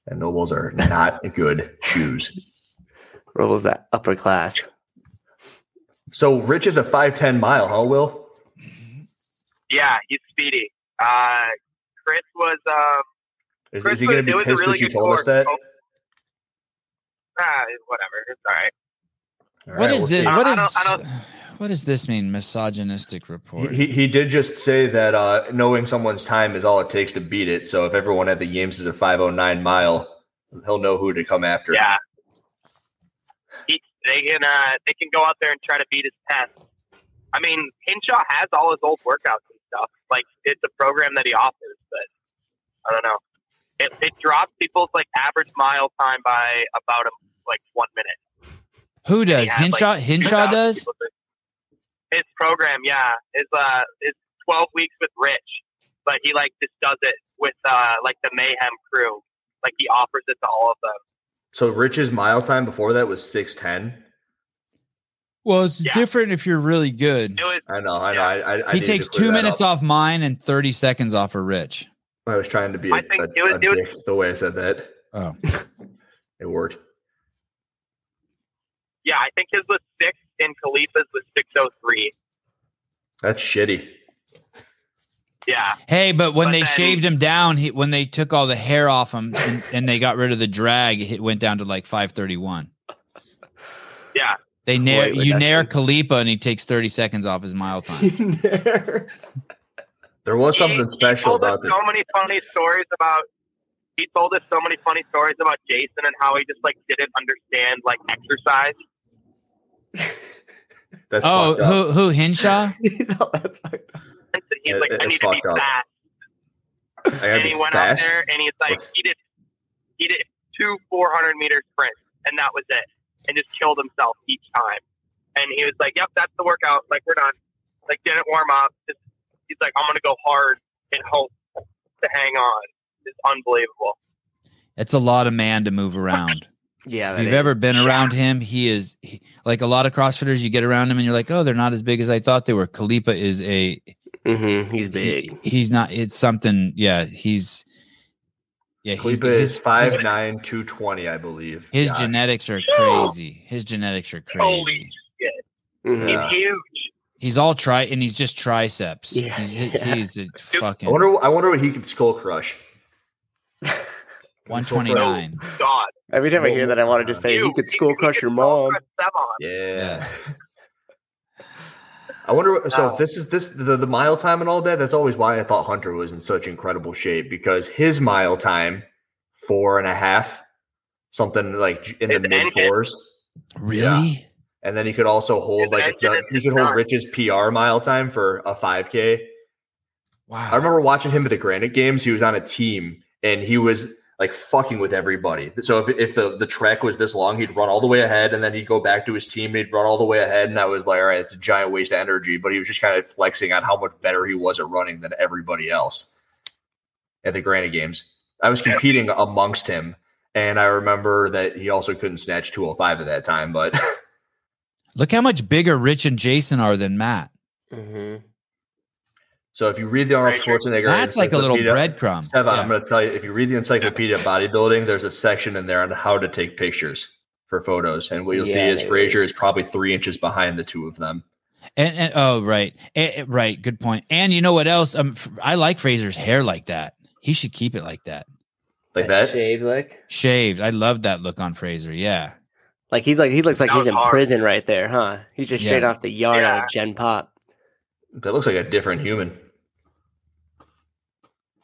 And Nobles are not good shoes. Nobles that upper class. So Rich is a five ten mile, huh? Will yeah, he's speedy. Uh, Chris was. Um, is, Chris is he going to was- it be was pissed a really that you good told us score. that? Oh. Ah, whatever. It's all right. What is this? I What don't- is I don't, I what does this mean? Misogynistic report. He, he he did just say that uh, knowing someone's time is all it takes to beat it. So if everyone at the games is a five oh nine mile, he'll know who to come after. Yeah. don't- he, they can. Uh, they can go out there and try to beat his test. I mean, Hinshaw has all his old workouts and stuff. Like it's a program that he offers, but I don't know. It, it drops people's like average mile time by about a, like one minute. Who does had, like, Hinshaw? Hinshaw 2,000 does. people that- His program, yeah, is uh is twelve weeks with Rich, but he like just does it with uh like the Mayhem crew. Like he offers it to all of them. So Rich's mile time before that was six ten. Well, it's different if you're really good. I know, I know. I, I, I he needed takes to clear two that minutes up. off mine and 30 seconds off of Rich. I was trying to be a I think a- it was- a it was- dick the way I said that. Oh, it worked. Yeah, I think his was six and Khalifa's was six oh three. That's shitty. Yeah. Hey, but when they shaved him down, he, when they took all the hair off him and, and they got rid of the drag, it went down to like 531. Yeah. They nair Wait, wait, you that's- nair Khalifa and he takes 30 seconds off his mile time. there was something special told us so many funny stories about he told us so many funny stories about Jason and how he just like didn't understand like exercise. That's oh, fucked up. who who Hinshaw? He's It- like, it- I it's need to be fucked up. fat. I gotta and be he went fast. out there and he's like he did he did two 400 meter sprints and that was it and just killed himself each time and he was like yep that's the workout like we're done like didn't warm up just he's like i'm gonna go hard and hope to hang on it's unbelievable It's a lot of man to move around. Yeah. if you've ever been around him, he is he, like a lot of CrossFitters. You get around him and you're like, oh, they're not as big as I thought they were. Khalifa is a Mm-hmm. he's big. he's not. It's something. Yeah, he's yeah. He's, Khalifa his is 5'9", 220, I believe. his Gosh. genetics are crazy. His genetics are crazy. holy shit Yeah. Mm-hmm. he's huge He's all tri and he's just triceps. he's, he- yeah. he's a I fucking wonder. I wonder what he could skull crush. 129. god Every time I hear that, I want to just say, "You could school crush your mom." Yeah. I wonder. What, so Wow. this is this the, the mile time and all that. That's always why I thought Hunter was in such incredible shape because his mile time four and a half, something like in the mid fours. Really? And then he could also hold like a, th- he could hold Rich's PR mile time for a 5K. Wow. I remember watching him at the Granite Games. He was on a team and he was like fucking with everybody. So if, if the, the track was this long, he'd run all the way ahead and then he'd go back to his team and he'd run all the way ahead. And I was like, all right, it's a giant waste of energy. But he was just kind of flexing on how much better he was at running than everybody else at the Granny Games. I was competing amongst him. And I remember that he also couldn't snatch 205 at that time. But Look how much bigger Rich and Jason are than Matt. Mm-hmm. so if you read the Arnold Schwarzenegger, That's like a little encyclopedia- breadcrumb. Seven, I'm going to tell you if you read the Encyclopedia of Bodybuilding, there's a section in there on how to take pictures for photos. And what you'll see Yeah, is there Frazier is probably three inches behind the two of them. And, and oh right, Eh, eh, right, good point. And you know what else? Um, f- I like Fraser's hair like that. He should keep it like that, like that shaved look. shaved. I love that look on Fraser. Yeah, Like he's like he looks like That he's was in hard. prison right there, huh? He's just straight Yeah. off the yard out of Gen Pop. That looks like a different human.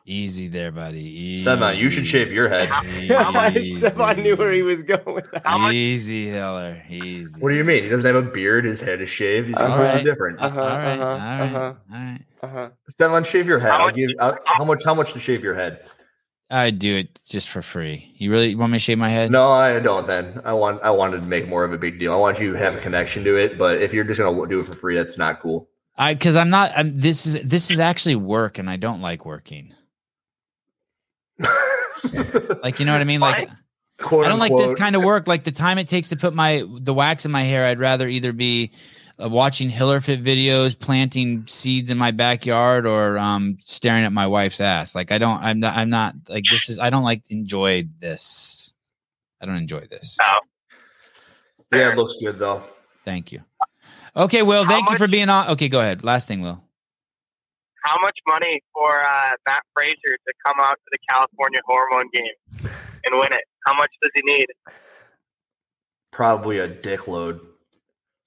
easy there, buddy. Easy. Seven, uh, you should shave your head. Except I knew where he was going with that. Easy, Heller. Easy. What do you mean? He doesn't have a beard. His head is shaved. He's All completely right. different. Uh-huh, All right, uh-huh, all right, uh-huh. Uh-huh. Stenlon, shave your head. I'll give, I'll, how much? How much to shave your head? I do it just for free. You really you want me to shave my head? No, I don't. Then I want. I wanted to make more of a big deal. I want you to have a connection to it. But if you're just gonna do it for free, that's not cool. I because I'm not. I'm, this is this is actually work, and I don't like working. like you know what I mean? Like Quote, I don't like unquote. this kind of work. Like the time it takes to put my the wax in my hair, I'd rather either be uh, watching Hiller Fit videos, planting seeds in my backyard, or um, staring at my wife's ass. Like I don't. I'm not. I'm not like this is. I don't like enjoy this. I don't enjoy this. Yeah, it looks good though. Thank you. Okay, Will. Thank you for being on. Okay, go ahead. Last thing, Will. How much money for uh, Matt Frazier to come out to the California Hormone Game and win it? How much does he need? Probably a dick load.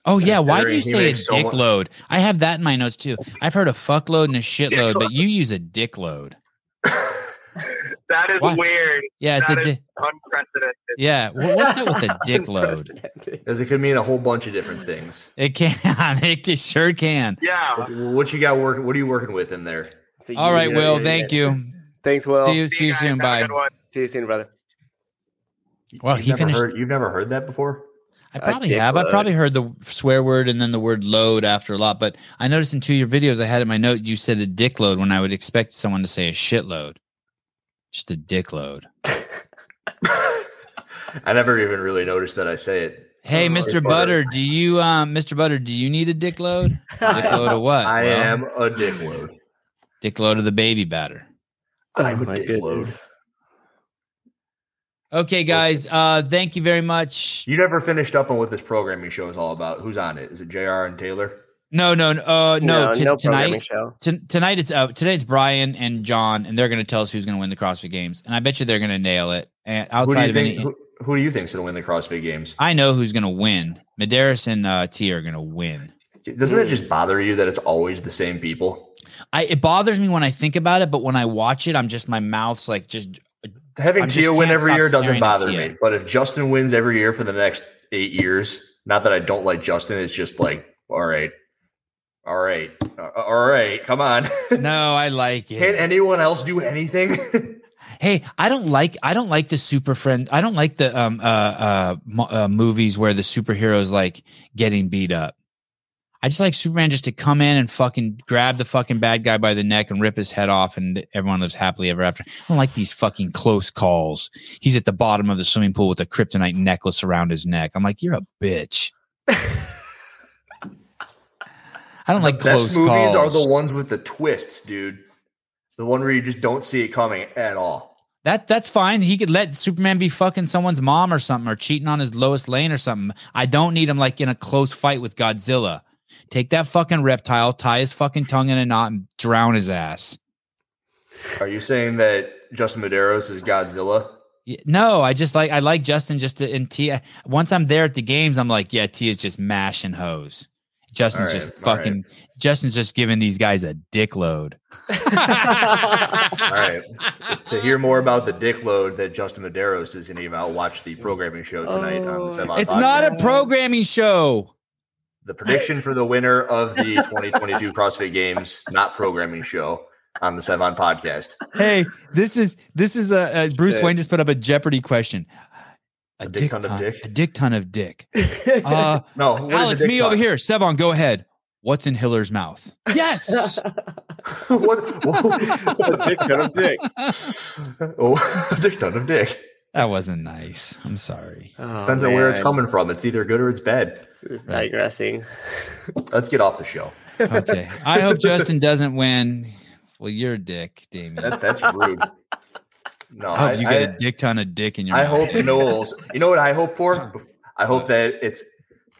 Oh yeah, why do you he say a makes so dick much- load? I have that in my notes too. I've heard a fuckload and a shitload, but you use a dick load. That is Why? weird. Yeah, it's That a is di- unprecedented. Yeah, wh- what's up with the dick load? Because it could mean a whole bunch of different things. It can, it just sure can. Yeah. What, what you got working? What are you working with in there? All right, Will. Thank you. Thanks, Will. See you. See you soon. Bye. See you soon, brother. You've Well, Oh, he never finished. heard- you've never heard that before. I probably have. I probably heard the swear word and then the word load after a lot. But I noticed in two of your videos I had in my note you said a dick load when I would expect someone to say a shitload. Just a dick load. I never even really noticed that I say it. Hey, Oh, Mr. Butter, do you, um, Mr. Butter, do you need a dick load? Dick load of what? I Uh, Well, am a dick load. dick load of the baby batter. I'm a dick load. Okay, guys. Uh, thank you very much. You never finished up on what this programming show is all about. Who's on it? Is it Jr. and Taylor? No, no, no, uh, no. No, t- no programming tonight, show. t- tonight it's uh, today it's Brian and John, and they're going to tell us who's going to win the CrossFit Games, and I bet you they're going to nail it. And Who outside do you of think? any, who, who do you think's going to win the CrossFit Games? I know who's going to win. Medeiros and uh, T are going to win. Doesn't that just bother you that it's always the same people? I it bothers me when I think about it, but when I watch it, I'm just my mouth's like just Having I'm just Tia win can't every stop year doesn't staring at bother Tia. me. But if Justin wins every year for the next eight years, not that I don't like Justin, it's just like, all right, all right, uh, all right, come on. no, I like it. Can anyone else do anything? Hey, I don't like I don't like the super friend. I don't like the um uh uh, mo- uh movies where the superheroes like getting beat up. I just like Superman just to come in and fucking grab the fucking bad guy by the neck and rip his head off, and everyone lives happily ever after. I don't like these fucking close calls. He's at the bottom of the swimming pool with a kryptonite necklace around his neck. I'm like, you're a bitch. I don't like close Best movies calls. are the ones with the twists, dude. The one where you just don't see it coming at all. That that's fine. He could let Superman be fucking someone's mom or something, or cheating on his Lois Lane or something. I don't need him like in a close fight with Godzilla. Take that fucking reptile, tie his fucking tongue in a knot, and drown his ass. Are you saying that Justin Medeiros is Godzilla? Y- No, I just like I like Justin just to and T. Once I'm there at the games, I'm like, yeah, T is just mashing hoes. Justin's All right, just all right. fucking. Justin's just giving these guys a dick load. All right. to hear more about the dick load that Justin Medeiros is going to give out, watch the programming show tonight on the Semi. Oh, It's not a programming show. the prediction for the winner of the 2022 CrossFit Games, not programming show. on the Sevon podcast. Hey, this is this is a, a Bruce Shit. Wayne just put up a Jeopardy question. A, dick ton of dick? A dick ton of dick. Uh, No, what is a Alex, dick me ton? over here. Sevon, go ahead. What's in Hiller's mouth? Yes. what, what- dick ton of dick. oh, a dick ton of dick. That wasn't nice. I'm sorry. Depends on where it's coming from. It's either good or it's bad. This is digressing. Let's get off the show. Okay. I hope Justin doesn't win. Well, you're a dick, Damien. That, that's rude. No, I I, hope you I, get a dick ton of dick in your I mouth. hope Knowles. You know what I hope for? I hope that it's.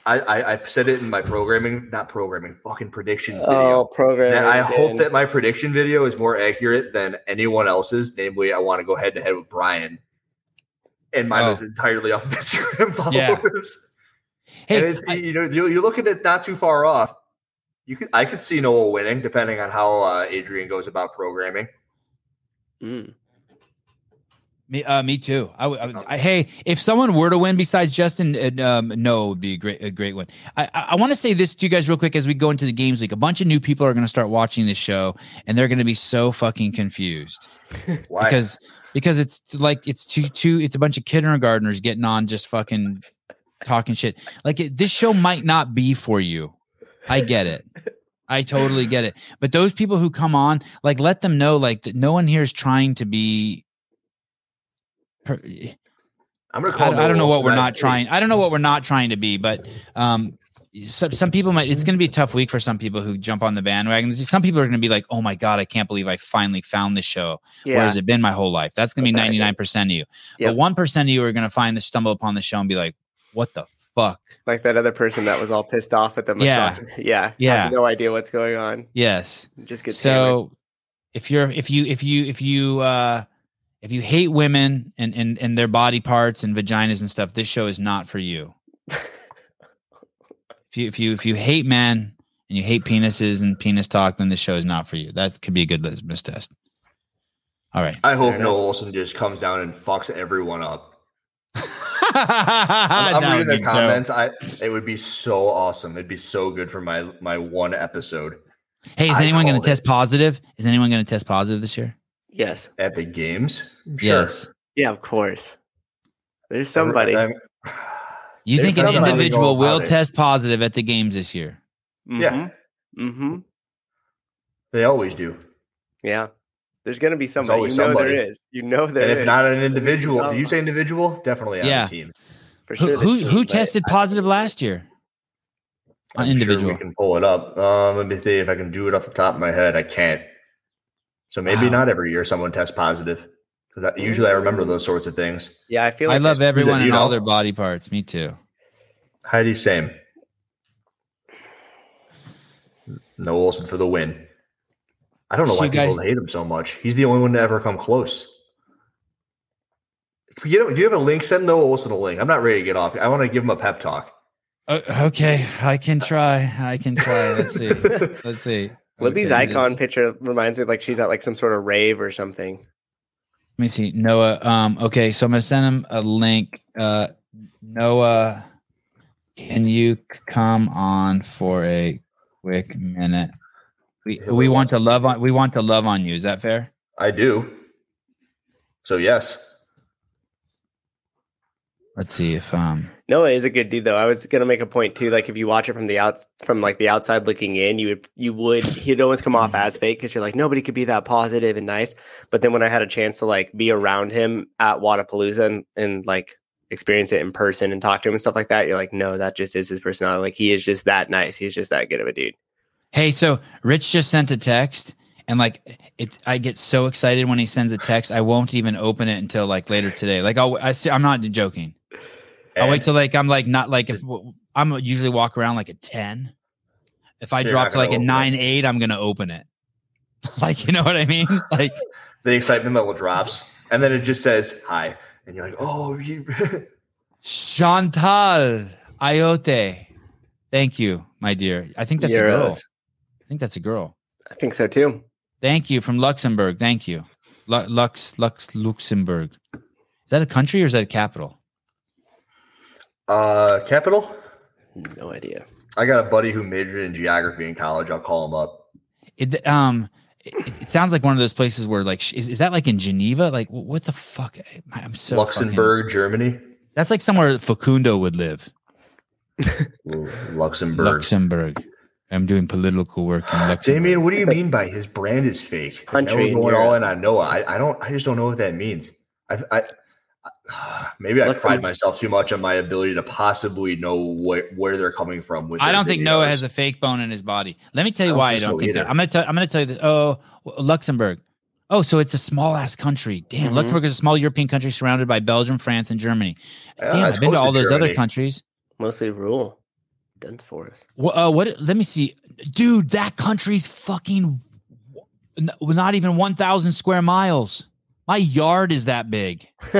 I, I, I said it in my programming, not programming, fucking predictions video. Oh, program. that I hope that my prediction video is more accurate than anyone else's. Namely, I want to go head to head with Brian, and mine Oh. was entirely off of Instagram Yeah. followers. and Hey, it's, I- you know, you're you're looking at not too far off. You could, I could see Noel winning, depending on how uh, Adrian goes about programming. Mm. me, uh, me too. I, would- I, would- I, hey, if someone were to win besides Justin, uh, um, no, it would be a great, a great one. I, I, I want to say this to you guys real quick as we go into the games week. A bunch of new people are going to start watching this show, and they're going to be so fucking confused. Why? because because it's like it's two two it's a bunch of kindergartners getting on just fucking talking shit. Like it, this show might not be for you. I get it. I totally get it. But those people who come on, like let them know like that no one here is trying to be per- I'm gonna I, call. I don't know Noel what we're tonight. not trying. I don't know what we're not trying to be, but um some, some people might it's going to be a tough week for some people who jump on the bandwagon some people are going to be like oh my god i can't believe i finally found this show where Yeah. has it been my whole life? That's gonna be ninety Exactly. nine percent of you. Yep. But one percent of you are gonna find the stumble upon the show and be like, "What the fuck?" Like that other person that was all pissed off at the Yeah. massage. Yeah. Yeah. Have no idea what's going on. Yes. Just get hammered. so if you're if you if you if you uh if you hate women and and and their body parts and vaginas and stuff, this show is not for you. if you if you if you hate men and you hate penises and penis talk, then this show is not for you. That could be a good litmus test. All right. I hope Fair Noel Olson just comes down and fucks everyone up. I'm, I'm Ah, That reading would be the dope. comments. I it would be so awesome. It'd be so good for my my one episode Hey, is I anyone going called to it. test positive? Is anyone going to test positive this year? yes. at the games. Yes. Yeah, of course. There's somebody. I'm- You There's think an somebody individual going will about it. test positive at the games this year? yeah. Mm-hmm. They always do. Yeah. There's gonna be somebody. You know always somebody. there is. You know there is. Oh. and if not an individual, some- do you say individual? Definitely on Yeah. the team. for Who sure the who, who team, but tested positive last year? I'm An sure individual. we can pull it up. Um, let me see if I can do it off the top of my head. I can't. So maybe Wow. not every year someone tests positive. 'Cause I- usually I remember those sorts of things. Yeah, I feel I like love everyone you and all know? their body parts. Me too. Heidi, same. No Wilson for the win. I don't know So why you people guys- hate him so much. He's the only one to ever come close. You know, do you have a link? Send Noah Olson a link. I'm not ready to get off. I want to give him a pep talk. Uh, okay, I can try. I can try. Let's see. Let's see. Libby's Okay, icon this- picture reminds me like she's at like some sort of rave or something. Let me see. Noah. Um. Okay, so I'm gonna send him a link. Uh, Noah, can you c- come on for a quick minute? We Who we will want to love on. We want to love on you. Is that fair? I do. So yes, Let's see if um Noah is a good dude though. I was gonna make a point too. Like if you watch it from the out from like the outside looking in, you would you would he'd always come off as fake because you're like nobody could be that positive and nice. But then when I had a chance to like be around him at Wadapalooza and, and like experience it in person and talk to him and stuff like that, you're like, no, that just is his personality. Like he is just that nice. He's just that good of a dude. hey, so Rich just sent a text and like it I get so excited when he sends a text. I won't even open it until like later today. Like I'll I see, I'm not joking. I'll wait And till like I'm like not like if I'm usually walk around like a 10. If I So you're drop not to like a gonna open it. 9 8, I'm gonna open it. Like you know what I mean? Like the excitement level drops, and then it just says hi, and you're like, oh, you Chantal Ayote. Thank you, my dear. I think that's a girl. Euros. I think that's a girl. I think so too. Thank you from Luxembourg. Thank you. Lu- Lux, Lux, Luxembourg. Is that a country or is that a capital? uh, capital. No idea. I got a buddy who majored in geography in college. I'll call him up. It, um, it, it sounds like one of those places where like sh- is, is that like in Geneva? Like wh- what the fuck? I- I'm so Luxembourg, fucking- Germany. that's like somewhere Facundo would live. Ooh, Luxembourg. Luxembourg. I'm doing political work in Luxembourg. Damian, what do you mean by his brand is fake? Country Now we're in going Europe. all in on Noah. I, I don't. I just don't know what that means. I, I, I maybe I pride Luxembourg- myself too much on my ability to possibly know where where they're coming from. With I their don't think Noah videos. has a fake bone in his body. Let me tell you I don't why I think don't so think either. that. I'm gonna tell. I'm gonna tell you this. Oh, w- Luxembourg. Oh, so it's a small ass country. Damn, Mm-hmm. Mhm. Luxembourg is a small European country surrounded by Belgium, France, and Germany. Yeah, Damn, it's I've been to close all those other Germany. countries. Mostly rural. Dense forest. What, uh, what? Let me see, dude. That country's fucking n- not even 1,000 square miles. My yard is that big.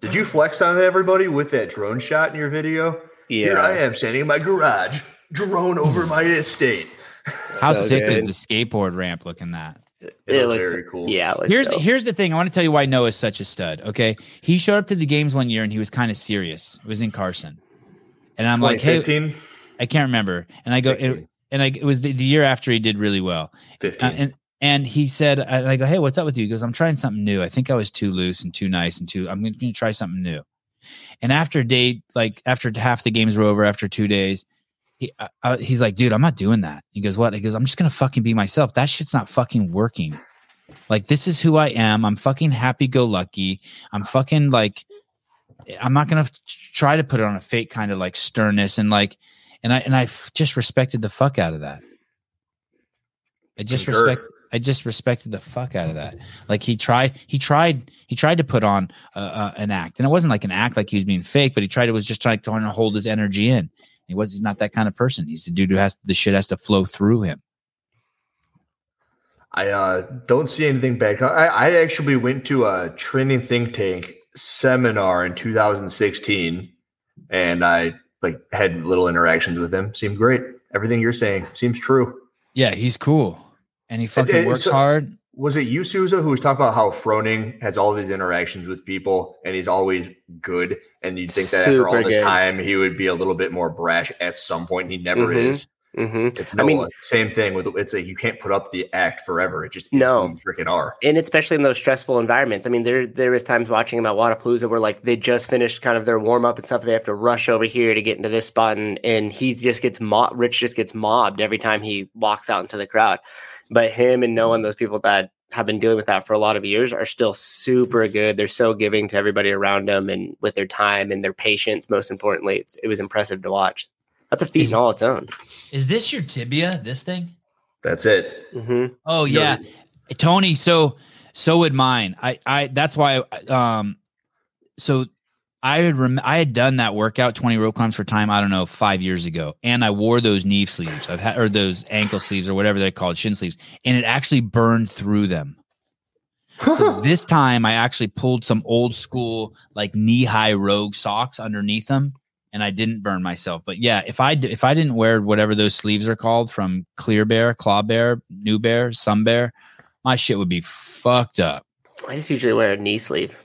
Did you flex on everybody with that drone shot in your video? Here I am standing in my garage, drone over my estate. How So sick good. is the skateboard ramp looking that? It, It was looks very cool. Yeah, it looks here's the, dope. here's the thing. I want to tell you why Noah's such a stud. Okay, he showed up to the games one year and he was kind of serious. It was in Carson, and I'm like, hey, 15, I can't remember. And I go, it, 16. and I it was the, the year after he did really well. Uh, 15. and and he said, and I go, hey, what's up with you? He goes, I'm trying something new. I think I was too loose and too nice and too. I'm going to try something new. And after day, like after half the games were over, after two days, he I, I- he's like, dude, I'm not doing that. He goes, what? He goes, I'm just going to fucking be myself. That shit's not fucking working. Like this is who I am. I'm fucking happy go lucky. I'm fucking like, I'm not gonna f- try to put it on a fake kind of like sternness and like, and I and I f- just respected the fuck out of that. I just Sure. respect. I just respected the fuck out of that. Like he tried, he tried, he tried to put on uh, uh, an act, and it wasn't like an act like he was being fake, but he tried. It was just trying to hold his energy in. He was. He's not that kind of person. He's the dude who has the shit has to flow through him. I uh, don't see anything bad. I, I actually went to a training think tank seminar in 2016, and I like had little interactions with him. Seemed great. Everything you're saying seems true. Yeah, he's cool, and he fucking it- works so- hard. Was it you, Souza, who was talking about how Froning has all these interactions with people and he's always good? And you'd think that after all Super this good. time, he would be a little bit more brash at some point. He never Mhm. is. hmm It's I no mean- same thing with it's like you can't put up the act forever. It just is No. who you freaking are. and especially in those stressful environments. I mean, there there was times watching them at Wadapalooza where like they just finished kind of their warm up and stuff. They have to rush over here to get into this spot, and and he just gets mobbed. Rich just gets mobbed every time he walks out into the crowd. But him and knowing those people that have been dealing with that for a lot of years are still super good. They're so giving to everybody around them and with their time and their patience. Most importantly, it's, it was impressive to watch. That's a feat Is- in all its own. Is this your tibia? This thing? That's it. hmm Oh You know, yeah, Tony. So so would mine. I I that's why. Um, so I had rem- I had done that workout twenty rope climbs for time. I don't know five years ago, and I wore those knee sleeves. I've had or those ankle sleeves or whatever they're called, shin sleeves, and it actually burned through them. So this time I actually pulled some old school like knee high rogue socks underneath them and I didn't burn myself. But yeah, if I d- if I didn't wear whatever those sleeves are called from Clear Bear, Claw Bear, New Bear, Sun Bear, my shit would be fucked up. I just usually wear a knee sleeve.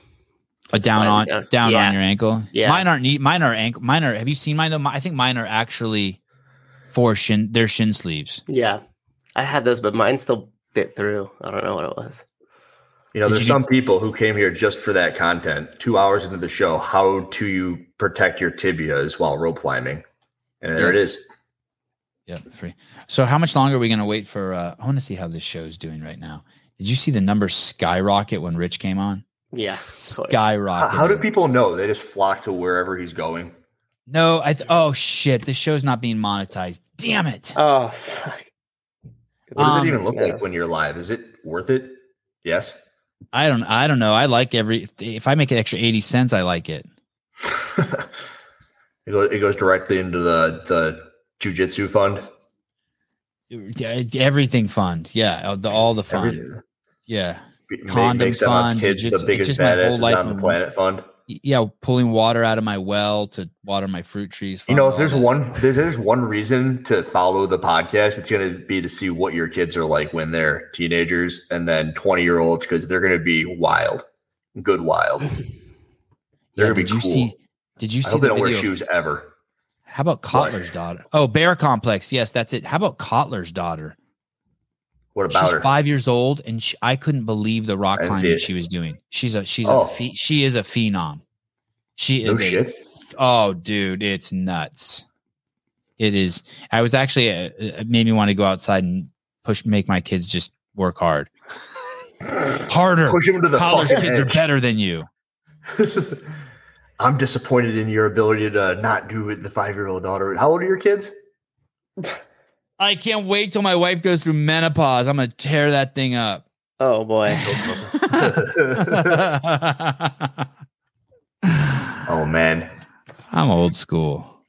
A down on Slide down, down. uh, Yeah. on your ankle. Yeah. Mine aren't knee, mine are ankle mine are have you seen mine though? Mi- I think mine are actually for shin their shin sleeves. Yeah, I had those, but mine still bit through. I don't know what it was. You know, Did there's you do- some people who came here just for that content. Two hours into the show, how do you protect your tibias while rope climbing? And there it Yes. is. Yeah, free. So how much longer are we going to wait for? Uh, I want to see how this show's doing right now. Did you see the numbers skyrocket when Rich came on? Yeah, of course. How, skyrocket. how do people know? They just flock to wherever he's going. No, I. Th- oh shit! This show's not being monetized. Damn it! Oh, fuck. What does Um, it even look yeah. like when you're live? Is it worth it? Yes. I don't. I don't know. I like every. If, if I make an extra eighty cents, I like it. it goes it goes directly into the the jujitsu fund. Yeah, Everything fund. Yeah, all the, all the fund. Everything. Yeah, Be- make- Condom makes them out fund, kids the jujitsu- biggest just my whole badasses life on the of- planet fund. Y- yeah. Pulling water out of my well to water my fruit trees. You know, fund, if there's all that. one there's, there's one reason to follow the podcast, it's going to be to see what your kids are like when they're teenagers and then 20 year olds because they're going to be wild, good wild. Yeah, They're going did to you be cool. see? Did you I see hope they the don't wear video? shoes ever. How about Kotler's daughter? Oh, Bear Complex. Yes, that's it. How about Kotler's daughter? What about she's her? five years old, and she, I couldn't believe the rock I didn't see climbing it. she was doing. She's a she's Oh. a phe- she is a phenom. She No is a shit. oh dude, it's nuts. It is. I was actually uh, it made me want to go outside and push, make my kids just work hard, harder. Push him to the College fucking kids are edge. better than you. I'm disappointed in your ability to not do it. The five year old daughter. How old are your kids? I can't wait till my wife goes through menopause. I'm gonna tear that thing up. Oh boy. Oh man, I'm old school.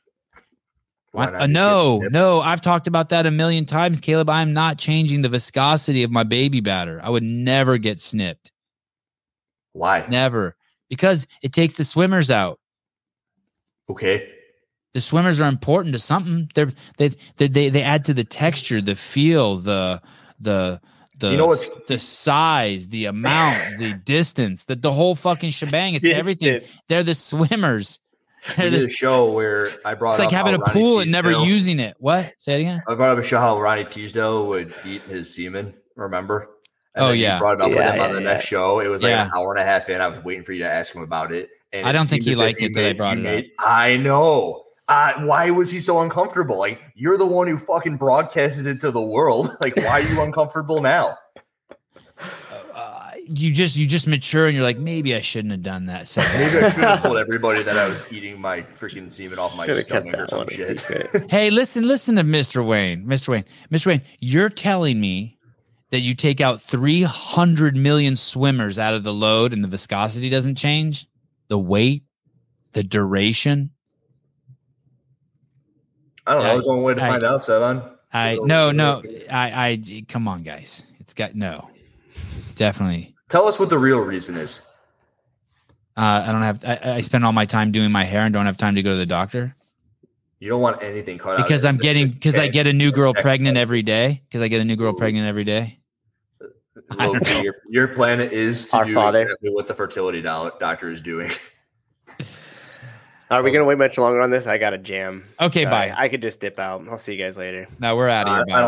Why not Uh, just get no, snipped? no, I've talked about that a million times, Caleb. I'm not changing the viscosity of my baby batter. I would never get snipped, Why? never, because it takes the swimmers out. Okay. The swimmers are important to something. They're, they they they they add to the texture, the feel, the the the You know what's- the size, the amount, the distance, the the whole fucking shebang. It's everything. Distance. They're the swimmers. We They're did the- a show where I brought it's like up having how a Ronnie pool and never Teasdale- using it. What? Say it again. I brought up a show how Ronnie Teasdale would eat his semen. Remember? Oh, then you yeah. brought it up with Yeah, him on yeah, the yeah. next show. It was like Yeah. an hour and a half in. I was waiting for you to ask him about it. And I it don't think seemed he as if liked it that I brought you it up. I know. Uh, why was he so uncomfortable? Like you're the one who fucking broadcasted it to the world. Like why are you uncomfortable now? uh, you just you just mature and you're like maybe I shouldn't have done that. Said that. Maybe I should have told everybody that I was eating my freaking semen off my Should have kept stomach or that some one a shit. secret. hey, listen, listen to Mr. Wayne, Mr. Wayne, Mr. Wayne. You're telling me that you take out 300 million swimmers out of the load and the viscosity doesn't change, the weight, the duration. I don't know. I- That was one way to I- find out, Seven. I no no I I come on guys, it's got no, it's definitely. Tell us what the real reason is. Uh, I don't have. I, I spend all my time doing my hair and don't have time to go to the doctor. You don't want anything cut out because I'm getting because I get a new girl That's pregnant sacrifice. every day because I get a new girl pregnant every day. I don't know. Loki, your, your plan is to Our do father. exactly what the fertility do- doctor is doing. Are we gonna wait much longer on this? I got a jam. Okay, Sorry, bye. I could just dip out. I'll see you guys later. Now we're out of I, here. I Bye. don't